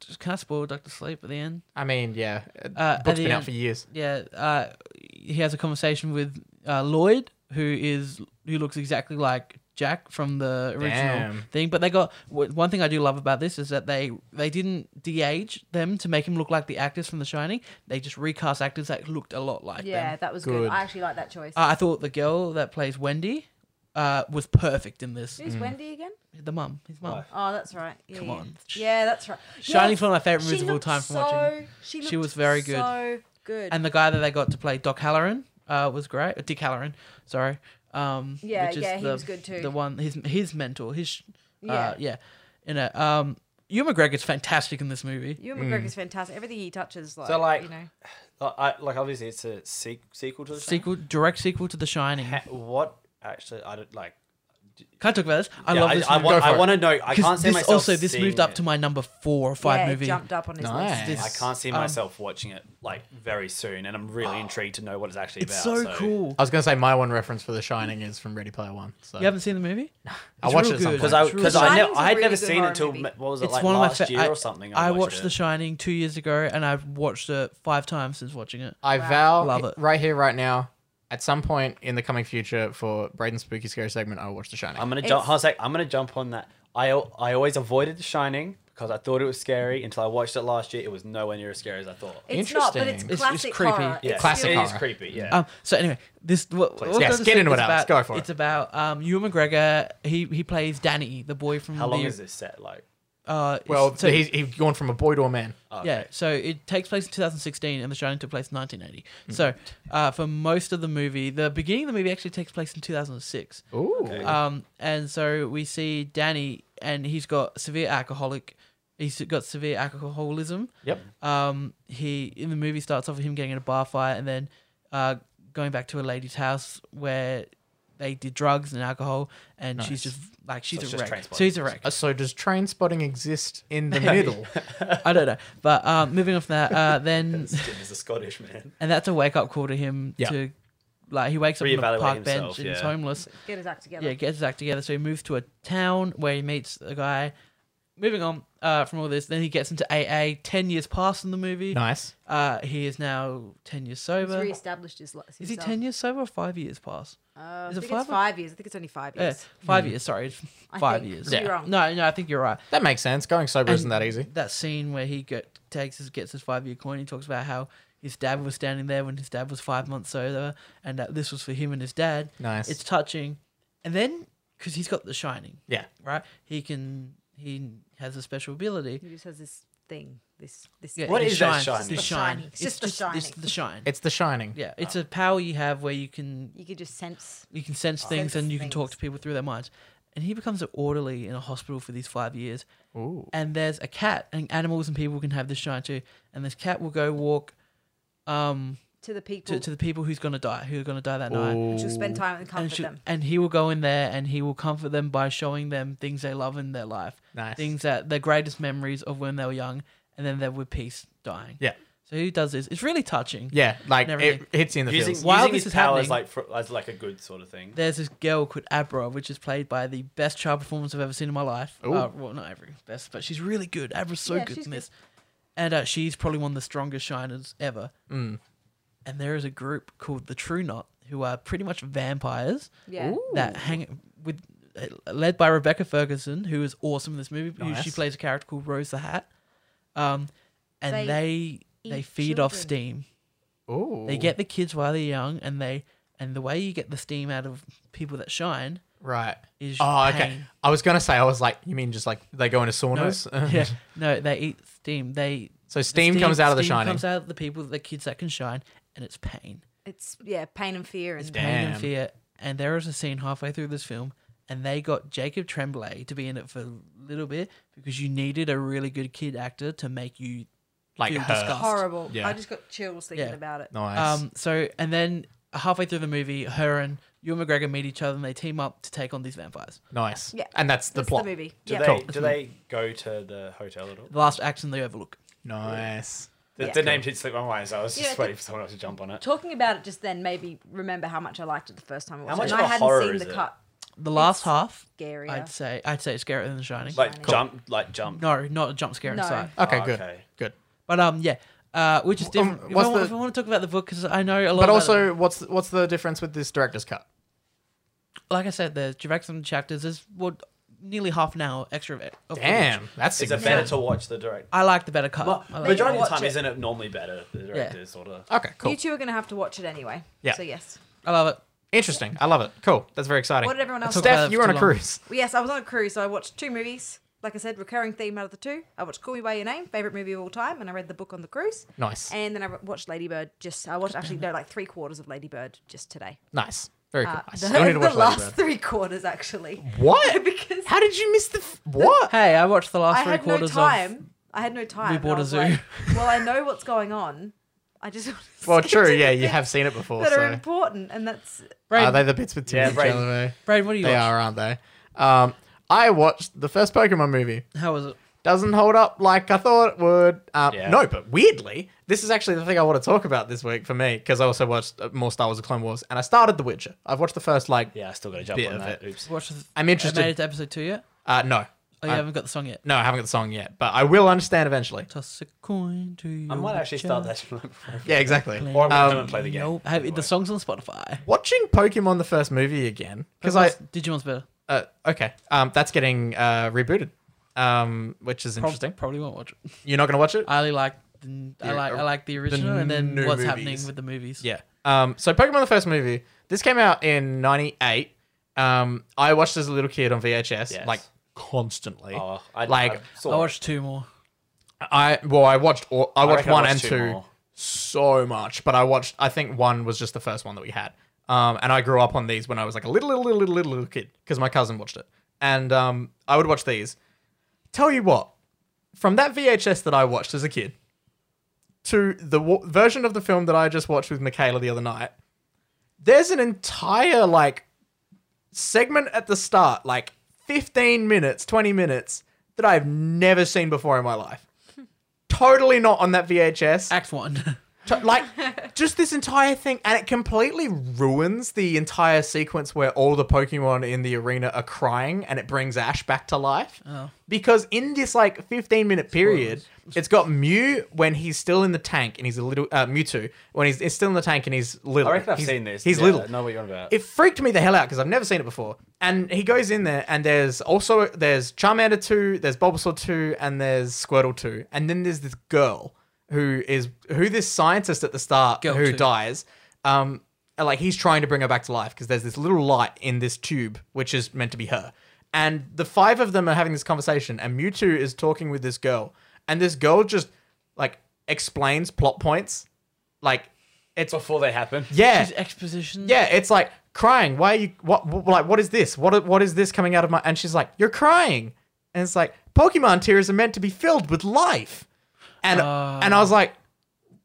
Speaker 1: just can I spoil Doctor Sleep at the end?
Speaker 3: I mean, yeah,
Speaker 1: Uh,
Speaker 3: uh,
Speaker 1: at
Speaker 3: book's
Speaker 1: the
Speaker 3: been
Speaker 1: end-
Speaker 3: out for years.
Speaker 1: Yeah, uh, he has a conversation with uh, Lloyd, who is who looks exactly like Jack from the original
Speaker 3: Damn.
Speaker 1: thing. But they got w- one thing I do love about this is that they they didn't de-age them to make him look like the actors from The Shining. They just recast actors that looked a lot like
Speaker 2: Yeah,
Speaker 1: them.
Speaker 2: that was good.
Speaker 3: Good.
Speaker 2: I actually like that choice.
Speaker 1: Uh, I thought the girl that plays Wendy uh, was perfect in this.
Speaker 2: Who's Wendy again?
Speaker 1: The mum, his mum.
Speaker 4: Right.
Speaker 2: Oh, that's right. Yeah,
Speaker 1: mm. Come
Speaker 2: yeah.
Speaker 1: on.
Speaker 2: Yeah, that's right.
Speaker 1: Shining's
Speaker 2: Yes,
Speaker 1: one of my favorite movies
Speaker 2: she
Speaker 1: of all
Speaker 2: looked
Speaker 1: time from
Speaker 2: so,
Speaker 1: watching.
Speaker 2: She,
Speaker 1: She
Speaker 2: looked
Speaker 1: was very good.
Speaker 2: So good.
Speaker 1: And the guy that they got to play Doc Halloran uh, was great. Uh, Dick Halloran, sorry. Um,
Speaker 2: Yeah, yeah, he was good too.
Speaker 1: The one his his mentor, his yeah,
Speaker 2: Yeah.
Speaker 1: uh, yeah. In a um, Ewan McGregor's fantastic in this movie.
Speaker 2: Ewan McGregor's fantastic. Everything he touches, like,
Speaker 4: So, like-
Speaker 2: you know,
Speaker 4: I, I, like obviously it's a se- sequel to the show.
Speaker 1: Sequel, direct sequel to The Shining.
Speaker 4: Ha- what actually I don't like.
Speaker 1: Can't talk about this. I
Speaker 4: Yeah,
Speaker 1: love this.
Speaker 4: I,
Speaker 1: movie.
Speaker 4: want,
Speaker 3: Go for
Speaker 4: I
Speaker 3: it.
Speaker 4: want to know. I can't see
Speaker 1: this
Speaker 4: myself.
Speaker 1: also this
Speaker 4: seeing
Speaker 1: moved up
Speaker 4: it.
Speaker 1: to my number four or five
Speaker 2: yeah, it
Speaker 1: movie.
Speaker 2: jumped up on his list.
Speaker 3: Nice.
Speaker 1: This-
Speaker 4: I can't see
Speaker 1: um, Ah,
Speaker 4: myself watching it like very soon, and I'm really intrigued to know what it's actually
Speaker 1: It's
Speaker 4: about.
Speaker 1: so, cool.
Speaker 4: uh,
Speaker 3: I was gonna say my one reference for The Shining is from Ready Player One. So
Speaker 1: You haven't seen the movie?
Speaker 3: I
Speaker 1: it's
Speaker 3: watched
Speaker 1: real
Speaker 3: it at some
Speaker 1: good.
Speaker 3: point.
Speaker 4: because I
Speaker 1: It's really
Speaker 4: because I, never
Speaker 2: Shining's a
Speaker 4: I had
Speaker 2: really
Speaker 4: never
Speaker 2: good
Speaker 4: seen it
Speaker 2: horror
Speaker 4: until
Speaker 2: movie.
Speaker 4: ma- what was it
Speaker 1: It's
Speaker 4: like
Speaker 1: one of my
Speaker 4: last
Speaker 1: fa-
Speaker 4: year
Speaker 1: I-
Speaker 4: or something.
Speaker 1: I watched
Speaker 4: it.
Speaker 1: The Shining two years ago, and I've watched it five times since watching it.
Speaker 3: I vow,
Speaker 1: Love it.
Speaker 3: right here, right now, at some point in the coming future for Braden's spooky scary segment, I'll watch The Shining.
Speaker 4: I'm gonna
Speaker 2: It's-
Speaker 4: jump. Hold on a sec. I'm gonna jump on that. I al- I always avoided The Shining because I thought it was scary until I watched it last year. It was nowhere near as scary as I thought.
Speaker 2: It's not, but it's
Speaker 3: Interesting.
Speaker 1: It's-
Speaker 2: classic
Speaker 1: it's creepy.
Speaker 2: horror.
Speaker 4: Yeah,
Speaker 3: Classic
Speaker 4: it
Speaker 2: still-
Speaker 4: is
Speaker 3: horror.
Speaker 4: creepy. Yeah.
Speaker 1: Um, so anyway, this what, what
Speaker 3: Yes,
Speaker 1: does this
Speaker 3: get
Speaker 1: thing
Speaker 3: into it,
Speaker 1: is
Speaker 3: Alex.
Speaker 1: about-
Speaker 3: Go for it.
Speaker 1: It's about um, Ewan McGregor. He he plays Danny, the boy from
Speaker 4: How
Speaker 1: the,
Speaker 4: long is this set? Like,
Speaker 1: Uh, it's-
Speaker 3: well,
Speaker 1: so,
Speaker 3: he's, he's gone from a boy to a man.
Speaker 4: oh,
Speaker 1: yeah.
Speaker 4: okay.
Speaker 1: So it takes place in 2016, and The Shining took place in 1980.
Speaker 4: Hmm.
Speaker 1: So uh, for most of the movie, the beginning of the movie actually takes place in 2006.
Speaker 3: Ooh,
Speaker 4: Okay.
Speaker 1: Um, and so we see Danny, and he's got severe alcoholic. He's got severe alcoholism.
Speaker 3: yep.
Speaker 1: Um, he in the movie starts off with him getting in a bar fight and then uh, going back to a lady's house where they did drugs and alcohol, and she's just like she's
Speaker 4: So it's
Speaker 1: a
Speaker 4: just
Speaker 1: wreck.
Speaker 4: Trainspotting.
Speaker 1: So he's a wreck.
Speaker 3: Uh, So does train spotting exist in the middle?
Speaker 1: I don't know, but um, moving on from that, uh, then
Speaker 4: Jim is a Scottish man.
Speaker 1: and that's a wake up call to him
Speaker 3: Yeah.
Speaker 1: to like he wakes up on a
Speaker 4: Reevaluate
Speaker 1: park
Speaker 4: himself,
Speaker 1: bench and he's
Speaker 4: yeah.
Speaker 1: homeless.
Speaker 2: Get his act together.
Speaker 1: Yeah, gets his act together. So he moves to a town where he meets a guy. Moving on uh, from all this, then he gets into AA. Ten years past in the movie,
Speaker 3: nice.
Speaker 1: uh, he is now ten years
Speaker 2: He's
Speaker 1: sober.
Speaker 2: reestablished his life.
Speaker 1: Is he ten years sober or five years past?
Speaker 2: Uh, I
Speaker 1: Is it
Speaker 2: think
Speaker 1: five
Speaker 2: it's
Speaker 1: or-
Speaker 2: five years. I think it's only five
Speaker 1: Yeah,
Speaker 2: years.
Speaker 1: five
Speaker 4: Hmm.
Speaker 1: years. Sorry, it's
Speaker 2: I
Speaker 1: five
Speaker 2: think.
Speaker 1: years.
Speaker 2: Could be Yeah. wrong.
Speaker 1: No, no, I think you're right.
Speaker 3: That makes sense. Going sober isn't
Speaker 1: And
Speaker 3: that easy.
Speaker 1: That scene where he get, takes his gets his five year coin. He talks about how his dad was standing there when his dad was five months sober, and that this was for him and his dad.
Speaker 3: Nice.
Speaker 1: It's touching, and then because he's got the shining,
Speaker 3: yeah.
Speaker 1: right? He can he has a special ability.
Speaker 2: He just has this thing. This this.
Speaker 1: Yeah,
Speaker 4: What
Speaker 1: it
Speaker 4: is
Speaker 1: shines,
Speaker 4: that shining?
Speaker 1: it's The
Speaker 4: It's
Speaker 1: shine.
Speaker 2: shining. It's just the
Speaker 1: It's
Speaker 2: shining.
Speaker 1: the shine.
Speaker 3: It's The Shining.
Speaker 1: yeah, it's a power you have where you can
Speaker 2: You could just sense.
Speaker 1: you can sense things
Speaker 2: Sense
Speaker 1: and you can talk to
Speaker 2: things.
Speaker 1: people through their minds. And he becomes an orderly in a hospital for these five years.
Speaker 3: Ooh.
Speaker 1: And there's a cat, and animals and people can have this shine too. And this cat will go walk um,
Speaker 2: to the people
Speaker 1: to, to the people who's going to die, who are going to die that night.
Speaker 2: which will spend time and
Speaker 1: And,
Speaker 2: comfort
Speaker 1: she'll-
Speaker 2: them.
Speaker 1: and he will go in there and he will comfort them by showing them things they love in their life.
Speaker 3: Nice.
Speaker 1: Things that their greatest memories of when they were young, and then they're with peace dying.
Speaker 3: Yeah.
Speaker 1: So he does this. It's really touching.
Speaker 3: Yeah. Like
Speaker 1: And
Speaker 3: it
Speaker 1: everything.
Speaker 3: hits you in the
Speaker 4: Using,
Speaker 3: feels.
Speaker 1: While
Speaker 4: using
Speaker 1: this
Speaker 4: his
Speaker 1: is
Speaker 4: power
Speaker 1: happening-
Speaker 4: as like for, as like a good sort of thing.
Speaker 1: there's this girl called Abra, which is played by the best child performance I've ever seen in my life.
Speaker 3: Ooh.
Speaker 1: Uh, well, not every best, but she's really good. Abra's so
Speaker 2: Yeah,
Speaker 1: good
Speaker 2: she's
Speaker 1: in
Speaker 2: good.
Speaker 1: this, and uh, she's probably one of the strongest shiners ever.
Speaker 3: Mm.
Speaker 1: And there is a group called the True Knot who are pretty much vampires
Speaker 2: Yeah. Ooh.
Speaker 1: that hang with, uh, led by Rebecca Ferguson, who is awesome in this movie. who- She
Speaker 3: Nice.
Speaker 1: plays a character called Rose the Hat, um, and
Speaker 2: They
Speaker 1: they they,
Speaker 2: eat
Speaker 1: feed off
Speaker 2: children.
Speaker 1: steam.
Speaker 3: Ooh.
Speaker 1: They get the kids while they're young, and they and the way you get the steam out of people that shine
Speaker 3: Right.
Speaker 1: Is
Speaker 3: oh, okay.
Speaker 1: pain.
Speaker 3: I was gonna say, I was like, you mean just like they go into
Speaker 1: No,
Speaker 3: saunas?
Speaker 1: yeah, no, they eat steam. They
Speaker 3: So
Speaker 1: the
Speaker 3: steam comes out of The
Speaker 1: steam
Speaker 3: Shining.
Speaker 1: Comes out of the people, the kids that can shine, and it's pain,
Speaker 2: It's yeah, pain and fear and
Speaker 1: pain and
Speaker 3: Damn.
Speaker 1: fear. And there is a scene halfway through this film, and they got Jacob Tremblay to be in it for a little bit because you needed a really good kid actor to make you
Speaker 3: Like
Speaker 1: feel
Speaker 3: her.
Speaker 1: disgust.
Speaker 2: horrible.
Speaker 3: Yeah.
Speaker 2: I just got chills thinking
Speaker 1: Yeah.
Speaker 2: about it.
Speaker 3: Nice.
Speaker 1: Um, so and then halfway through the movie, her and Ewan McGregor meet each other and they team up to take on these vampires.
Speaker 3: nice.
Speaker 2: yeah.
Speaker 3: And that's the
Speaker 2: That's
Speaker 3: plot.
Speaker 2: the movie.
Speaker 4: Do
Speaker 2: Yeah.
Speaker 4: they
Speaker 3: Cool.
Speaker 4: do they go to the hotel at all?
Speaker 1: The last action they overlook.
Speaker 3: Nice.
Speaker 4: The,
Speaker 2: Yeah.
Speaker 4: the name did slip my mind, so I was just
Speaker 2: Yeah,
Speaker 4: waiting
Speaker 2: the-
Speaker 4: for someone else to jump on it.
Speaker 2: Talking about it just then made me remember how much I liked it the first time I watched
Speaker 4: much
Speaker 2: it.
Speaker 4: of
Speaker 2: and I
Speaker 4: a
Speaker 2: hadn't
Speaker 4: horror
Speaker 2: seen
Speaker 4: is
Speaker 2: the
Speaker 4: it?
Speaker 2: cut.
Speaker 1: The last
Speaker 2: It's
Speaker 1: half,
Speaker 2: Scarier.
Speaker 1: I'd say, I'd say it's scarier than The Shining.
Speaker 4: Like
Speaker 2: Shining.
Speaker 4: jump, like jump.
Speaker 1: no, not a jump scare
Speaker 2: No.
Speaker 1: inside.
Speaker 3: Okay,
Speaker 4: Oh,
Speaker 3: good.
Speaker 4: okay.
Speaker 3: Good.
Speaker 1: But um, yeah, uh, which is
Speaker 3: Um,
Speaker 1: different. if, I
Speaker 3: what's
Speaker 1: want,
Speaker 3: the-
Speaker 1: if I want to talk about the book, because I know a lot.
Speaker 3: But
Speaker 1: about it.
Speaker 3: also, what's what's the difference with this director's cut?
Speaker 1: like I said, the Jurassic chapters is what nearly half an hour extra of it. of footage.
Speaker 3: Damn, that's
Speaker 4: Is it
Speaker 3: significant.
Speaker 4: better to watch the direct?
Speaker 1: I like the better cut.
Speaker 4: Well,
Speaker 1: I like
Speaker 4: majority of
Speaker 2: watch
Speaker 4: the time,
Speaker 2: it.
Speaker 4: is isn't it normally better? The directors sort of.
Speaker 3: Okay, cool.
Speaker 2: You two are going to have to watch it anyway.
Speaker 3: Yeah.
Speaker 2: So yes.
Speaker 1: it. I love it.
Speaker 3: Interesting. I love it. Cool. That's very exciting.
Speaker 2: What did everyone else
Speaker 1: like?
Speaker 3: Steph, you were on a
Speaker 1: Too long.
Speaker 3: cruise.
Speaker 2: Well, yes, I was on a cruise, so I watched two movies. Like I said, recurring theme out of the two. I watched Call Me by Your Name, favorite movie of all time, and I read the book on the cruise.
Speaker 3: Nice.
Speaker 2: And then I watched Lady Bird. Just I watched actually no, like three quarters of Lady Bird just today.
Speaker 3: Nice. Very cool.
Speaker 2: Uh,
Speaker 3: I
Speaker 2: the,
Speaker 3: still need to
Speaker 2: the
Speaker 3: watch
Speaker 2: last
Speaker 3: Lady Bird.
Speaker 2: three quarters actually.
Speaker 3: What?
Speaker 2: because
Speaker 3: How did you miss the f- what?
Speaker 1: Hey, I watched the last
Speaker 2: I
Speaker 1: three
Speaker 2: had no
Speaker 1: quarters
Speaker 2: time.
Speaker 1: of.
Speaker 2: I had no time. and
Speaker 1: bought
Speaker 2: I
Speaker 1: a
Speaker 2: was
Speaker 1: zoo.
Speaker 2: like, well, I know what's going on. I just want to
Speaker 3: Well,
Speaker 2: see
Speaker 3: true.
Speaker 2: the
Speaker 3: Yeah, you
Speaker 2: things
Speaker 3: have seen it before.
Speaker 2: that
Speaker 3: so.
Speaker 2: are important, and that's
Speaker 3: Are
Speaker 1: Braden,
Speaker 3: they the bits with Timothy
Speaker 4: Yeah, Braden.
Speaker 3: Chalamet?
Speaker 1: Braden, what do you
Speaker 3: They
Speaker 1: watch?
Speaker 3: are, aren't they? Um, I watched the first Pokemon movie.
Speaker 1: How was it?
Speaker 3: Doesn't hold up like I thought it would. Um,
Speaker 4: Yeah.
Speaker 3: No, but weirdly, this is actually the thing I want to talk about this week for me because I also watched uh, more Star Wars: The Clone Wars, and I started The Witcher. I've watched the first like.
Speaker 4: Yeah, I still got to jump
Speaker 3: Bit
Speaker 4: on
Speaker 3: of
Speaker 4: that.
Speaker 3: it.
Speaker 4: Oops.
Speaker 1: Watched the,
Speaker 3: I'm interested-
Speaker 1: Made it to episode two yet?
Speaker 3: Uh, no,
Speaker 1: Oh, you
Speaker 3: I-
Speaker 1: haven't got the song yet.
Speaker 3: no, I haven't got the song yet, but I will understand eventually.
Speaker 1: Toss a coin to you.
Speaker 4: I might actually start that. before-
Speaker 3: Yeah, exactly.
Speaker 4: Or I'm gonna
Speaker 3: Um,
Speaker 4: come and play the game.
Speaker 1: Nope. Have- the song's on Spotify.
Speaker 3: Watching Pokemon the first movie again because I
Speaker 1: Digimon's better.
Speaker 3: uh, okay um that's getting uh rebooted um which is
Speaker 1: Prob-
Speaker 3: interesting.
Speaker 1: Probably won't watch it.
Speaker 3: You're not gonna watch it?
Speaker 1: I only like the, I
Speaker 3: uh, The-
Speaker 1: like I like the original, and then
Speaker 3: new
Speaker 1: what's happening
Speaker 3: movies.
Speaker 1: with the movies.
Speaker 3: Yeah. Um, so Pokemon the first movie. This came out in '98. Um, I watched as a little kid on VHS,
Speaker 4: Yes.
Speaker 3: like constantly.
Speaker 4: Oh, I,
Speaker 3: like
Speaker 4: I,
Speaker 1: I watched two more.
Speaker 3: I, well, I watched all, I watched
Speaker 4: reckon I
Speaker 3: one
Speaker 4: watched
Speaker 3: and
Speaker 4: two
Speaker 3: two
Speaker 4: more.
Speaker 3: so much, but I watched. I think one was just the first one that we had. Um, and I grew up on these when I was like a little, little, little, little, little, little kid because my cousin watched it, and um, I would watch these. Tell you what, from that VHS that I watched as a kid to the w- version of the film that I just watched with Michaela the other night, there's an entire like segment at the start, like 15 minutes, 20 minutes that I've never seen before in my life. totally not on that VHS.
Speaker 1: Act one.
Speaker 3: To- like just this entire thing and it completely ruins the entire sequence where all the pokemon in the arena are crying and it brings ash back to life
Speaker 1: Oh.
Speaker 3: because in this like 15 minute period it's got mew when he's still in the tank and he's a little uh, mewtwo when he's, he's still in the tank and he's little
Speaker 4: I reckon I've
Speaker 3: He's-
Speaker 4: seen this.
Speaker 3: he's
Speaker 4: Yeah,
Speaker 3: little
Speaker 4: I know what you're on about.
Speaker 3: it freaked me the hell out because I've never seen it before. And he goes in there, and there's also there's Charmander two, there's Bulbasaur two, and there's Squirtle two, and then there's this girl who is who this scientist at the start
Speaker 1: Girl
Speaker 3: who
Speaker 1: two.
Speaker 3: dies. Um, and, like he's trying to bring her back to life because there's this little light in this tube which is meant to be her. And the five of them are having this conversation, and Mewtwo is talking with this girl, and this girl just like explains plot points, like it's
Speaker 4: before they happen.
Speaker 3: yeah,
Speaker 1: She's exposition.
Speaker 3: yeah, it's like crying. Why are you? What? what- Like, what is this? What? What is this coming out of my? And she's like, "You're crying," and it's like Pokemon tears are meant to be filled with life, and
Speaker 2: Uh.
Speaker 1: Oh.
Speaker 3: and I was like,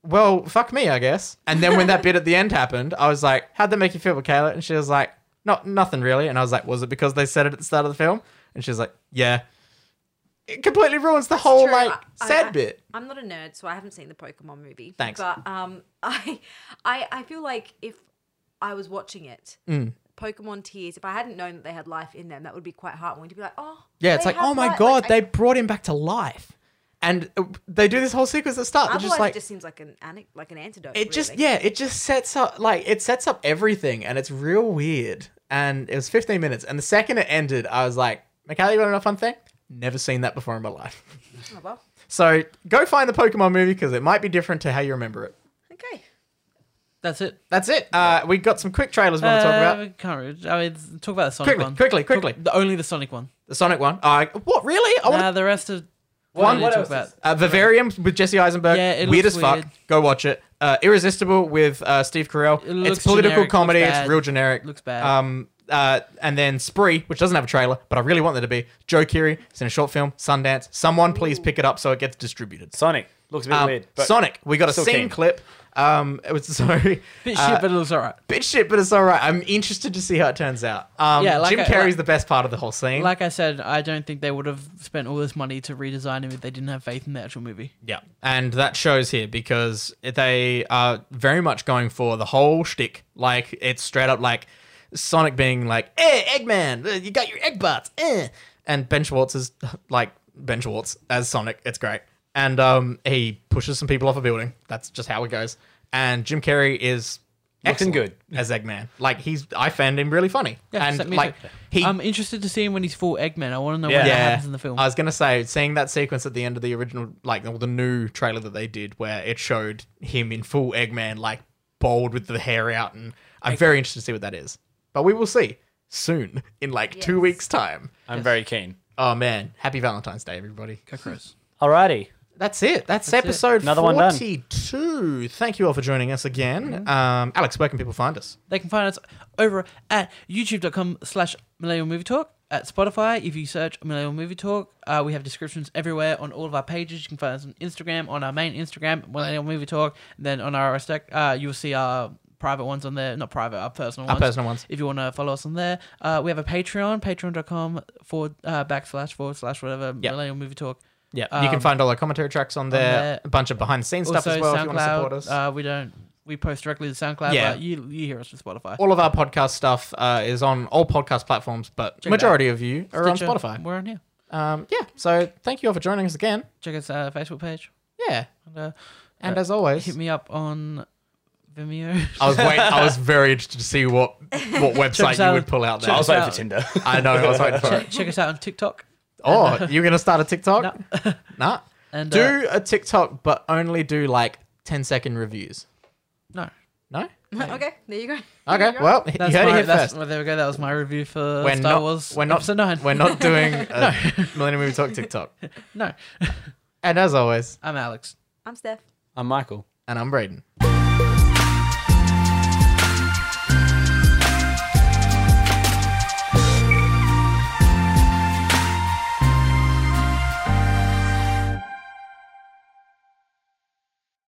Speaker 3: "Well, fuck me, I guess." And then when that bit at the end happened, I was like, "How'd that make you feel, Michaela?" And she was like, "Not nothing really." And I was like, "Was it because they said it at the start of the film?" And she was like, "Yeah." It completely ruins the whole
Speaker 2: true.
Speaker 3: like
Speaker 2: I- I-
Speaker 3: sad
Speaker 2: I-
Speaker 3: bit.
Speaker 2: I'm not a nerd, so I haven't seen the Pokemon movie.
Speaker 3: Thanks.
Speaker 2: But um, I, I, I feel like if I was watching it,
Speaker 3: Mm.
Speaker 2: Pokemon tears. If I hadn't known that they had life in them, that would be quite heartwarming to be like, oh,
Speaker 3: Yeah, it's
Speaker 2: they
Speaker 3: like,
Speaker 2: have
Speaker 3: oh my
Speaker 2: life."
Speaker 3: god,
Speaker 2: Like, I-
Speaker 3: they brought him back to life, and uh, they do this whole sequence at the start. They're
Speaker 2: Otherwise,
Speaker 3: just like,
Speaker 2: it just seems like an ane- like an antidote.
Speaker 3: it just
Speaker 2: really.
Speaker 3: yeah it just sets up like it sets up everything and it's real weird and it was 15 minutes and the second it ended i was like Michaela, you want to know a fun thing never seen that before in my life
Speaker 2: Oh, well,
Speaker 3: so go find the pokemon movie because it might be different to how you remember it
Speaker 2: okay.
Speaker 1: That's it.
Speaker 3: That's it. Uh, we got some quick trailers we want to talk
Speaker 1: Uh,
Speaker 3: about.
Speaker 1: we Can't really, I mean, talk about the Sonic
Speaker 3: Quickly,
Speaker 1: one.
Speaker 3: quickly, quickly.
Speaker 1: Talk- the, only the Sonic one.
Speaker 3: The Sonic one. Uh, what really? I
Speaker 1: Nah,
Speaker 3: want
Speaker 1: the rest of
Speaker 4: What-
Speaker 1: we
Speaker 4: what
Speaker 1: didn't
Speaker 4: else is-
Speaker 3: uh, Vivarium with Jesse Eisenberg.
Speaker 1: Yeah, it
Speaker 3: weird
Speaker 1: looks
Speaker 3: as fuck.
Speaker 1: weird.
Speaker 3: Go watch it. Uh, Irresistible with uh, Steve Carell.
Speaker 1: It looks
Speaker 3: it's political
Speaker 1: generic, looks
Speaker 3: comedy. It's
Speaker 1: bad.
Speaker 3: real generic.
Speaker 1: Looks bad.
Speaker 3: Um, uh, and then Spree, which doesn't have a trailer, but I really want there to be. Joe Keery. It's in a short film. Sundance. Someone please pick it up so it gets distributed.
Speaker 4: Sonic looks a bit
Speaker 3: Um,
Speaker 4: weird. But
Speaker 3: Sonic. We got a
Speaker 4: still
Speaker 3: scene
Speaker 4: keen.
Speaker 3: clip. Um, it was sorry.
Speaker 1: Bit
Speaker 3: uh,
Speaker 1: shit, but it looks alright.
Speaker 3: bit shit, but it's all right. I'm interested to see how it turns out. Um,
Speaker 1: Yeah, like
Speaker 3: Jim
Speaker 1: I-
Speaker 3: Carrey's
Speaker 1: like-
Speaker 3: the best part of the whole scene.
Speaker 1: Like I said, I don't think they would have spent all this money to redesign him if they didn't have faith in the actual movie.
Speaker 3: yeah, and that shows here because they are very much going for the whole shtick. Like it's straight up like Sonic being like, "Eh, Eggman, eh, you got your egg butts." Eh. And Ben Schwartz is like Ben Schwartz as Sonic. It's great, and um, he pushes some people off a building. That's just how it goes. And Jim Carrey is.
Speaker 4: Looking
Speaker 3: excellent as Eggman, like he's I found him really funny,
Speaker 1: Yeah,
Speaker 3: and
Speaker 1: so- me
Speaker 3: like
Speaker 1: too.
Speaker 3: he
Speaker 1: I'm interested to see him when he's full Eggman. I want to know
Speaker 4: Yeah.
Speaker 1: what
Speaker 4: Yeah.
Speaker 1: happens in the film.
Speaker 3: I was gonna say, seeing that sequence at the end of the original, like or the new trailer that they did, where it showed him in full Eggman, like bald with the hair out, and I'm very interested to see what that is. But we will see soon in like two
Speaker 2: Yes.
Speaker 3: weeks' time.
Speaker 4: I'm very keen.
Speaker 3: Oh man, happy Valentine's Day, everybody!
Speaker 1: Go, Chris.
Speaker 4: Alrighty.
Speaker 3: That's it. That's,
Speaker 1: That's it.
Speaker 3: episode
Speaker 4: Another one done.
Speaker 3: 42. Thank you all for joining us again.
Speaker 1: Mm-hmm.
Speaker 3: Um, Alex, where can people find us?
Speaker 1: They can find us over at youtube.com slash millennial movie talk. At Spotify, if you search Millennial Movie Talk, uh, we have descriptions everywhere on all of our pages. You can find us on Instagram, on our main Instagram, Millennial Movie Talk. And then on our stack, uh, you'll see our private ones on there. Not private, our personal
Speaker 3: Our
Speaker 1: ones.
Speaker 3: personal ones.
Speaker 1: If you want to follow us on there, uh, we have a Patreon, patreon.com forward uh, backslash forward slash whatever
Speaker 3: Yeah.
Speaker 1: Millennial Movie Talk.
Speaker 3: Yeah, you can
Speaker 1: Um,
Speaker 3: find all our commentary tracks on there,
Speaker 1: there.
Speaker 3: a bunch of behind the scenes stuff
Speaker 1: also,
Speaker 3: as well. if you want to
Speaker 1: SoundCloud.
Speaker 3: support us.
Speaker 1: Uh, we don't. We post directly to SoundCloud.
Speaker 3: Yeah.
Speaker 1: but you you hear us from Spotify.
Speaker 3: all of our podcast stuff uh, is on all podcast platforms, but
Speaker 1: it
Speaker 3: majority of you are
Speaker 1: Stitcher,
Speaker 3: on Spotify.
Speaker 1: We're on here.
Speaker 3: Um, yeah, so thank you all for joining us again.
Speaker 1: Check us out Facebook page.
Speaker 3: Yeah,
Speaker 1: And, uh,
Speaker 3: and
Speaker 1: Uh,
Speaker 3: as always,
Speaker 1: hit me up on Vimeo.
Speaker 3: I was wait, I was very interested to see what what
Speaker 1: Check us
Speaker 3: website you
Speaker 1: out.
Speaker 3: would pull out there.
Speaker 4: I
Speaker 1: Check
Speaker 4: was
Speaker 1: us
Speaker 4: waiting
Speaker 1: out.
Speaker 4: for Tinder.
Speaker 3: I know, I was waiting for
Speaker 1: check,
Speaker 3: it.
Speaker 1: check us out on TikTok.
Speaker 3: Oh, you're gonna start a TikTok? Nah.
Speaker 1: And uh,
Speaker 3: Do a TikTok, but only do like 10 second reviews.
Speaker 1: no,
Speaker 3: No.
Speaker 2: okay, there you go. There
Speaker 3: Okay.
Speaker 2: you go.
Speaker 3: Well, you
Speaker 1: that's
Speaker 3: heard it
Speaker 1: my,
Speaker 3: here
Speaker 1: that's,
Speaker 3: first.
Speaker 1: well, there we go. That was my review for
Speaker 3: We're
Speaker 1: Star
Speaker 3: not-
Speaker 1: Wars.
Speaker 3: we're not-
Speaker 1: episode nine.
Speaker 3: We're not doing a Millennium Movie Talk TikTok.
Speaker 1: no,
Speaker 3: And as always,
Speaker 1: I'm Alex.
Speaker 2: I'm Steph.
Speaker 4: I'm Michael.
Speaker 3: and I'm Braden.
Speaker 1: Bye.